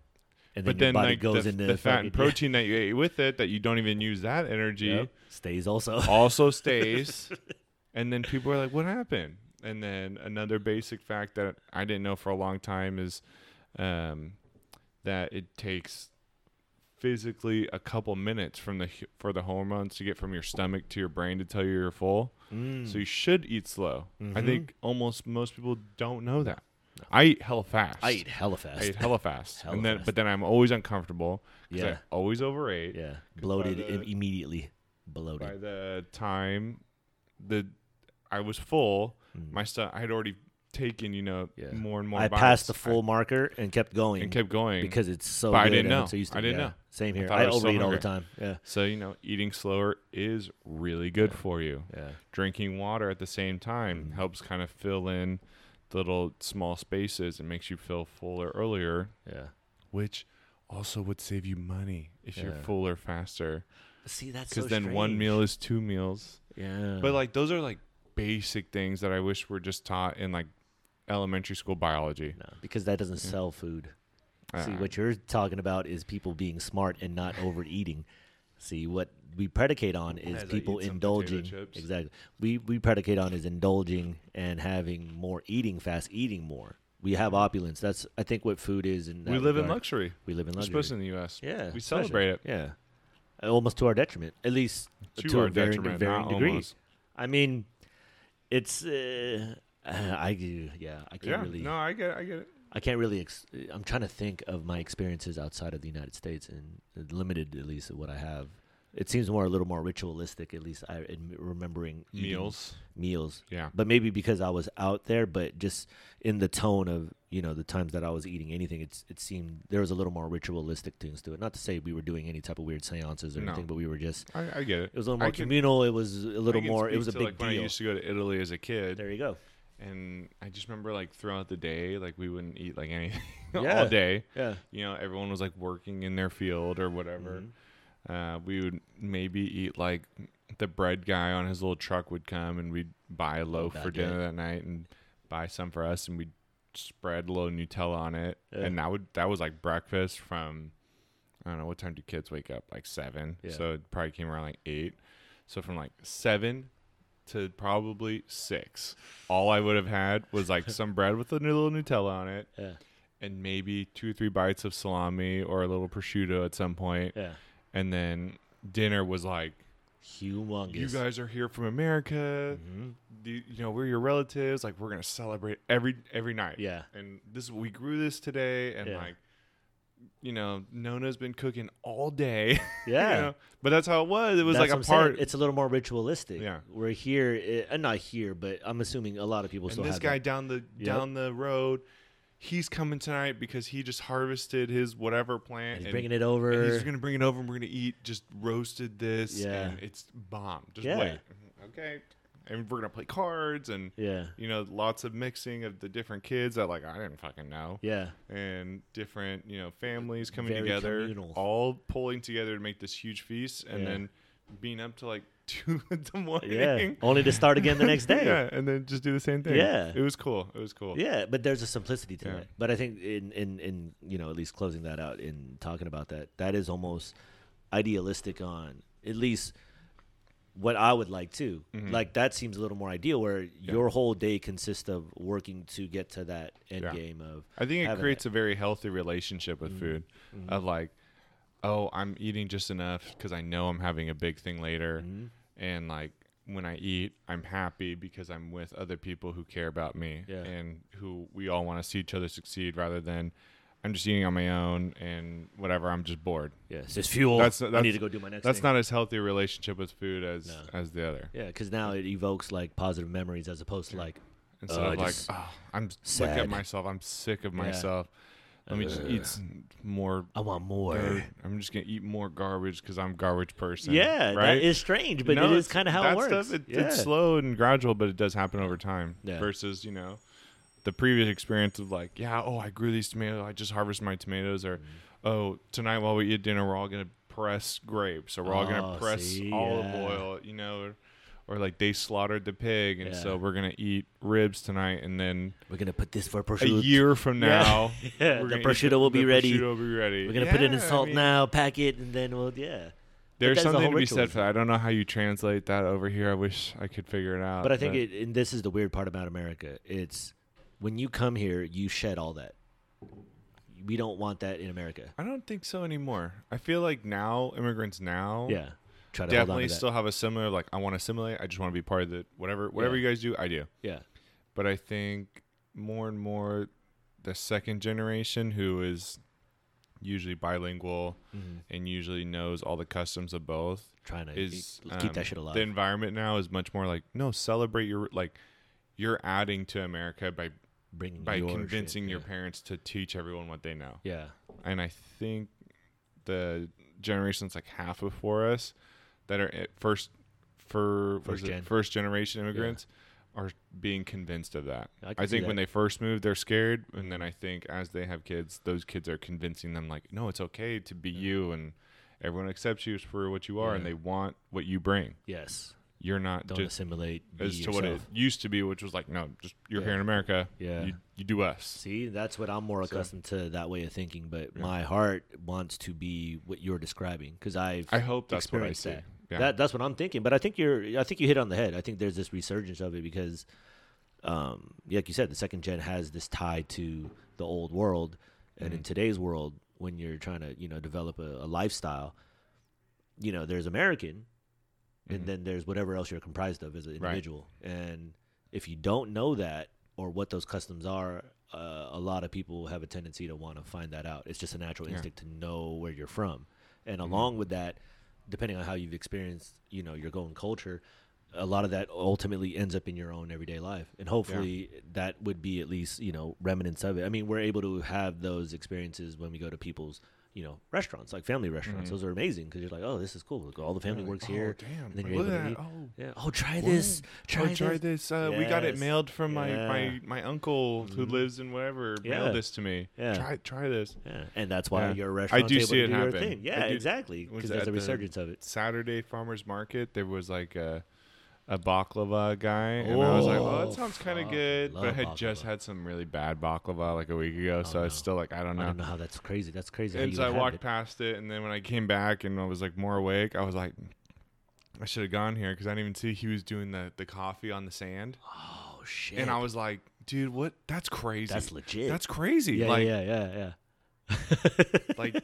[SPEAKER 2] And
[SPEAKER 1] but then like the, the fat
[SPEAKER 2] fucking- yeah.
[SPEAKER 1] and protein that you ate with it that you don't even use that energy
[SPEAKER 2] Yep. stays also.
[SPEAKER 1] also stays and then people are like what happened and then another basic fact that i didn't know for a long time is um, that it takes physically a couple minutes from the hu- for the hormones to get from your stomach to your brain to tell you you're full
[SPEAKER 2] Hmm.
[SPEAKER 1] so you should eat slow
[SPEAKER 2] Mm-hmm.
[SPEAKER 1] i think almost most people don't know that i eat hella fast
[SPEAKER 2] I eat hella fast.
[SPEAKER 1] I ate hella fast,
[SPEAKER 2] Hella
[SPEAKER 1] and then
[SPEAKER 2] fast.
[SPEAKER 1] but then I'm always uncomfortable because I
[SPEAKER 2] Yeah.
[SPEAKER 1] always overate.
[SPEAKER 2] yeah. Bloated
[SPEAKER 1] the-
[SPEAKER 2] im- immediately.
[SPEAKER 1] By
[SPEAKER 2] Bloated.
[SPEAKER 1] the time the I was full, my stuff I had already taken you know
[SPEAKER 2] Yeah.
[SPEAKER 1] more and more.
[SPEAKER 2] Mm. I
[SPEAKER 1] bites.
[SPEAKER 2] passed the
[SPEAKER 1] I-
[SPEAKER 2] full marker and kept going
[SPEAKER 1] and kept going
[SPEAKER 2] because it's so
[SPEAKER 1] But I
[SPEAKER 2] good
[SPEAKER 1] didn't
[SPEAKER 2] and I'm
[SPEAKER 1] know.
[SPEAKER 2] So used to,
[SPEAKER 1] I didn't
[SPEAKER 2] yeah.
[SPEAKER 1] know.
[SPEAKER 2] Same here.
[SPEAKER 1] thought
[SPEAKER 2] I,
[SPEAKER 1] I was so
[SPEAKER 2] overeat all the time. Yeah.
[SPEAKER 1] So you know, eating slower is really good for you.
[SPEAKER 2] Yeah. Mm.
[SPEAKER 1] Drinking water at the same time helps kind of fill in the little small spaces and makes you feel fuller earlier,
[SPEAKER 2] Yeah.
[SPEAKER 1] which also would save you money if you're
[SPEAKER 2] Yeah.
[SPEAKER 1] fuller faster.
[SPEAKER 2] See, that's
[SPEAKER 1] Because
[SPEAKER 2] so
[SPEAKER 1] then one
[SPEAKER 2] strange.
[SPEAKER 1] meal is two meals.
[SPEAKER 2] Yeah.
[SPEAKER 1] But like those are like basic things that I wish were just taught in like elementary school biology.
[SPEAKER 2] no, because that doesn't sell food. See,
[SPEAKER 1] Uh,
[SPEAKER 2] what you're talking about is people being smart and not overeating. See, what we predicate on is
[SPEAKER 1] As I
[SPEAKER 2] people
[SPEAKER 1] eat some
[SPEAKER 2] indulging.
[SPEAKER 1] potato chips.
[SPEAKER 2] Exactly. We we predicate on is indulging and having more eating, fast eating more. We have opulence. That's I think what food is. In that
[SPEAKER 1] we live in
[SPEAKER 2] regard.
[SPEAKER 1] luxury,
[SPEAKER 2] We live in luxury.
[SPEAKER 1] especially in the U.S.
[SPEAKER 2] yeah,
[SPEAKER 1] we
[SPEAKER 2] especially.
[SPEAKER 1] celebrate it
[SPEAKER 2] Yeah, almost to our detriment, at least to,
[SPEAKER 1] to, our
[SPEAKER 2] a varying,
[SPEAKER 1] detriment,
[SPEAKER 2] varying
[SPEAKER 1] not
[SPEAKER 2] degree.
[SPEAKER 1] almost.
[SPEAKER 2] I mean, it's uh, I yeah I can't
[SPEAKER 1] Yeah,
[SPEAKER 2] really
[SPEAKER 1] no, I get, it, I get it.
[SPEAKER 2] I can't really. Ex- I'm trying to think of my experiences outside of the United States and limited, at least, of what I have. It seems more a little more ritualistic, at least. I in remembering eating
[SPEAKER 1] Meals,
[SPEAKER 2] meals,
[SPEAKER 1] yeah,
[SPEAKER 2] but maybe because I was out there, but just in the tone of you know the times that I was eating anything, it's it seemed there was a little more ritualistic things to it. Not to say we were doing any type of weird seances or
[SPEAKER 1] No.
[SPEAKER 2] anything, but we were just.
[SPEAKER 1] I, I get it.
[SPEAKER 2] It was a little
[SPEAKER 1] I
[SPEAKER 2] more
[SPEAKER 1] can-
[SPEAKER 2] communal. It was a little
[SPEAKER 1] I can
[SPEAKER 2] more. It
[SPEAKER 1] speak
[SPEAKER 2] was a
[SPEAKER 1] to,
[SPEAKER 2] big
[SPEAKER 1] like, When I
[SPEAKER 2] deal.
[SPEAKER 1] used to go to Italy as a kid,
[SPEAKER 2] There you go.
[SPEAKER 1] and I just remember like throughout the day, like we wouldn't eat like anything
[SPEAKER 2] Yeah.
[SPEAKER 1] all day.
[SPEAKER 2] Yeah.
[SPEAKER 1] You know, everyone was like working in their field or
[SPEAKER 2] Mm-hmm.
[SPEAKER 1] whatever. Uh, we would maybe eat like the bread guy on his little truck would come and we'd buy a loaf
[SPEAKER 2] that
[SPEAKER 1] for dinner
[SPEAKER 2] good.
[SPEAKER 1] that night and buy some for us and we'd spread a little Nutella on it.
[SPEAKER 2] Yeah.
[SPEAKER 1] And that would that was like breakfast from I don't know what time do kids wake up like seven.
[SPEAKER 2] Yeah.
[SPEAKER 1] So it probably came around like eight. So from like seven to probably six, all I would have had was like some bread with a little Nutella on it
[SPEAKER 2] Yeah.
[SPEAKER 1] and maybe two or three bites of salami or a little prosciutto at some point.
[SPEAKER 2] Yeah.
[SPEAKER 1] And then dinner was like,
[SPEAKER 2] Humongous.
[SPEAKER 1] you guys are here from America.
[SPEAKER 2] Mhm.
[SPEAKER 1] You, you know, we're your relatives. Like, we're going to celebrate every every night.
[SPEAKER 2] Yeah.
[SPEAKER 1] And this we grew this today. And
[SPEAKER 2] Yeah.
[SPEAKER 1] like, you know, Nona's been cooking all day. you
[SPEAKER 2] Yeah.
[SPEAKER 1] know? But that's how it was. It was
[SPEAKER 2] That's what
[SPEAKER 1] like
[SPEAKER 2] I'm
[SPEAKER 1] a
[SPEAKER 2] saying.
[SPEAKER 1] part.
[SPEAKER 2] It's a little more ritualistic.
[SPEAKER 1] Yeah.
[SPEAKER 2] We're here, uh, not here, but I'm assuming a lot of people still
[SPEAKER 1] and this
[SPEAKER 2] have
[SPEAKER 1] guy
[SPEAKER 2] that.
[SPEAKER 1] down the
[SPEAKER 2] Yep.
[SPEAKER 1] down the road, he's coming tonight because he just harvested his whatever plant.
[SPEAKER 2] He's
[SPEAKER 1] and-
[SPEAKER 2] bringing it
[SPEAKER 1] And
[SPEAKER 2] over.
[SPEAKER 1] he's gonna bring it over, and we're gonna eat just roasted this,
[SPEAKER 2] Yeah.
[SPEAKER 1] and it's bomb. Just
[SPEAKER 2] Yeah.
[SPEAKER 1] wait, Mm-hmm. okay. And we're gonna play cards, and
[SPEAKER 2] yeah.
[SPEAKER 1] you know, lots of mixing of the different kids that like I didn't fucking know,
[SPEAKER 2] Yeah.
[SPEAKER 1] and different you know families coming
[SPEAKER 2] Very
[SPEAKER 1] together,
[SPEAKER 2] communal.
[SPEAKER 1] all pulling together to make this huge feast, and
[SPEAKER 2] Yeah.
[SPEAKER 1] then being up to like two in the morning.
[SPEAKER 2] Yeah. Only to start again the next day.
[SPEAKER 1] yeah, and then just do the same thing.
[SPEAKER 2] Yeah.
[SPEAKER 1] it was cool. It was cool.
[SPEAKER 2] Yeah, but there's a simplicity to
[SPEAKER 1] Yeah.
[SPEAKER 2] it. But I think in in in you know at least closing that out in talking about that, that is almost idealistic on at least what I would like too.
[SPEAKER 1] Mm-hmm.
[SPEAKER 2] Like that seems a little more ideal, where your whole day consists of working to get to that end
[SPEAKER 1] Yeah.
[SPEAKER 2] game of.
[SPEAKER 1] I think
[SPEAKER 2] having
[SPEAKER 1] it
[SPEAKER 2] Mm-hmm.
[SPEAKER 1] creates a very healthy relationship with food of like, oh, I'm eating just enough because I know I'm having a big thing later.
[SPEAKER 2] Mm-hmm.
[SPEAKER 1] And like when I eat, I'm happy because I'm with other people who care about me
[SPEAKER 2] Yeah.
[SPEAKER 1] and who we all want to see each other succeed rather than I'm just eating on my own and whatever, I'm just bored.
[SPEAKER 2] Yeah, it's just fuel.
[SPEAKER 1] That's-
[SPEAKER 2] I
[SPEAKER 1] that's-
[SPEAKER 2] need to go do my next.
[SPEAKER 1] That's
[SPEAKER 2] thing.
[SPEAKER 1] not as healthy a relationship with food as
[SPEAKER 2] No.
[SPEAKER 1] as the other.
[SPEAKER 2] Yeah, because now it evokes like positive memories as opposed to like
[SPEAKER 1] Instead
[SPEAKER 2] Uh,
[SPEAKER 1] of like,
[SPEAKER 2] just
[SPEAKER 1] oh, I'm sick
[SPEAKER 2] sad.
[SPEAKER 1] of myself. I'm sick of myself. Let me just eat some more
[SPEAKER 2] I want more.
[SPEAKER 1] Or I'm just gonna eat more garbage because I'm a garbage person.
[SPEAKER 2] Yeah,
[SPEAKER 1] right.
[SPEAKER 2] that is strange, but
[SPEAKER 1] No,
[SPEAKER 2] it is
[SPEAKER 1] it's-
[SPEAKER 2] kind of how
[SPEAKER 1] that
[SPEAKER 2] it works.
[SPEAKER 1] Stuff, it,
[SPEAKER 2] yeah.
[SPEAKER 1] It's slow and gradual, but it does happen over time.
[SPEAKER 2] Yeah.
[SPEAKER 1] Versus, you know, the previous experience of like, yeah, oh, I grew these tomatoes. I just harvested my tomatoes, or
[SPEAKER 2] Mm-hmm.
[SPEAKER 1] oh, tonight while we eat dinner, we're all gonna press grapes, or we're all
[SPEAKER 2] Oh,
[SPEAKER 1] gonna press
[SPEAKER 2] see,
[SPEAKER 1] olive
[SPEAKER 2] yeah.
[SPEAKER 1] oil. You know, or, or like they slaughtered the pig, and
[SPEAKER 2] Yeah.
[SPEAKER 1] so we're gonna eat ribs tonight, and then
[SPEAKER 2] We're gonna put this for
[SPEAKER 1] a
[SPEAKER 2] prosciutto.
[SPEAKER 1] year from
[SPEAKER 2] Yeah.
[SPEAKER 1] now,
[SPEAKER 2] Yeah,
[SPEAKER 1] we're
[SPEAKER 2] the
[SPEAKER 1] gonna eat
[SPEAKER 2] prosciutto will
[SPEAKER 1] the
[SPEAKER 2] be ready.
[SPEAKER 1] prosciutto will be ready.
[SPEAKER 2] We're gonna put it in
[SPEAKER 1] Yeah, I
[SPEAKER 2] salt
[SPEAKER 1] mean-
[SPEAKER 2] now, pack it, and then we'll yeah. that's
[SPEAKER 1] There's
[SPEAKER 2] the
[SPEAKER 1] something
[SPEAKER 2] whole
[SPEAKER 1] to be
[SPEAKER 2] ritual,
[SPEAKER 1] said for that. I don't know how you translate that over here. I wish I could figure it out.
[SPEAKER 2] But I think it, and this is the weird part about America. It's when you come here, you shed all that. We don't want that in America.
[SPEAKER 1] I don't think so anymore. I feel like now immigrants now,
[SPEAKER 2] Yeah, try to hold on
[SPEAKER 1] definitely
[SPEAKER 2] to that.
[SPEAKER 1] still have a similar like I want to assimilate. I just want to be part of the whatever whatever
[SPEAKER 2] Yeah.
[SPEAKER 1] you guys do. I do.
[SPEAKER 2] yeah,
[SPEAKER 1] But I think more and more the second generation who is usually bilingual
[SPEAKER 2] Mm-hmm.
[SPEAKER 1] and usually knows all the customs of both
[SPEAKER 2] trying to
[SPEAKER 1] is
[SPEAKER 2] keep
[SPEAKER 1] um,
[SPEAKER 2] that shit alive.
[SPEAKER 1] The environment now is much more like no celebrate your like you're adding to America by
[SPEAKER 2] bringing
[SPEAKER 1] by
[SPEAKER 2] your shit,
[SPEAKER 1] convincing your
[SPEAKER 2] yeah.
[SPEAKER 1] parents to teach everyone what they know.
[SPEAKER 2] yeah,
[SPEAKER 1] And I think the generations like half before us that are at first for what
[SPEAKER 2] First
[SPEAKER 1] is it?
[SPEAKER 2] gen.
[SPEAKER 1] first generation immigrants are being convinced of that.
[SPEAKER 2] I
[SPEAKER 1] I,
[SPEAKER 2] can see
[SPEAKER 1] think when
[SPEAKER 2] that.
[SPEAKER 1] they first move, they're scared, and then I think as they have kids, those kids are convincing them like, no, it's okay to be you, and everyone accepts you for what you are, and
[SPEAKER 2] Yeah.
[SPEAKER 1] they want what you bring.
[SPEAKER 2] yes.
[SPEAKER 1] You're not
[SPEAKER 2] Don't
[SPEAKER 1] just
[SPEAKER 2] assimilate. Be
[SPEAKER 1] as to what it
[SPEAKER 2] yourself.
[SPEAKER 1] used to be, which was like, no, just you're
[SPEAKER 2] Yeah.
[SPEAKER 1] here in America.
[SPEAKER 2] Yeah.
[SPEAKER 1] you, you do us.
[SPEAKER 2] See, that's what I'm more
[SPEAKER 1] So-
[SPEAKER 2] accustomed to that way of thinking. But my heart wants to be what you're describing because I've
[SPEAKER 1] I hope that's what I
[SPEAKER 2] experienced
[SPEAKER 1] see.
[SPEAKER 2] that.
[SPEAKER 1] Yeah.
[SPEAKER 2] That that's what I'm thinking. But I think you're I think you hit on the head. I think there's this resurgence of it because um, yeah, like you said, the second gen has this tie to the old world, and
[SPEAKER 1] Mm-hmm.
[SPEAKER 2] in today's world, when you're trying to you know develop a, a lifestyle, you know there's American, and then there's whatever else you're comprised of as an individual, and if you don't know that or what those customs are. Uh, a lot of people have a tendency to want to find that out. It's just a natural
[SPEAKER 1] Yeah.
[SPEAKER 2] instinct to know where you're from, and along with that, depending on how you've experienced, you know, your own culture, a lot of that ultimately ends up in your own everyday life. And hopefully that would be at least, you know, remnants of it. I mean, we're able to have those experiences when we go to people's, you know, restaurants, like family restaurants. Those are amazing because you're like, oh, this is cool. Look, all the family works
[SPEAKER 1] oh,
[SPEAKER 2] here.
[SPEAKER 1] damn,
[SPEAKER 2] And then
[SPEAKER 1] look
[SPEAKER 2] you're able
[SPEAKER 1] at
[SPEAKER 2] to
[SPEAKER 1] that.
[SPEAKER 2] eat.
[SPEAKER 1] Oh,
[SPEAKER 2] yeah. oh, try this. Try,
[SPEAKER 1] Try, try
[SPEAKER 2] this.
[SPEAKER 1] this. Uh, We got it
[SPEAKER 2] Yes.
[SPEAKER 1] mailed from
[SPEAKER 2] Yeah. Mm-hmm.
[SPEAKER 1] my, my, my uncle who lives in wherever.
[SPEAKER 2] Yeah.
[SPEAKER 1] Mailed this to me.
[SPEAKER 2] Yeah.
[SPEAKER 1] Try try this.
[SPEAKER 2] Yeah. And that's why
[SPEAKER 1] Yeah.
[SPEAKER 2] your
[SPEAKER 1] I
[SPEAKER 2] restaurant
[SPEAKER 1] do
[SPEAKER 2] able
[SPEAKER 1] see
[SPEAKER 2] to
[SPEAKER 1] it
[SPEAKER 2] do your
[SPEAKER 1] happen.
[SPEAKER 2] thing. Yeah,
[SPEAKER 1] I do-
[SPEAKER 2] exactly.
[SPEAKER 1] was
[SPEAKER 2] Because there's
[SPEAKER 1] at
[SPEAKER 2] a
[SPEAKER 1] the-
[SPEAKER 2] resurgence of it.
[SPEAKER 1] Saturday farmers market, there was like a a baklava guy, and I was like, "Well,
[SPEAKER 2] Oh,
[SPEAKER 1] that sounds kind
[SPEAKER 2] fuck,
[SPEAKER 1] of good,"
[SPEAKER 2] love
[SPEAKER 1] but I had just
[SPEAKER 2] baklava.
[SPEAKER 1] had some really bad baklava like a week ago, so I was
[SPEAKER 2] no.
[SPEAKER 1] still like, "I don't know."
[SPEAKER 2] I don't know how that's crazy. That's crazy. how
[SPEAKER 1] and
[SPEAKER 2] you
[SPEAKER 1] so I
[SPEAKER 2] would have
[SPEAKER 1] walked
[SPEAKER 2] it.
[SPEAKER 1] past it, and then when I came back and I was like more awake, I was like, "I should have gone here" because I didn't even see he was doing the the coffee on the sand,
[SPEAKER 2] Oh, shit.
[SPEAKER 1] and I was like, "Dude, what? That's crazy.
[SPEAKER 2] that's legit.
[SPEAKER 1] That's crazy.
[SPEAKER 2] yeah,
[SPEAKER 1] like
[SPEAKER 2] yeah, yeah, yeah.
[SPEAKER 1] like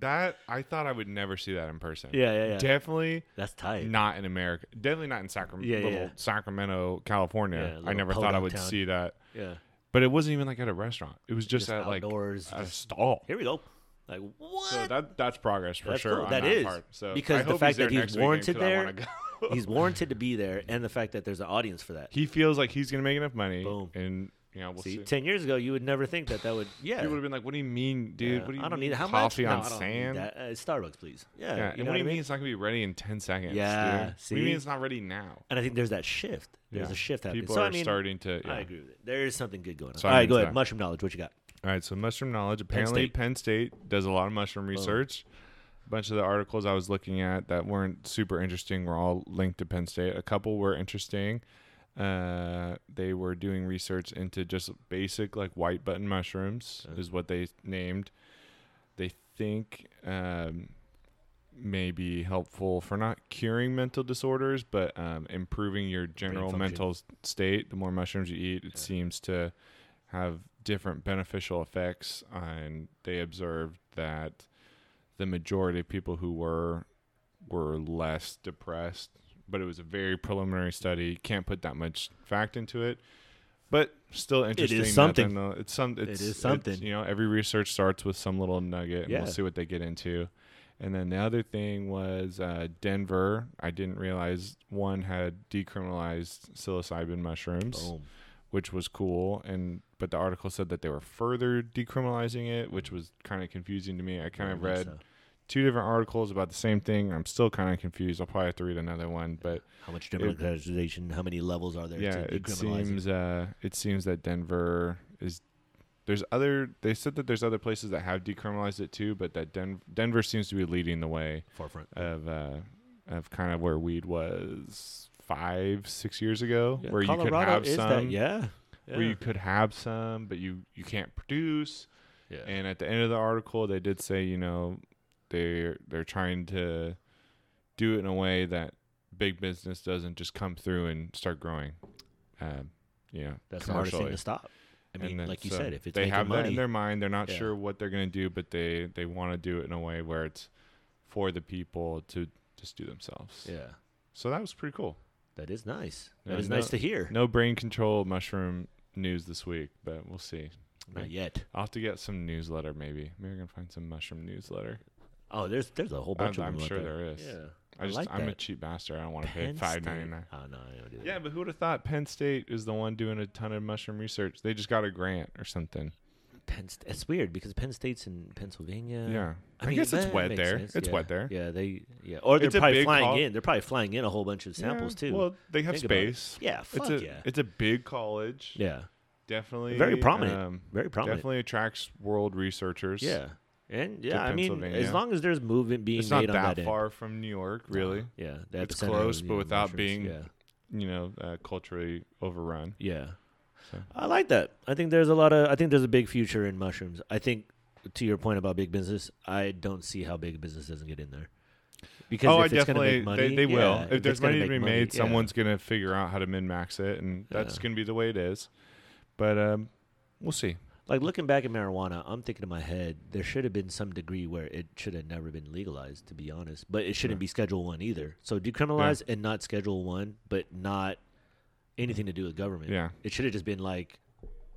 [SPEAKER 1] that. I thought I would never see that in person.
[SPEAKER 2] Yeah, yeah, yeah.
[SPEAKER 1] Definitely."
[SPEAKER 2] That's tight.
[SPEAKER 1] not in America. Definitely not in Sacramento,
[SPEAKER 2] Yeah, yeah,
[SPEAKER 1] little
[SPEAKER 2] yeah.
[SPEAKER 1] Sacramento, California.
[SPEAKER 2] Yeah,
[SPEAKER 1] I
[SPEAKER 2] little
[SPEAKER 1] never thought I
[SPEAKER 2] podunk
[SPEAKER 1] would
[SPEAKER 2] town.
[SPEAKER 1] see that.
[SPEAKER 2] Yeah.
[SPEAKER 1] But it wasn't even like at a restaurant. It was just,
[SPEAKER 2] Just
[SPEAKER 1] at like
[SPEAKER 2] outdoors,
[SPEAKER 1] at a
[SPEAKER 2] just-
[SPEAKER 1] stall.
[SPEAKER 2] Here we go. Like what?
[SPEAKER 1] So that that's progress for
[SPEAKER 2] That's
[SPEAKER 1] sure.
[SPEAKER 2] cool.
[SPEAKER 1] on
[SPEAKER 2] That
[SPEAKER 1] that
[SPEAKER 2] is.
[SPEAKER 1] part. So
[SPEAKER 2] Because
[SPEAKER 1] I
[SPEAKER 2] the
[SPEAKER 1] hope
[SPEAKER 2] fact
[SPEAKER 1] he's there
[SPEAKER 2] that he's
[SPEAKER 1] next weekend
[SPEAKER 2] warranted
[SPEAKER 1] 'cause I
[SPEAKER 2] there-
[SPEAKER 1] wanna go.
[SPEAKER 2] He's warranted to be there, and the fact that there's an audience for that.
[SPEAKER 1] he feels like he's gonna make enough money.
[SPEAKER 2] Boom.
[SPEAKER 1] And you know, we'll
[SPEAKER 2] See,
[SPEAKER 1] see.
[SPEAKER 2] ten years ago, you would never think that that would. Yeah.
[SPEAKER 1] People would have been like, "What do you mean, dude?
[SPEAKER 2] Yeah.
[SPEAKER 1] What do you
[SPEAKER 2] I don't
[SPEAKER 1] mean
[SPEAKER 2] need how
[SPEAKER 1] coffee
[SPEAKER 2] much.
[SPEAKER 1] on
[SPEAKER 2] no, I don't
[SPEAKER 1] sand?"
[SPEAKER 2] Need that. Uh, Starbucks, please. Yeah.
[SPEAKER 1] Yeah.
[SPEAKER 2] You
[SPEAKER 1] and
[SPEAKER 2] know
[SPEAKER 1] what do
[SPEAKER 2] I
[SPEAKER 1] you mean?
[SPEAKER 2] mean?
[SPEAKER 1] it's not gonna be ready in ten seconds?
[SPEAKER 2] Yeah,
[SPEAKER 1] Dude? What do you
[SPEAKER 2] see?
[SPEAKER 1] mean it's not ready now?
[SPEAKER 2] And I think there's that shift. There's
[SPEAKER 1] Yeah.
[SPEAKER 2] a shift happening.
[SPEAKER 1] People
[SPEAKER 2] so
[SPEAKER 1] are
[SPEAKER 2] I mean,
[SPEAKER 1] starting to. Yeah.
[SPEAKER 2] I agree with it. There is something good going on.
[SPEAKER 1] So
[SPEAKER 2] All
[SPEAKER 1] I'm
[SPEAKER 2] right, go
[SPEAKER 1] into
[SPEAKER 2] ahead.
[SPEAKER 1] that.
[SPEAKER 2] Mushroom knowledge. What you got?
[SPEAKER 1] All right, so mushroom knowledge. Apparently,
[SPEAKER 2] State.
[SPEAKER 1] Penn State, does a lot of mushroom research. A bunch of the articles I was looking at that weren't super interesting were all linked to Penn State. A couple were interesting. Uh, they were doing research into just basic like white button mushrooms is what they named. They think um, may be helpful for not curing mental disorders, but um, improving your general
[SPEAKER 2] function.
[SPEAKER 1] mental s- state. The more mushrooms you eat, it seems to have different beneficial effects. And they observed that the majority of people who were were less depressed, but it was a very preliminary study. Can't put that much fact into it, but still interesting. that
[SPEAKER 2] something.
[SPEAKER 1] then the- it's some. It's,
[SPEAKER 2] is something.
[SPEAKER 1] it's, you know, every research starts with some little nugget, and
[SPEAKER 2] Yeah.
[SPEAKER 1] we'll see what they get into. And then the other thing was uh, Denver. I didn't realize one had decriminalized psilocybin mushrooms
[SPEAKER 2] Boom.
[SPEAKER 1] which was cool and but the article said that they were further decriminalizing it which was kind of confusing to me i kind of
[SPEAKER 2] Very much
[SPEAKER 1] read
[SPEAKER 2] so.
[SPEAKER 1] two different articles about the same thing i'm still kind of confused i'll probably have to read another one but
[SPEAKER 2] How much criminalization? How many levels are there?
[SPEAKER 1] yeah
[SPEAKER 2] to
[SPEAKER 1] it
[SPEAKER 2] decriminalize
[SPEAKER 1] seems uh it seems that denver is there's other they said that there's other places that have decriminalized it too but that Den- denver seems to be leading the way
[SPEAKER 2] forefront.
[SPEAKER 1] of uh of kind of where weed was five six years ago where you could have some
[SPEAKER 2] yeah.
[SPEAKER 1] where you could have some, but you you can't produce.
[SPEAKER 2] Yeah.
[SPEAKER 1] And at the end of the article, they did say, you know, they're they're trying to do it in a way that big business doesn't just come through and start growing. Um, you know,
[SPEAKER 2] That's the hardest thing
[SPEAKER 1] commercially.
[SPEAKER 2] to stop. I
[SPEAKER 1] And
[SPEAKER 2] mean,
[SPEAKER 1] then-
[SPEAKER 2] like you
[SPEAKER 1] so
[SPEAKER 2] said, if it's
[SPEAKER 1] they
[SPEAKER 2] making
[SPEAKER 1] have
[SPEAKER 2] money,
[SPEAKER 1] that in their mind, they're not
[SPEAKER 2] Yeah.
[SPEAKER 1] sure what they're gonna do, but they they want to do it in a way where it's for the people to just do themselves.
[SPEAKER 2] yeah,
[SPEAKER 1] So that was pretty cool.
[SPEAKER 2] that is nice.
[SPEAKER 1] Yeah,
[SPEAKER 2] that is
[SPEAKER 1] no-
[SPEAKER 2] nice to hear.
[SPEAKER 1] No brain control mushroom news this week, but we'll see.
[SPEAKER 2] Not yet.
[SPEAKER 1] I'll have to get some newsletter, maybe. Maybe I can find some mushroom newsletter.
[SPEAKER 2] Oh, there's there's a whole bunch
[SPEAKER 1] I'm,
[SPEAKER 2] of
[SPEAKER 1] I'm
[SPEAKER 2] them. out
[SPEAKER 1] sure
[SPEAKER 2] there.
[SPEAKER 1] there is.
[SPEAKER 2] Yeah,
[SPEAKER 1] I just
[SPEAKER 2] like
[SPEAKER 1] I'm a
[SPEAKER 2] that.
[SPEAKER 1] cheap bastard. I don't want to pay
[SPEAKER 2] Penn
[SPEAKER 1] five
[SPEAKER 2] State.
[SPEAKER 1] ninety nine.
[SPEAKER 2] Oh no, I don't do that.
[SPEAKER 1] Yeah, but who would have thought Penn State is the one doing a ton of mushroom research? They just got a grant or something.
[SPEAKER 2] Penn St- it's weird because Penn State's in Pennsylvania.
[SPEAKER 1] Yeah, I,
[SPEAKER 2] mean,
[SPEAKER 1] guess it's
[SPEAKER 2] that
[SPEAKER 1] wet
[SPEAKER 2] makes
[SPEAKER 1] there.
[SPEAKER 2] sense,
[SPEAKER 1] It's
[SPEAKER 2] yeah.
[SPEAKER 1] wet there.
[SPEAKER 2] Yeah, they yeah, or they're
[SPEAKER 1] It's a
[SPEAKER 2] probably
[SPEAKER 1] big
[SPEAKER 2] flying
[SPEAKER 1] col-
[SPEAKER 2] in. They're probably flying in a whole bunch of samples
[SPEAKER 1] Yeah,
[SPEAKER 2] too.
[SPEAKER 1] Well, they have
[SPEAKER 2] Think about it.
[SPEAKER 1] space.
[SPEAKER 2] yeah, fuck
[SPEAKER 1] it's a
[SPEAKER 2] yeah,
[SPEAKER 1] it's a big college.
[SPEAKER 2] yeah,
[SPEAKER 1] Definitely
[SPEAKER 2] Very prominent.
[SPEAKER 1] um,
[SPEAKER 2] very prominent.
[SPEAKER 1] Definitely attracts world researchers.
[SPEAKER 2] Yeah, and yeah, I mean, as
[SPEAKER 1] Pennsylvania.
[SPEAKER 2] long as there's movement being
[SPEAKER 1] it's not
[SPEAKER 2] made on
[SPEAKER 1] that
[SPEAKER 2] that end.
[SPEAKER 1] far from New York, really.
[SPEAKER 2] Yeah, the
[SPEAKER 1] It's
[SPEAKER 2] epicenter of,
[SPEAKER 1] close,
[SPEAKER 2] you
[SPEAKER 1] but
[SPEAKER 2] know,
[SPEAKER 1] without
[SPEAKER 2] mushrooms.
[SPEAKER 1] being-
[SPEAKER 2] Yeah, Uh-huh.
[SPEAKER 1] You know, uh, culturally overrun.
[SPEAKER 2] yeah.
[SPEAKER 1] So.
[SPEAKER 2] I like that. I think there's a lot of. I think there's a big future in mushrooms. I think to your point about big business, I don't see how big business doesn't get in there. because
[SPEAKER 1] oh,
[SPEAKER 2] if
[SPEAKER 1] I
[SPEAKER 2] it's gonna
[SPEAKER 1] definitely.
[SPEAKER 2] make money,
[SPEAKER 1] they they will.
[SPEAKER 2] yeah,
[SPEAKER 1] if
[SPEAKER 2] it's
[SPEAKER 1] there's
[SPEAKER 2] gonna
[SPEAKER 1] money to
[SPEAKER 2] make
[SPEAKER 1] be made,
[SPEAKER 2] yeah.
[SPEAKER 1] someone's gonna figure out how to min max it, and that's
[SPEAKER 2] Yeah.
[SPEAKER 1] gonna be the way it is. But um, we'll see.
[SPEAKER 2] Like looking back at marijuana, I'm thinking in my head there should have been some degree where it should have never been legalized, to be honest. But it shouldn't
[SPEAKER 1] Yeah.
[SPEAKER 2] be Schedule One either. So decriminalize and not Schedule One, but not anything to do with government.
[SPEAKER 1] Yeah.
[SPEAKER 2] it should have just been like,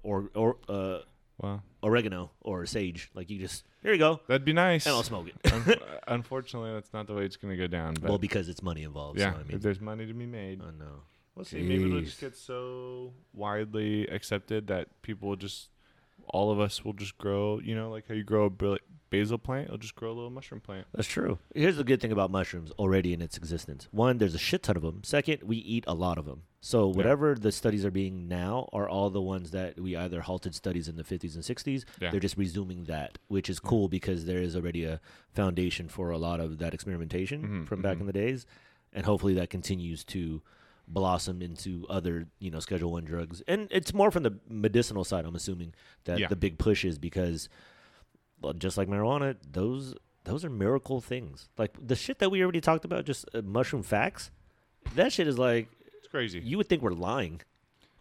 [SPEAKER 2] or or uh,
[SPEAKER 1] Well,
[SPEAKER 2] oregano or sage. Like you just here you go,
[SPEAKER 1] that'd be nice.
[SPEAKER 2] and I'll smoke it.
[SPEAKER 1] Un- unfortunately, that's not the way it's gonna go down. But
[SPEAKER 2] well, because it's money involved.
[SPEAKER 1] yeah,
[SPEAKER 2] so, I
[SPEAKER 1] if
[SPEAKER 2] mean,
[SPEAKER 1] there's money to be made,
[SPEAKER 2] I know.
[SPEAKER 1] we'll see. Maybe it'll just
[SPEAKER 2] Jeez.
[SPEAKER 1] get so widely accepted that people will just, all of us will just grow. You know, like how you grow a bri- basil plant, you'll just grow a little mushroom plant.
[SPEAKER 2] That's true. Here's the good thing about mushrooms already in its existence. One, there's a shit ton of them. Second, we eat a lot of them. So whatever the studies are being now are all the ones that we either halted studies in the 50s and 60s.
[SPEAKER 1] Yeah.
[SPEAKER 2] They're just resuming that, which is cool because there is already a foundation for a lot of that experimentation
[SPEAKER 1] Mhm,
[SPEAKER 2] from back
[SPEAKER 1] mhm.
[SPEAKER 2] in the days, and hopefully that continues to blossom into other you know Schedule One drugs. And it's more from the medicinal side. I'm assuming that
[SPEAKER 1] Yeah.
[SPEAKER 2] the big push is because well, just like marijuana, those those are miracle things. Like the shit that we already talked about, just uh, mushroom facts. That shit is like
[SPEAKER 1] It's crazy.
[SPEAKER 2] you would think we're lying.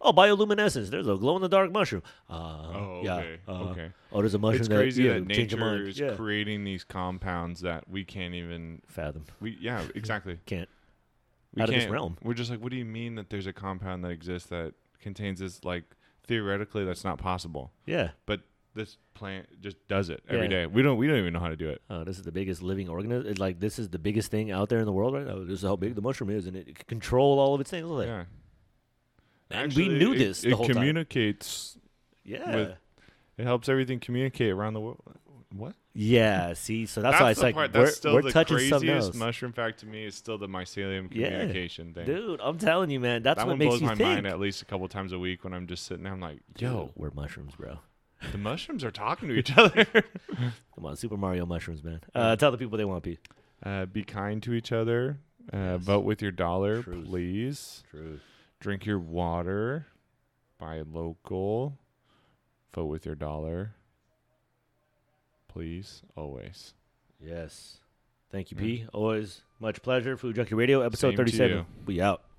[SPEAKER 2] Oh, bioluminescence. There's a glow in the dark mushroom. Uh,
[SPEAKER 1] oh,
[SPEAKER 2] yeah.
[SPEAKER 1] okay.
[SPEAKER 2] uh,
[SPEAKER 1] okay.
[SPEAKER 2] Oh, there's a mushroom
[SPEAKER 1] It's
[SPEAKER 2] that,
[SPEAKER 1] crazy
[SPEAKER 2] yeah,
[SPEAKER 1] that
[SPEAKER 2] change your
[SPEAKER 1] nature
[SPEAKER 2] mind.
[SPEAKER 1] is
[SPEAKER 2] yeah.
[SPEAKER 1] creating these compounds that we can't even.
[SPEAKER 2] fathom.
[SPEAKER 1] We yeah, exactly.
[SPEAKER 2] Can't.
[SPEAKER 1] We
[SPEAKER 2] Out of this
[SPEAKER 1] can't,
[SPEAKER 2] realm.
[SPEAKER 1] We're just like, what do you mean that there's a compound that exists that contains this? Like theoretically, that's not possible.
[SPEAKER 2] Yeah.
[SPEAKER 1] But this plant just does it every
[SPEAKER 2] Yeah.
[SPEAKER 1] day. We don't. We don't even know how to do it.
[SPEAKER 2] Oh, this is the biggest living organism. Like this is the biggest thing out there in the world right now. This is how big the mushroom is, and it, can control all of its things. Like,
[SPEAKER 1] yeah.
[SPEAKER 2] And we knew
[SPEAKER 1] it-
[SPEAKER 2] this
[SPEAKER 1] It,
[SPEAKER 2] the whole time.
[SPEAKER 1] communicates.
[SPEAKER 2] yeah,
[SPEAKER 1] With- It helps everything communicate around the world. What?
[SPEAKER 2] yeah. See, so that's, why it's
[SPEAKER 1] the
[SPEAKER 2] like
[SPEAKER 1] part.
[SPEAKER 2] we're,
[SPEAKER 1] That's still
[SPEAKER 2] we're
[SPEAKER 1] the
[SPEAKER 2] touching
[SPEAKER 1] craziest
[SPEAKER 2] something else.
[SPEAKER 1] mushroom fact to me is still the mycelium
[SPEAKER 2] Yeah.
[SPEAKER 1] communication thing.
[SPEAKER 2] Dude, I'm telling you, man, that's
[SPEAKER 1] that
[SPEAKER 2] what
[SPEAKER 1] one
[SPEAKER 2] makes
[SPEAKER 1] blows
[SPEAKER 2] you
[SPEAKER 1] my
[SPEAKER 2] think.
[SPEAKER 1] mind at least a couple times a week when I'm just sitting there. I'm like, yo,
[SPEAKER 2] we're mushrooms, bro.
[SPEAKER 1] the mushrooms are talking to each other.
[SPEAKER 2] Come on, Super Mario mushrooms, man. Uh, tell the people they want to be.
[SPEAKER 1] Uh, be kind to each other. Uh,
[SPEAKER 2] Yes.
[SPEAKER 1] Vote with your dollar,
[SPEAKER 2] Truth.
[SPEAKER 1] please.
[SPEAKER 2] True.
[SPEAKER 1] Drink your water. Buy local. Vote with your dollar. Please, always.
[SPEAKER 2] Yes. Thank you, P. Always much pleasure. Food Junkie Radio, episode
[SPEAKER 1] Mm. Same to
[SPEAKER 2] 37.
[SPEAKER 1] you.
[SPEAKER 2] We out.